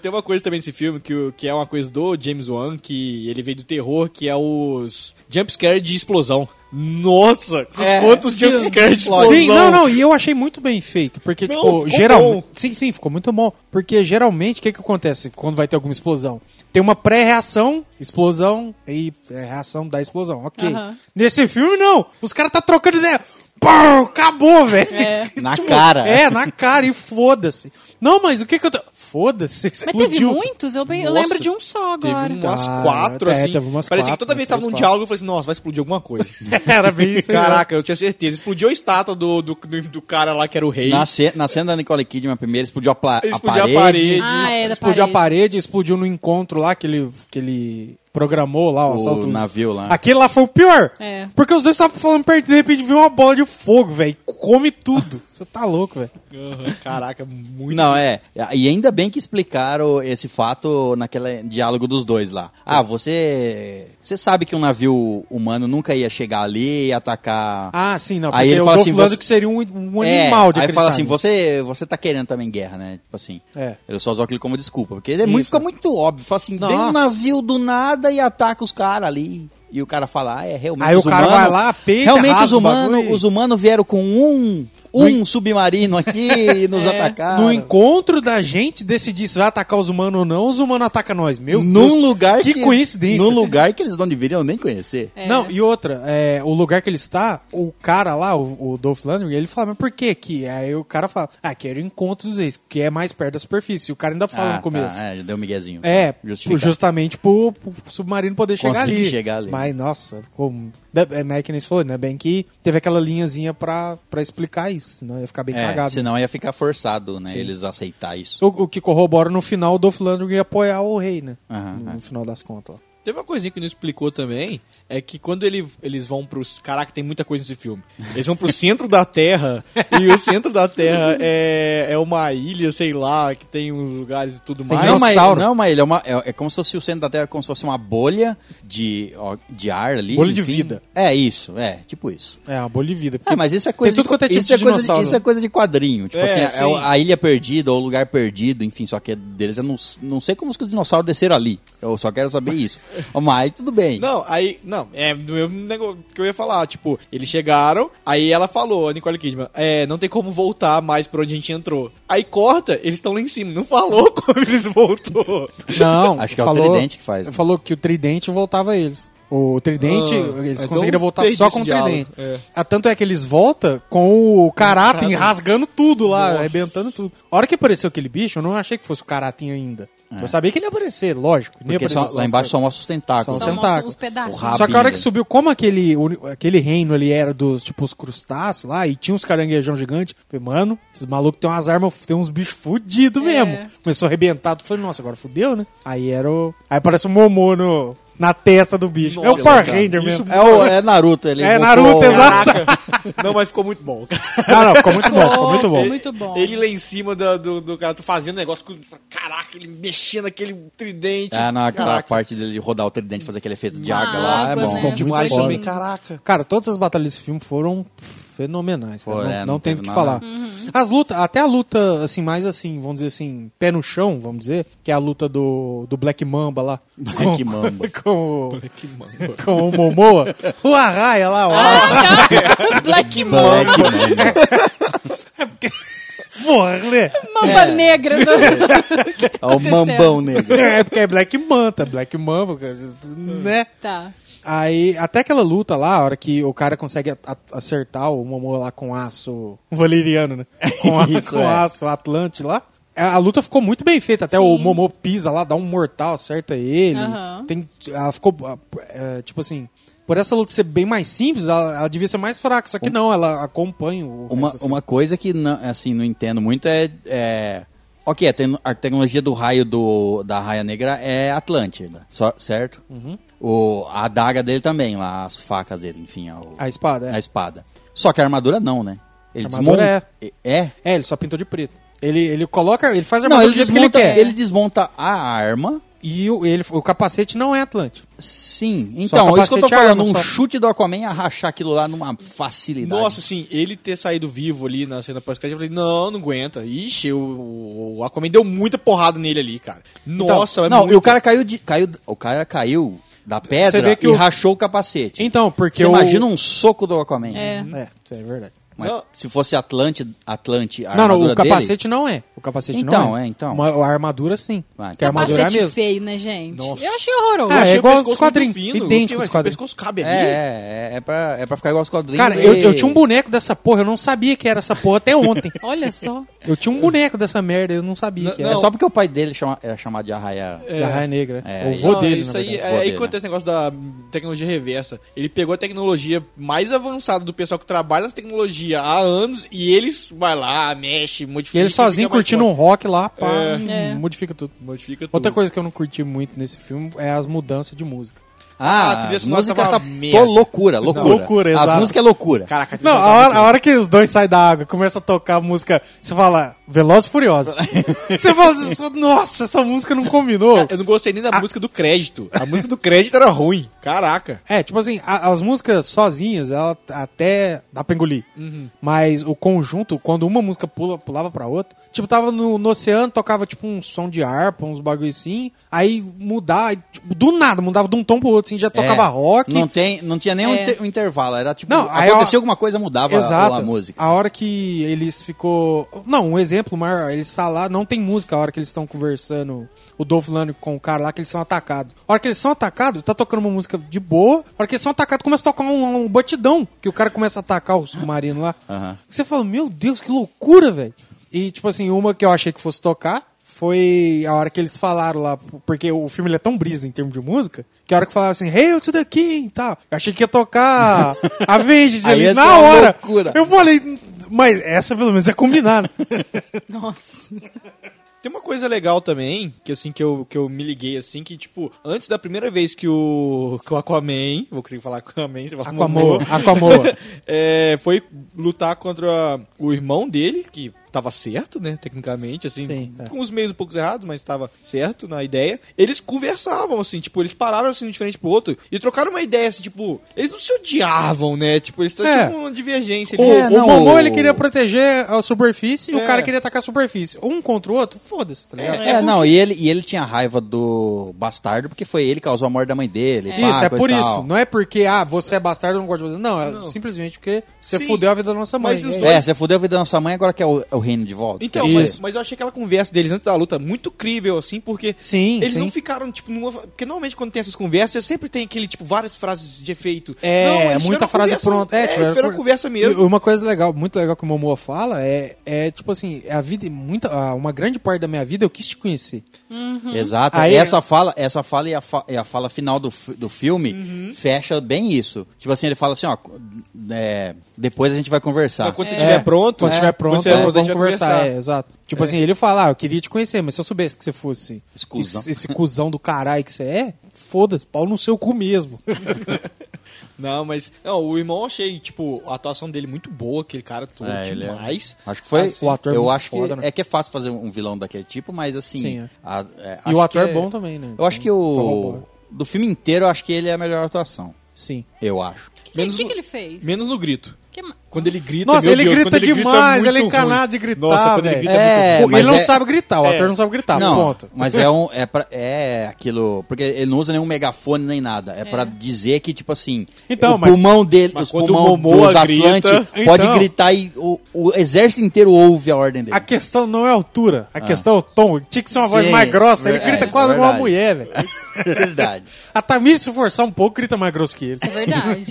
Tem uma coisa também nesse filme que, o- que é uma coisa do James Wan, que ele veio do terror, que é os jumpscare de explosão. Nossa,
É.
quantos jumpscares de explosão.
Sim, não, não, e eu achei muito bem feito, porque,
Não,
tipo,
ficou bom.
geralmente. Sim, sim, ficou muito bom. Porque geralmente, o que, que acontece quando vai ter alguma explosão? Tem uma pré-reação, explosão e é, reação da explosão, ok.
Aham.
Nesse filme, não. Os caras tá trocando ideia. Pum, acabou, velho. É.
Na cara.
na cara, e foda-se. Não, mas o que que eu tô. Foda-se,
Mas
explodiu.
teve muitos? Eu, bem- eu
Nossa,
lembro de um só
Teve
agora.
umas
Cara,
quatro,
é,
assim.
teve umas
Parecia que
quatro,
toda vez
umas
que tava num
três,
diálogo, eu falei assim, nossa, vai explodir alguma coisa.
Era bem isso. né? mesmo.
Caraca, eu tinha certeza. Explodiu a estátua do, do, do, do cara lá que era o rei.
Na, ce- na cena da Nicole Kidman, primeiro explodiu a, pla-
Explodiu a
A parede.
parede.
Ah, é, da
explodiu
parede.
a parede, explodiu no encontro lá que ele, que ele programou lá, o,
O
assalto.
navio lá.
Aquele lá foi o pior.
É.
Porque os dois estavam falando perto, de repente viu uma bola de fogo, velho. Come tudo. Você tá louco, velho.
Aham, Caraca, muito...
Não, é. E ainda bem que explicaram esse fato naquele diálogo dos dois lá. Ah, você. Você sabe que um navio humano nunca ia chegar ali e atacar.
Ah, sim, não.
Aí
Porque
ele
eu
fala
tô
assim,
falando
você-
que seria um, um
É,
animal de
Aí fala
acreditar
assim:
nisso.
você, você tá querendo também guerra, né? Tipo assim.
É.
Ele só usa aquilo como desculpa. Porque é muito,
Isso.
fica muito óbvio. Fala assim: vem um
Nossa.
navio do nada e ataca os caras ali. E o cara fala, ah, é realmente
Aí o
os
cara
humanos-
vai lá, peita,
Realmente
rasga
os
o bagulho
humanos,
e-
os humanos vieram com um, um submarino aqui e nos atacaram.
No encontro da gente decidir se vai atacar os humanos ou não, os humanos atacam nós. Meu
num
Deus,
lugar
que, coincidência.
Num lugar que eles não deveriam nem conhecer.
Não, e outra, é, o lugar que ele está, o cara lá, o, o Dolph Lundgren, ele fala, mas por que que? Aí o cara fala, ah, que era o encontro dos ex, que é mais perto da superfície. E o cara ainda fala
Ah,
no começo.
Tá, é, já deu um miguezinho.
É,
Justificar.
por- justamente pro, pro submarino poder chegar
Conseguir
ali.
chegar ali.
Mas, nossa, como. da- É meio que nem você falou, né? Bem que teve aquela linhazinha pra, pra explicar isso, senão ia ficar bem
É,
cagado.
senão ia ficar forçado, né? Eles aceitar isso.
O, o que corrobora no final o Dolph Lundgren ia apoiar o rei, né?
Aham,
no,
aham.
no final das contas. lá.
Teve uma coisinha que não explicou também, é que quando ele, eles vão pros... Caraca, tem muita coisa nesse filme. Eles vão pro centro da Terra, e o centro da Terra é, é uma ilha, sei lá, que tem uns lugares e tudo mais.
não, mas,
dinossauro.
não, mas ele é, uma, é, é como se fosse o centro da Terra, como se fosse uma bolha de, ó, de ar ali.
Bolha de vida.
É isso, é, tipo isso.
É, uma bolivida.
Ah, mas isso é coisa,
Tem tudo
de,
quanto é tipo
isso, é
de
coisa de,
dinossauro.
isso é coisa de quadrinho. Tipo
É,
assim, é o-
sim.
a ilha perdida ou o lugar perdido, enfim, só que é deles eu não, não sei como os dinossauros desceram ali. Eu só quero saber isso. mas tudo bem.
Não, aí. Não, é do mesmo negócio que eu ia falar. Tipo, eles chegaram, aí ela falou, a Nicole Kidman, é, não tem como voltar mais pra onde a gente entrou. Aí corta, eles estão lá em cima. Não falou como eles voltou.
Não,
Acho que é o
falou,
Tridente que faz.
Falou que o Tridente voltava eles. O Tridente,
Ah,
eles
então
conseguiriam voltar
teve
só
esse
com o
diálogo,
Tridente.
é.
Ah, Tanto é que eles voltam com o Karatin rasgando tudo lá,
Nossa.
arrebentando tudo. A hora que apareceu aquele bicho, eu não achei que fosse o Karatin ainda. Eu sabia que ele ia aparecer, lógico. não ia
É. Porque
aparecer
só-
só
lá
os
embaixo só
caras.
mostra os tentáculos.
é Só
São
né?
tentáculos.
uns- uns pedaços.
O rabo.
Só que a hora
Rabinho,
que
né?
subiu, como aquele, uni- aquele reino ali era dos, tipo, os crustáceos lá, e tinha uns caranguejão gigante, eu falei, mano, esses malucos tem umas armas, tem uns bichos fudidos mesmo. Começou a arrebentar, tu falei, nossa, agora fudeu, né? Aí era o... Aí parece um momô no, na testa do bicho. é o
Nossa,
Power
cara,
Ranger
isso-
mesmo.
É, o, é Naruto, ele
É
invocou-
Naruto, exato.
Caraca. não, mas ficou muito bom. cara.
é
Não, não, ficou muito bom, ficou muito
Ficou
bom.
muito bom.
Ele lá em cima da- do, do cara fazendo negócio com. Caraca, ele mexendo aquele tridente.
Ah, não, aquela
Caraca.
parte dele rodar o tridente, fazer aquele efeito de
Ah,
água lá, é
águas,
bom.
né?
Ficou muito
Demais
foda.
também, caraca.
Cara, todas as batalhas desse filme foram fenomenais. cara.
Foi,
não,
é,
não
não
tem o
teve
que
nada.
falar. As lutas, até a luta, assim, mais assim, vamos dizer assim, pé no chão, vamos dizer, que é a luta do, do Black Mamba lá.
Black Mamba.
com, o- com o Momoa. O Arraia lá, o Arraia.
Black Mamba.
Black Mamba.
Porra, né?
Mamba negra. né?
É o mambão negro.
É porque é Black Manta, Black Mamba, cara, né?
Tá.
Aí, até aquela luta lá, a hora que o cara consegue a- a- acertar o Momoa lá com aço. Valeriano, né? Com, a-
Isso,
com
é.
aço Atlante lá. É, A a luta ficou muito bem feita. Até o Momo pisa lá, dá um mortal, acerta ele.
Aham.
Tem, ela ficou. ah, é, tipo assim. Por essa luta ser bem mais simples, ela, ela devia ser mais fraca. Só que não, ela acompanha o. resto
Um Uma,
do filme.
uma coisa que não, assim, não entendo muito é. é ok, a, tecno- a tecnologia do raio do, da raia negra é Atlântida, só- certo?
Uhum.
O, a adaga dele também, lá, as facas dele, enfim, a, o-
A espada, é.
a espada. Só que a armadura não, né? Ele
A armadura
desmonta. É. é?
É, ele só pintou de preto. Ele, ele coloca. Ele faz a
Não,
armadura
ele
do jeito que ele
desmonta,
quer.
ele desmonta a arma.
E o, ele, o capacete não é Atlante.
Sim,
Só
então, isso que eu tô
capacete e arma,
falando, um
só.
chute do Aquaman ia rachar aquilo lá numa facilidade.
Nossa, assim, ele ter saído vivo ali na cena pós-crédito, eu falei, não, não aguenta. Ixi, o, o- o Aquaman deu muita porrada nele ali, cara. Nossa,
Então,
é
não,
muito-
e o cara caiu de. Caiu, o cara caiu da pedra
Você vê que
e
o-
rachou o capacete.
Então, porque
Você
o-
imagina um soco do Aquaman.
É.
É, isso é verdade.
Mas
Não.
se fosse Atlante, Atlante, a
Não, não,
armadura
o capacete não é. O capacete
Então,
não é.
é, então.
Uma- a armadura sim.
Ah,
Porque a armadura é a
Capacete
mesma.
feio, né, gente? Eu achei horroroso.
Ah, é
achei o
igual
pescoço
os quadrinhos,
muito fino,
idêntico
eu
os
fiquei, mas
quadrinhos.
O pescoço cabe
dele.
ali.
É, é, é pra, é pra ficar igual aos quadrinhos.
Cara, eu,
e-
eu tinha um boneco dessa porra, eu não sabia que era essa porra até ontem.
Olha só.
Eu tinha um boneco dessa merda, eu não sabia
Não,
que
É
era.
só porque o pai dele chama- era chamado de Arraia.
Da Raia Negra.
É,
o vô
Não,
dele, né?
isso
na
aí,
verdade.
Vô
é, aí
dele,
quanto esse negócio da tecnologia reversa. Ele pegou a tecnologia mais avançada do pessoal que trabalha nessa tecnologia há anos e eles vai lá, mexe,
E
modifica.
ele sozinho
fica mais
curtindo um
forte.
rock lá, pá,
É.
hum,
É.
modifica tudo.
Modifica tudo.
Outra coisa que eu não curti muito nesse filme é as mudanças de música.
Ah, a
Ah,
trilha
as
sonora
músicas
tava
tá
merda.
tô loucura, loucura.
loucura, exato.
As músicas é loucura.
Caraca,
Não, a hora, a hora que os dois saem da água, e começa a tocar a música, você fala, Veloz e Furioso. você fala, assim, nossa, essa música não
É,
combinou.
Eu não gostei nem da música do crédito. A música do crédito era ruim. Caraca.
É, tipo assim, a- as músicas sozinhas, ela t- até dá pra engolir.
Uhum.
Mas o conjunto, quando uma música pula, pulava pra outra, tipo, tava no, no oceano, tocava tipo um som de harpa, uns bagulho assim, aí mudar, tipo, do nada, mudava de um tom pro outro, assim, já tocava
É.
rock.
Não, tem, não tinha nenhum
É.
inter- um intervalo. Era tipo,
Não, aí,
aconteceu
ó,
alguma coisa, mudava a-
Exato.
a, música.
A hora que eles ficou. Não, um exemplo maior, eles tá lá, não tem música a hora que eles estão conversando, o Dolph Lundgren com o cara lá, que eles são atacados. A hora que eles são atacados, tá tocando uma música de boa, a hora que eles são atacados, começa a tocar um, um batidão, que o cara começa a atacar o submarino lá.
Aham.
Que Você fala, meu Deus, que loucura, velho. E, tipo assim, uma que eu achei que fosse tocar foi a hora que eles falaram lá, porque o filme ele é tão brisa em termos de música, que a hora que falaram assim, Hail to the King e tal, eu achei que ia tocar Avenged
Aí
ali
ia ser
na
uma
hora.
loucura.
Eu falei, mas essa pelo menos é combinada.
Nossa.
Tem uma coisa legal também, que assim, que eu, que eu me liguei assim, que tipo, antes da primeira vez que o, que o Aquaman, vou conseguir falar Aquaman, você fala
Aquamoa,
Momoa.
Aquamoa.
É, foi lutar contra o irmão dele, que tava certo, né, tecnicamente, assim,
Sim, é.
com os meios um pouco errados, mas tava certo na ideia. Eles conversavam, assim, tipo, eles pararam assim, de frente pro outro e trocaram uma ideia, assim, tipo, eles não se odiavam, né, tipo, eles
É.
tinham uma divergência.
O,
ali.
É,
o
não,
Momô,
o-
ele queria proteger a superfície e
É.
o cara queria atacar a superfície. Um contra o outro, foda-se, tá ligado?
É, não, e ele, e ele tinha raiva do bastardo, porque foi ele que causou a morte da mãe dele. pá,
Isso, é
Ah, coisa
por
e
isso.
tal.
Não é porque, ah, você é bastardo, eu não gosto de você. Não, é simplesmente porque você
Sim.
fudeu a vida da nossa mãe.
Mas os
É
dois-
É, você fudeu a vida da nossa mãe, agora quer o, o reino de volta.
Então,
Isso.
mas, mas eu achei aquela conversa deles antes da luta muito crível, assim, porque
Sim,
eles
sim.
não ficaram, tipo, numa. Porque normalmente quando tem essas conversas, sempre tem aquele, tipo, várias frases de efeito.
É,
não, eles tiveram
muita
uma
frase
conversa-
pronta. É,
É,
tiveram
tiveram
por-
conversa mesmo.
E Uma coisa legal, muito legal que o Momoa fala é, é tipo assim, a vida, muita, a- uma grande parte da minha vida eu quis te conhecer.
Exato.
Aí-
essa fala, essa fala e a, fa- e a fala final do, fi- do filme fecha bem isso. Tipo assim, ele fala assim, ó, é, depois a gente vai conversar.
Então, quando você estiver pronto,
Quando
é,
estiver pronto,
quando você
é,
pronto, a
vamos
gente vai
conversar.
conversar.
É, exato. Tipo assim, ele fala, ah, eu queria te conhecer, mas se eu soubesse que você fosse
Esse cuzão.
esse, esse cuzão do caralho que você é, foda-se, pau no seu cu mesmo.
Não, mas. Não, o irmão eu achei, tipo, a atuação dele muito boa, aquele cara todo
É, ele é-
demais.
Acho que foi.
Assim, o ator é
eu
muito
acho
foda,
que
né?
é que é fácil fazer um vilão daquele tipo, mas assim.
Sim, é.
a- é,
e
acho
o ator
que-
é bom também, né?
Eu acho que o do filme inteiro eu acho que ele é a melhor atuação.
Sim.
Eu acho.
O
Menos
que, que,
no-
que ele fez?
Menos no grito.
Que ma-
Quando ele grita,
Nossa,
meu
ele
Deus,
grita
quando ele
demais,
grito,
ele é encanado de gritar,
Nossa, quando ele
velho.
grita
É,
muito ruim.
Pô,
mas
ele não
é-
sabe gritar, o
é.
ator não sabe gritar,
não,
Tá, ponto.
mas é um é pra, é aquilo, porque ele não usa nenhum megafone nem nada, é, pra dizer que tipo assim,
Então,
o
mas-
pulmão dele,
mas
os
quando
pulmão
o Momoa
dos Atlante
grita-
pode
Então.
gritar e o, o exército inteiro ouve a ordem dele.
A questão não é a altura, a questão é o tom. Tinha que ser uma voz
Ah. Sim,
mais grossa. Ele
verdade,
grita quase igual uma
verdade.
mulher, velho.
Verdade.
A Tamir, se forçar um pouco, grita mais grosso que ele.
É verdade.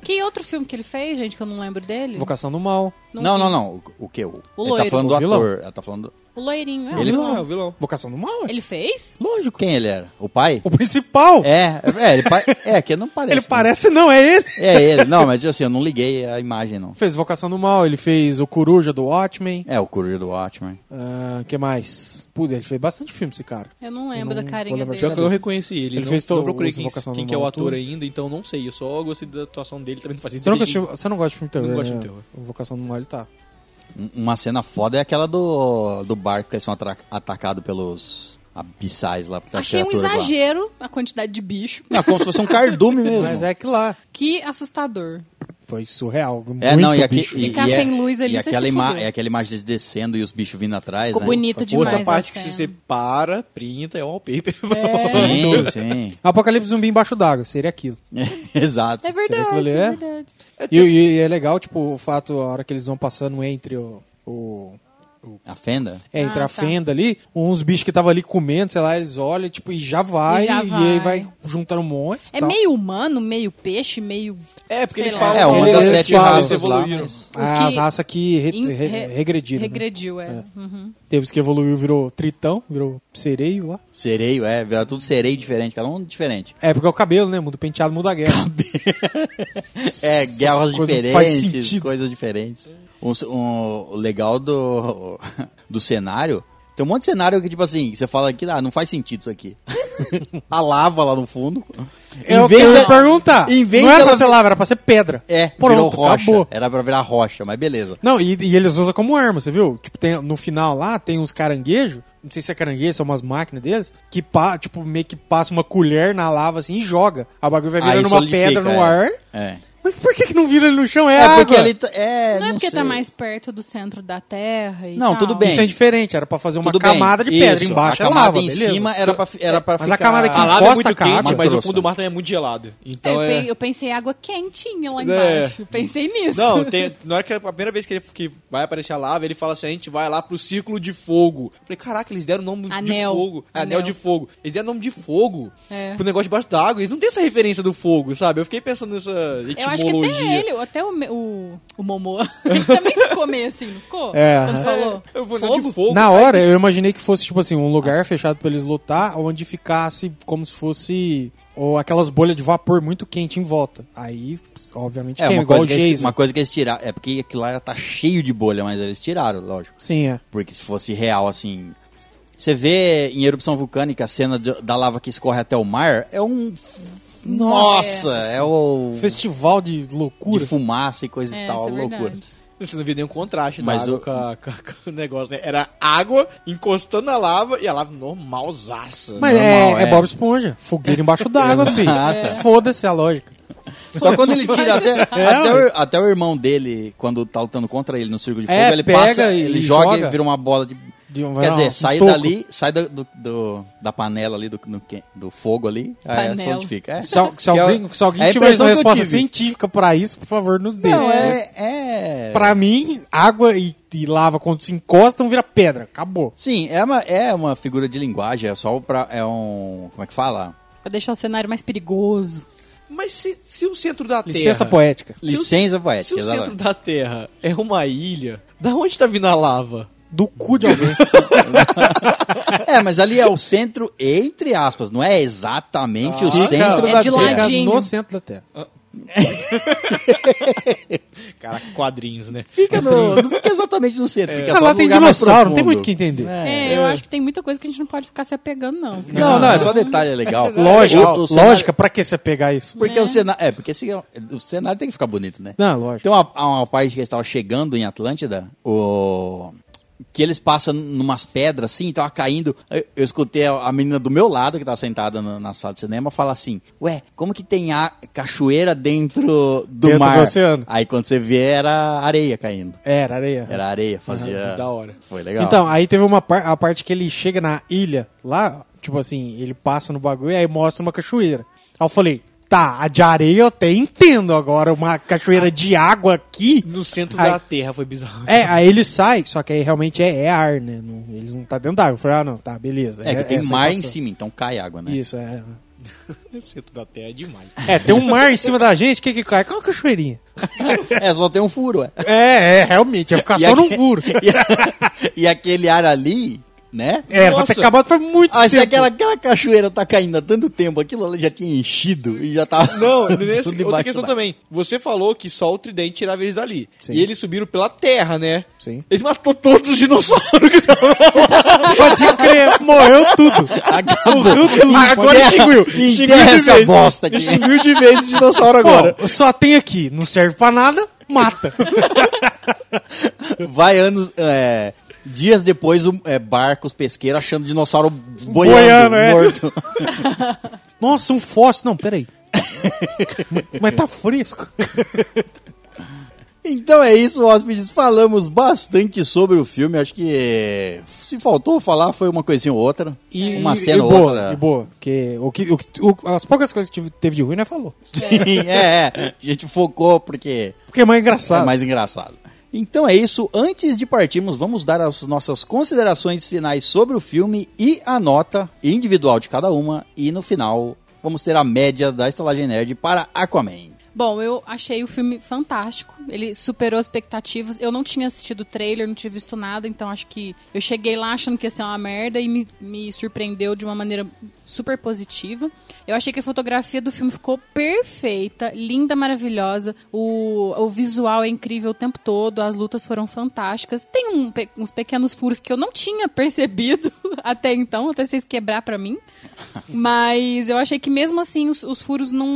que outro filme que ele fez, gente, que eu não lembro dele?
Vocação do mal.
Não,
vi.
não, não, o, o que o,
O
ele
loiro.
tá falando
O
do
vilão.
ator, ela tá falando do-
O loirinho. É,
Ele
o
é
vilão.
o vilão.
Vocação do mal? é
Ele fez?
Lógico.
quem ele era? O pai?
O principal.
É, é, ele pa- é que não parece.
ele
né?
parece, não, é ele.
É ele. Não, mas assim, eu não liguei a imagem não.
Fez Vocação do Mal, ele fez O Coruja do Watchmen.
É o Coruja do Watchman.
O que mais? Puta, ele fez bastante filme, esse cara.
Eu não lembro
Não
da
vou
carinha
lembrar.
Pior que eu
dele.
não reconheci ele.
Ele
não,
fez to-
não procurei
os
quem,
Invocação
quem
do
que é o
Mal
ator
tudo.
ainda, então não sei. Eu só gostei da atuação dele, também não fazia
Você não, gosta de- você não gosta de filme de terror,
Não gosto de
né?
terror.
O Vocação do Mal, ele tá.
Um- Uma cena foda é aquela do, do barco que eles são atra- atacados pelos abissais lá. pelas
Achei um
criaturas lá.
exagero a quantidade de bicho.
é
Não, como se fosse um cardume mesmo.
Mas é que lá.
Que assustador.
foi surreal. Muito
É, não, e, aqui,
bicho.
e,
Ficar
e é-
sem luz ali,
e
você
aquela
se
ima-
fudeu.
é aquela imagem deles descendo e os bichos vindo atrás,
Ficou
né?
bonito demais. assim.
Outra parte
a
que se
cena.
separa, printa, é wallpaper.
Sim, sim.
Apocalipse zumbi embaixo d'água, seria aquilo.
Exato.
É
Será que
verdade,
ele
é
é?
verdade.
E, e é legal, tipo, o fato, a hora que eles vão passando entre o. o-
A fenda?
é, entre
Ah,
a
tá.
fenda ali, uns bichos que estavam ali comendo, sei lá, eles olham, tipo, e já vai,
E
e,
já
aí
vai.
vai juntando um monte. e
É
tal.
meio humano, meio peixe, meio.
É, porque
Sei
eles
lá.
falam
É, uma
Eles
das sete
falam,
raças lá.
evoluíram.
mas-
Os
Ah, As
que
raças que re,
in-
re-
re-
regrediram. né?
Regrediu, é. Uhum.
Teve os que evoluiu, virou tritão, virou sereio lá.
Sereio, é, era tudo sereio diferente, cada um diferente.
É, porque é o cabelo, né? Muda o penteado, muda a guerra.
É, guerras
coisas não faz
diferentes,
sentido.
coisas diferentes. Um, ce- um- o legal do, do cenário. Tem um monte de cenário que, tipo assim, que você fala que ah, não faz sentido isso aqui. a lava lá no fundo.
É o que eu ia perguntar.
em vez
não é era
dela-
pra ser lava, era pra ser pedra.
É, virou
Pronto,
rocha.
acabou.
Era pra virar rocha, mas beleza.
Não, e, e eles usam como arma, você viu? Tipo, tem, no final lá tem uns caranguejos, não sei se é caranguejo, são umas máquinas deles, que pa, tipo, meio que passa uma colher na lava assim e joga. A bagulho vai virando uma
solidifica,
pedra
é.
no ar.
É.
Mas por que, que não vira ele no chão? É,
É porque
água.
ele. tá- É,
Não é porque tá
sei.
mais perto do centro da Terra e
Não,
tal.
tudo bem.
Isso é diferente, era pra fazer uma
Tudo bem.
camada de pedra.
Isso,
Embaixo
a
é
camada
lava,
em
beleza. É,
cima era pra, fi- era pra
Mas a
ficar...
camada que
A lava é
encosta
muito
a capa.
quente, mas o
Grossa.
fundo do mar também é muito gelado.
É, eu,
Então
pe-
é...
eu pensei em água quentinha lá
É.
embaixo. Pensei nisso.
Não, tem, na hora que é a primeira vez que, ele, que vai aparecer a lava, ele fala assim: a gente vai lá pro círculo de fogo. Eu falei, caraca, eles deram nome de
Anel.
fogo. É, Anel.
Anel.
de fogo. Eles deram nome de fogo
É.
pro negócio debaixo d'água. Eles não têm essa referência do fogo, sabe? Eu fiquei pensando nessa
Eu acho que até
etimologia.
ele, até o, me- o, o Momô, ele também ficou meio assim, não ficou?
É.
Quando falou.
Eu vou
fogo?
fogo? de fogo.
Na hora, eu imaginei que fosse, tipo assim, um lugar fechado pra eles lutar, onde ficasse como se fosse ou aquelas bolhas de vapor muito quente em volta. Aí, obviamente,
É,
queima,
uma
igual
coisa,
o
que eles,
Jason.
uma coisa que eles tiraram. É porque aquilo lá tá cheio de bolha, mas eles tiraram, lógico.
Sim, é.
Porque se fosse real, assim. Você vê em erupção vulcânica a cena de- da lava que escorre até o mar, é um. Nossa! é o.
Festival de
De
loucura.
fumaça e coisa e
É,
tal,
isso é
loucura.
verdade.
Você não viu nenhum contraste
Mas
da água
o-
com, a- com a- com o negócio, né? Era água encostando na lava e a lava normalzaça.
Mas
Normal,
é, é
é. Ah, tá.
Bob Esponja. Fogueira embaixo d'água, filho. Foda-se a lógica.
Só quando ele tira até, até,
ué.
o, até o irmão dele, quando tá lutando contra ele no círculo de fogo,
É,
ele
pega
passa,
e
ele joga,
joga.
e vira uma bola de.
De um-
Quer
não, um
dizer, sai
toco.
dali, sai do, do- do- da panela ali, do, no que- do fogo ali, é,
Panela.
solidifica. É.
Se, al-
Que
se
é o-
alguém, se alguém
é a
tiver
impressão que
uma
eu
resposta assim,
tive.
científica pra isso, por favor, nos dê.
Não, é. é...
Pra mim, água e, e lava, quando se encostam, vira pedra. Acabou.
Sim, é uma, é uma figura de linguagem, é só pra. É um. Como é que fala?
Pra deixar o cenário mais perigoso.
Mas se, se o centro da
Licença
Terra...
poética.
Se o-
Licença poética,
Se o
exatamente.
centro da Terra é uma ilha, da onde tá vindo a lava?
Do cu de alguém.
É, mas ali é o centro, entre aspas, não é exatamente o centro
Ah, Fica-
da
É de
Terra.
fica
ladinho.
No centro da Terra.
Caraca, quadrinhos, né?
É
Fica no- não fica exatamente no centro, fica
Ah,
só
lá
no
tem
lugar mais
dinossauro, não tem
profundo.
muito o que entender.
É, eu acho que tem muita coisa que a gente não pode ficar se apegando, não.
Não, não, é só detalhe é legal.
Lógica,
O- o cenário-
lógica, pra que você pegar isso?
Porque o cenário. É, porque esse é um- o cenário tem que ficar bonito, né?
Não, lógico.
Tem uma, uma parte que eles estavam chegando em Atlântida, o... que eles passam numas pedras assim, tava caindo. Eu, eu escutei a, a menina do meu lado, que tava sentada na, na sala de cinema, falar assim: Ué, como que tem a cachoeira dentro do
Dentro
mar?
do oceano.
Aí quando você vê, era areia caindo.
Era, areia.
Era areia, fazia.
da hora.
Foi legal.
Então, aí teve uma par- a parte que ele chega na ilha, lá, tipo assim, ele passa no bagulho e aí mostra uma cachoeira. Aí eu falei, tá, a de areia eu até entendo agora, uma cachoeira de água aqui.
No centro
Ai.
da Terra foi bizarro.
É, aí ele sai, só que aí realmente é, é ar, né? Não, eles não tá dentro d'água. Eu falei, ah, não, tá, beleza.
é que tem
essa
mar em
passou.
cima, então cai água, né?
Isso, é.
No centro da Terra é demais.
É, tem um mar em cima da gente, o que que cai? Qual uma cachoeirinha?
É, só tem um furo, é.
É, é, realmente, ia ficar
E
só num
aque-
furo.
e a- e aquele ar ali, né?
Era pra
Nossa.
É, ter acabado foi muito
Ah, se
tempo.
aquela, aquela cachoeira tá caindo há tanto tempo, aquilo ali já tinha enchido e já tava.
Não,
tudo
nesse, outra
embaixo
questão
da-
também. Você falou que só o Tridente tirava eles dali.
Sim.
E eles subiram pela Terra, né?
Sim.
Eles matou todos os dinossauros que estavam
Pode crer, morreu tudo.
Acabou.
Morreu tudo.
Agora
Enterra-
extinguiu. Extinguiu
enterra
de
essa
vez.
bosta aqui.
Extinguiu de vez os dinossauros agora.
Pô, só tem aqui, não serve pra nada, mata.
Vai anos. é, dias depois, o, é, barcos, pesqueiros achando dinossauro boiando,
Boiando, é.
morto.
Nossa, um fóssil. Não, peraí. Mas tá fresco.
Então é isso, hóspedes. Falamos bastante sobre o filme. Acho que eh, se faltou falar foi uma coisinha ou outra. uma cena
e
ou
boa,
outra.
E boa, porque o que, o que- o- as poucas coisas que tive- teve de ruim, né, falou.
Sim, é, é. A gente focou porque
Porque é mais engraçado.
é mais engraçado. Então é isso. Antes de partirmos, vamos dar as nossas considerações finais sobre o filme e a nota individual de cada uma. E no final, vamos ter a média da Estalagem Nerd para Aquaman.
Bom, eu achei o filme fantástico. Ele superou as expectativas. Eu não tinha assistido o trailer, não tinha visto nada, então acho que eu cheguei lá achando que ia ser uma merda e me, me surpreendeu de uma maneira super positiva. Eu achei que a fotografia do filme ficou perfeita, linda, maravilhosa. O, o visual é incrível o tempo todo, as lutas foram fantásticas. Tem um pe- uns pequenos furos que eu não tinha percebido até então, até vocês quebrar pra mim. Mas eu achei que mesmo assim os, os furos não,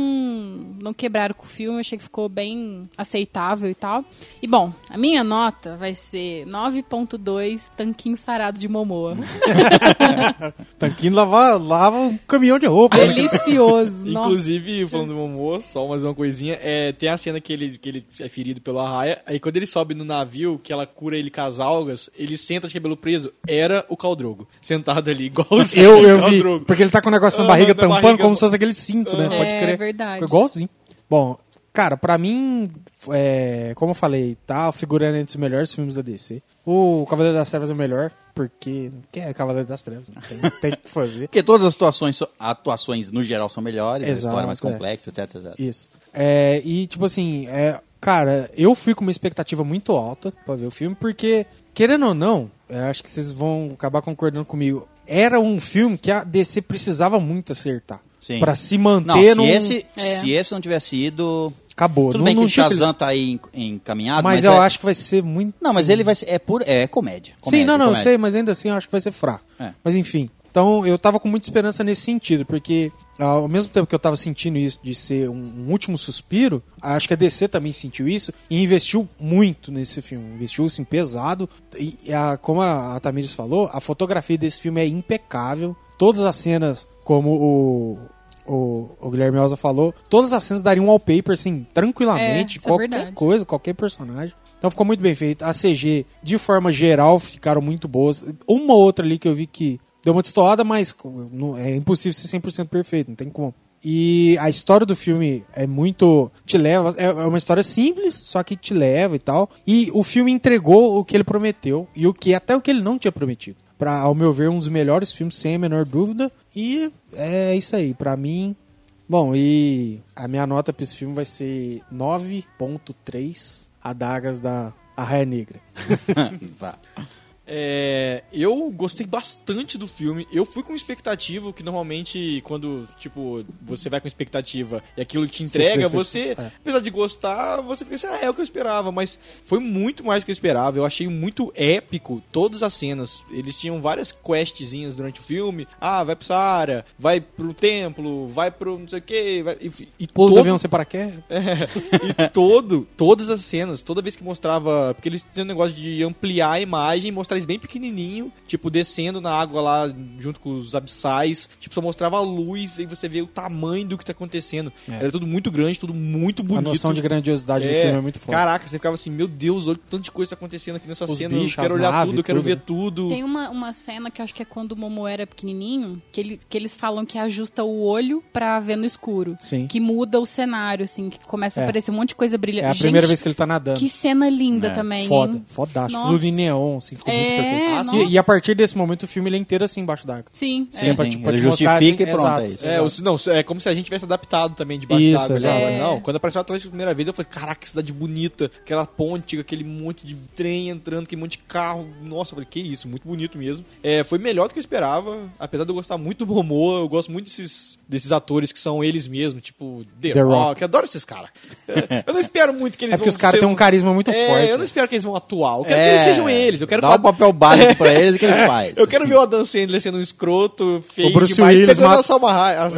não quebraram com o filme, eu achei que ficou bem aceitável e tal. E bom, a minha nota vai ser 9.2 tanquinho sarado de Momoa.
Tanquinho lava, lava um caminhão de roupa.
Delicioso. nossa.
Inclusive, falando do Momoa, só mais uma coisinha, é, tem a cena que ele, que ele é ferido pelo arraia, aí quando ele sobe no navio, que ela cura ele com as algas, ele senta de cabelo preso, era o Caldrogo, sentado ali, igualzinho
Eu,
o
eu
Khal
vi,
Drogo.
porque ele tá com o negócio na
Ah,
barriga
na
tampando
barriga.
como se fosse aquele cinto, né?
Ah.
Pode
É,
crer.
verdade.
Ficou Igualzinho. Bom, cara, pra mim, é, como eu falei, tá figurando entre os melhores filmes da DC. O Cavaleiro das Trevas é o melhor, porque... Quem é Cavaleiro das Trevas? Não Tem, tem o que fazer.
Porque todas as atuações, atuações no geral são melhores,
Exato,
a história é mais
é.
complexa, etc, etc.
Isso. É, e, tipo assim, é, cara, eu fui com uma expectativa muito alta pra ver o filme, porque, querendo ou não, eu acho que vocês vão acabar concordando comigo. Era um filme que a DC precisava muito acertar.
Sim.
Pra se
Não,
manter
se,
num-
esse,
É.
se esse não tivesse ido...
Acabou.
Tudo
não,
bem
não
que o
tinha
Shazam tá aí en- encaminhado,
Mas,
mas,
eu
é-
acho que vai ser muito.
Não, mas ele vai ser... É, puro, é comédia.
Sim,
comédia,
não, não, eu
comédia.
sei, mas ainda assim eu acho que vai ser fraco.
É.
Mas enfim. Então eu tava com muita esperança nesse sentido, porque ao mesmo tempo que eu tava sentindo isso de ser um, um último suspiro, acho que a DC também sentiu isso e investiu muito nesse filme. Investiu assim pesado. E, e a- como a, a Tamires falou, a fotografia desse filme é impecável. Todas as cenas, como o. O, o Guilherme Alza falou, todas as cenas dariam um wallpaper, assim, tranquilamente,
isso é
qualquer
verdade.
coisa, qualquer personagem. Então ficou muito bem feito. A CG, de forma geral, ficaram muito boas. Uma outra ali que eu vi que deu uma destoada, mas não- é impossível ser 100% perfeito, não tem como. E a história do filme é muito. te leva. É é uma história simples, só que te leva e tal. E o filme entregou o que ele prometeu e o que até o que ele não tinha prometido. Pra, ao meu ver, um dos melhores filmes, sem a menor dúvida. E é isso aí. Pra mim, Bom, e a minha nota pra esse filme vai ser 9.3 adagas da Arraia Negra.
Tá.
É, eu gostei bastante do filme. Eu fui com expectativa, que normalmente quando, tipo, você vai com expectativa e aquilo te
Você
entrega,
se decep-
você,
é.
apesar de gostar, você fica assim, ah, é o que eu esperava. Mas foi muito mais do que eu esperava. Eu achei muito épico todas as cenas. Eles tinham várias questzinhas durante o filme. Ah, vai pro Saara, vai pro templo, vai pro não sei o que. Vai... E, e
Pulo do
todo-
avião um sem paraquedas.
É e todo, todas as cenas, toda vez que mostrava. Porque eles têm um negócio de ampliar a imagem e mostrar eles bem pequenininho, tipo, descendo na água lá junto com os abissais. Tipo, só mostrava a luz e você vê o tamanho do que tá acontecendo. Era tudo muito grande, tudo muito
É. A
bonito.
noção de grandiosidade do
É,
filme é muito forte.
Caraca, você ficava assim, meu Deus, olha o tanto de coisa tá acontecendo aqui nessa
Os
cena.
bichos,
eu quero
as
olhar
naves,
tudo, eu quero
tudo,
ver
né?
tudo.
Tem uma, uma cena que eu acho que é quando o Momo era pequenininho, que, ele, que eles falam que ajusta o olho pra ver no escuro.
Sim.
Que muda o cenário, assim, que começa
É.
a aparecer um monte de coisa brilhante.
É a primeira vez que ele tá nadando.
Que cena linda também, hein?
Foda, fodástico.
Nossa.
Luz em neon, assim, ficou muito
É,
perfeito.
nossa.
E, e a partir desse momento o filme ele é inteiro assim embaixo d'água.
Sim,
Sim,
é.
pra
sim.
te- pra
Ele
te mostrar,
justifica
assim,
e pronto,
exato.
é isso.
É, o- não, é como se a gente tivesse adaptado também debaixo
Isso,
d'água.
exato.
né?
É.
Não, quando apareceu a Atlântica a primeira vez, eu falei, caraca, que cidade bonita, aquela ponte, aquele monte de trem entrando, aquele monte de carro. Nossa, eu falei, que isso, muito bonito mesmo. É, foi melhor do que eu esperava, apesar de eu gostar muito do Momoa, eu gosto muito desses, desses atores que são eles mesmos, tipo The,
The
Rock,
Rock.
eu adoro esses caras. É, Eu não espero muito que eles
É porque
vão
os caras
ser
têm um carisma muito
É,
forte.
eu não
né?
espero que eles vão atuar. Eu quero
É,
que eles sejam eles. Eu quero
dá
que
o papel básico pra eles, o que eles fazem?
Eu quero ver o Adam Sandler sendo um escroto, feio
O Bruce
demais,
Willis
pegando
mata-
a Salma Hayek.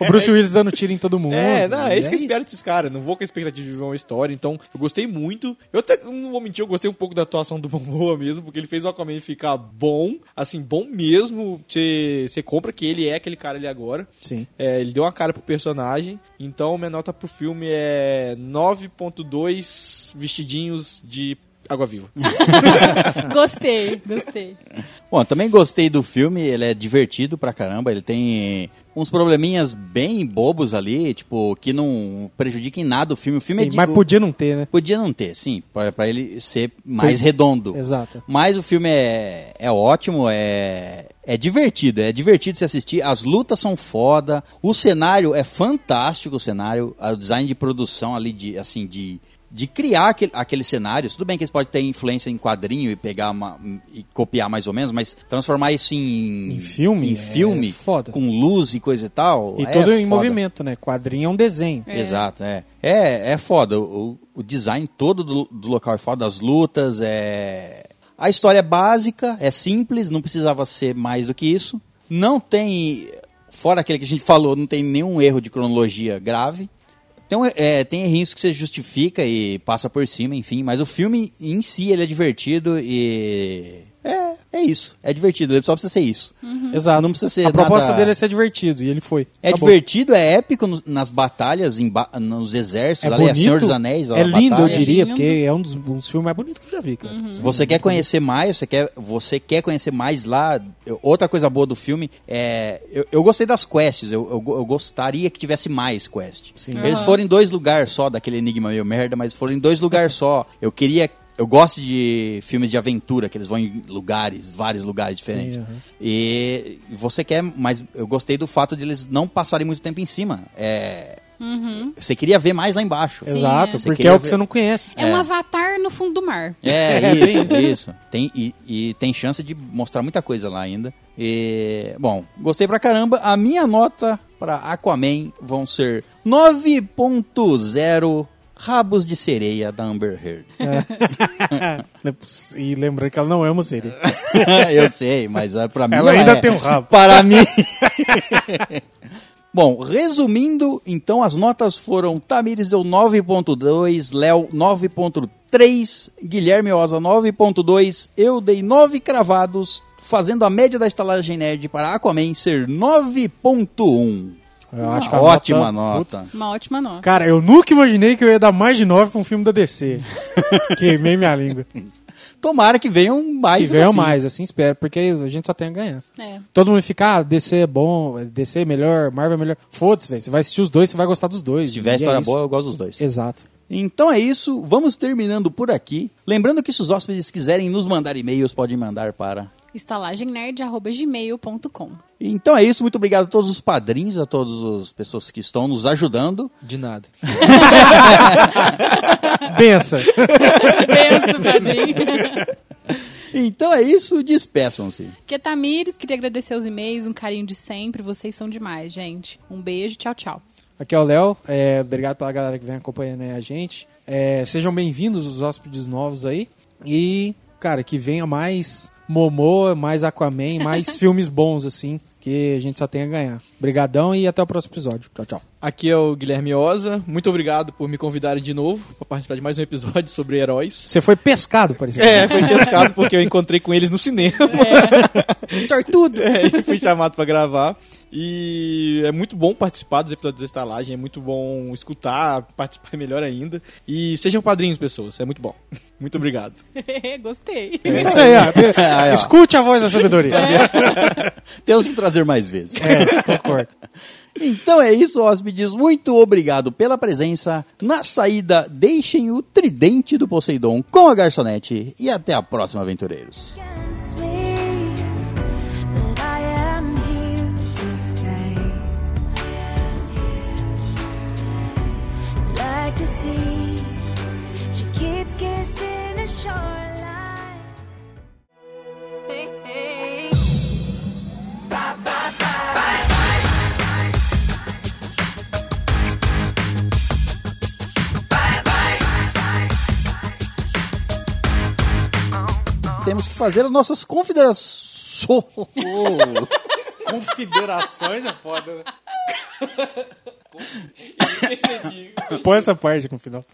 O Bruce Willis dando tiro em todo mundo.
É, não, é isso que eu
isso.
espero desses caras. Não vou com a expectativa de viver uma história, então eu gostei muito. Eu até não vou mentir, eu gostei um pouco da atuação do Momoa mesmo, porque ele fez o Aquaman ficar bom, assim, bom mesmo. Você você compra que ele é aquele cara ali agora.
Sim.
É, ele deu uma cara pro personagem. Então, minha nota pro filme é 9.2 vestidinhos de água-viva.
Gostei, gostei.
Bom, eu também gostei do filme, ele é divertido pra caramba, ele tem uns probleminhas bem bobos ali, tipo, que não prejudica em nada o filme. O filme é
Sim,
de-
mas podia não ter, né?
podia não ter, sim, pra pra ele ser mais
Pois-
redondo.
Exato.
Mas o filme é, é ótimo, é, é divertido, é divertido se assistir, as lutas são foda, o cenário é fantástico, o cenário, a- o design de produção ali, de, assim, de, de criar aquele, aquele cenário, tudo bem que eles podem ter influência em quadrinho e pegar uma- e copiar mais ou menos, mas transformar isso em,
Em filme?
em filme,
É foda.
com luz e coisa e tal,
E
é
todo em
foda.
movimento, né? Quadrinho é um desenho.
É.
Exato, é. É, é foda. O, o design todo do, do local é foda, as lutas, é. A história é básica, é simples, não precisava ser mais do que isso. Não tem. Fora aquele que a gente falou, não tem nenhum erro de cronologia grave. Tem, um- é, tem errinhos que você justifica e passa por cima, enfim, mas o filme em si ele é divertido e. É, é isso. É divertido, ele só precisa ser isso.
Uhum.
Tá,
Exato.
Não precisa ser
A proposta
nada-
dele é ser divertido, e ele foi.
É
Acabou.
divertido, é épico no- nas batalhas, em ba- nos exércitos, ali, é Senhor dos Anéis.
é
a
lindo, eu
batalha.
diria,
É lindo. Uhum.
porque é um dos, um dos filmes mais bonitos que eu já vi, cara.
Você quer conhecer mais, você quer, você quer conhecer mais lá. Eu- Outra coisa boa do filme é. Eu, eu gostei das quests, eu, eu go- eu gostaria que tivesse mais quest.
Sim.
Eles foram em dois lugares só, daquele enigma meio merda, mas foram em dois lugares só. Eu queria. Eu gosto de filmes de aventura, que eles vão em lugares, vários lugares diferentes.
aham.
E você quer, mas eu gostei do fato de eles não passarem muito tempo em cima. É, Você queria ver mais lá embaixo.
Exato,
é. Você
porque é
queria
o que
ver-
você não conhece.
É, um avatar no fundo do mar.
É,
É, bem
isso, isso. Tem, e, e tem chance de mostrar muita coisa lá ainda. E, bom, gostei pra caramba. A minha nota pra Aquaman vão ser 9.0 rabos de sereia da Amber Heard.
é E lembrando que ela não é uma série.
Eu sei, mas é, pra mim
Ela ainda
é.
tem um rabo.
Para mim... Bom, resumindo, então as notas foram Tamires deu 9.2, Léo 9.3, Guilherme Oza 9.2, eu dei 9 cravados, fazendo a média da estalagem nerd para Aquaman ser 9.1.
Eu acho que a
Ah, Ótima nota.
Putz.
Uma ótima nota.
Cara, eu nunca imaginei que eu ia dar mais de 9 pra um filme da DC. Queimei minha língua.
Tomara que venham mais.
Que venham
assim.
mais, assim espero, porque a gente só tem a ganhar.
É.
Todo mundo fica, ah, DC é bom, DC é melhor, Marvel é melhor. Foda-se, velho. Você vai assistir os dois, você vai gostar dos dois.
Se tiver
E é
história
isso.
boa, eu gosto dos dois.
Exato.
Então é isso, vamos terminando por aqui. Lembrando que se os hóspedes quiserem nos mandar e-mails, podem mandar para.
estalagemnerd.gmail.com
Então é isso, muito obrigado a todos os padrinhos, a todas as pessoas que estão nos ajudando.
De nada.
Pensa.
Benção, padrinho.
Então é isso, despeçam-se.
Que Tamires, queria agradecer os e-mails, um carinho de sempre. Vocês são demais, gente. Um beijo, tchau, tchau.
Aqui é o Léo. É, obrigado pela galera que vem acompanhando aí a gente. É, sejam bem-vindos os hóspedes novos aí. E, cara, que venha mais Momoa, mais Aquaman, mais filmes bons, assim, que a gente só tem a ganhar. Obrigadão e até o próximo episódio. Tchau, tchau.
Aqui é o Guilherme Oza. Muito obrigado por me convidarem de novo para participar de mais um episódio sobre heróis.
Você foi pescado, parecia.
É, foi pescado porque eu encontrei com eles no cinema.
Sortudo!
É, e fui chamado pra gravar. E é muito bom participar dos episódios da estalagem, é muito bom escutar, participar é melhor ainda. E sejam padrinhos, pessoas, é muito bom. Muito obrigado.
Gostei.
É isso aí, ó.
Aí, ó,
Escute a voz da sabedoria.
Temos que trazer mais vezes.
É, concordo.
Então é isso, hóspedes. Muito obrigado pela presença. Na saída, deixem o tridente do Poseidon com a garçonete. E até a próxima, aventureiros.
against me, but I am here to stay. Like the sea, she keeps kissing the shoreline. Hey, hey. Bye, bye, bye. Bye, bye, bye. Oh, oh.
temos que fazer as nossas confederações.
Confederações é foda, né? Põe essa parte no final.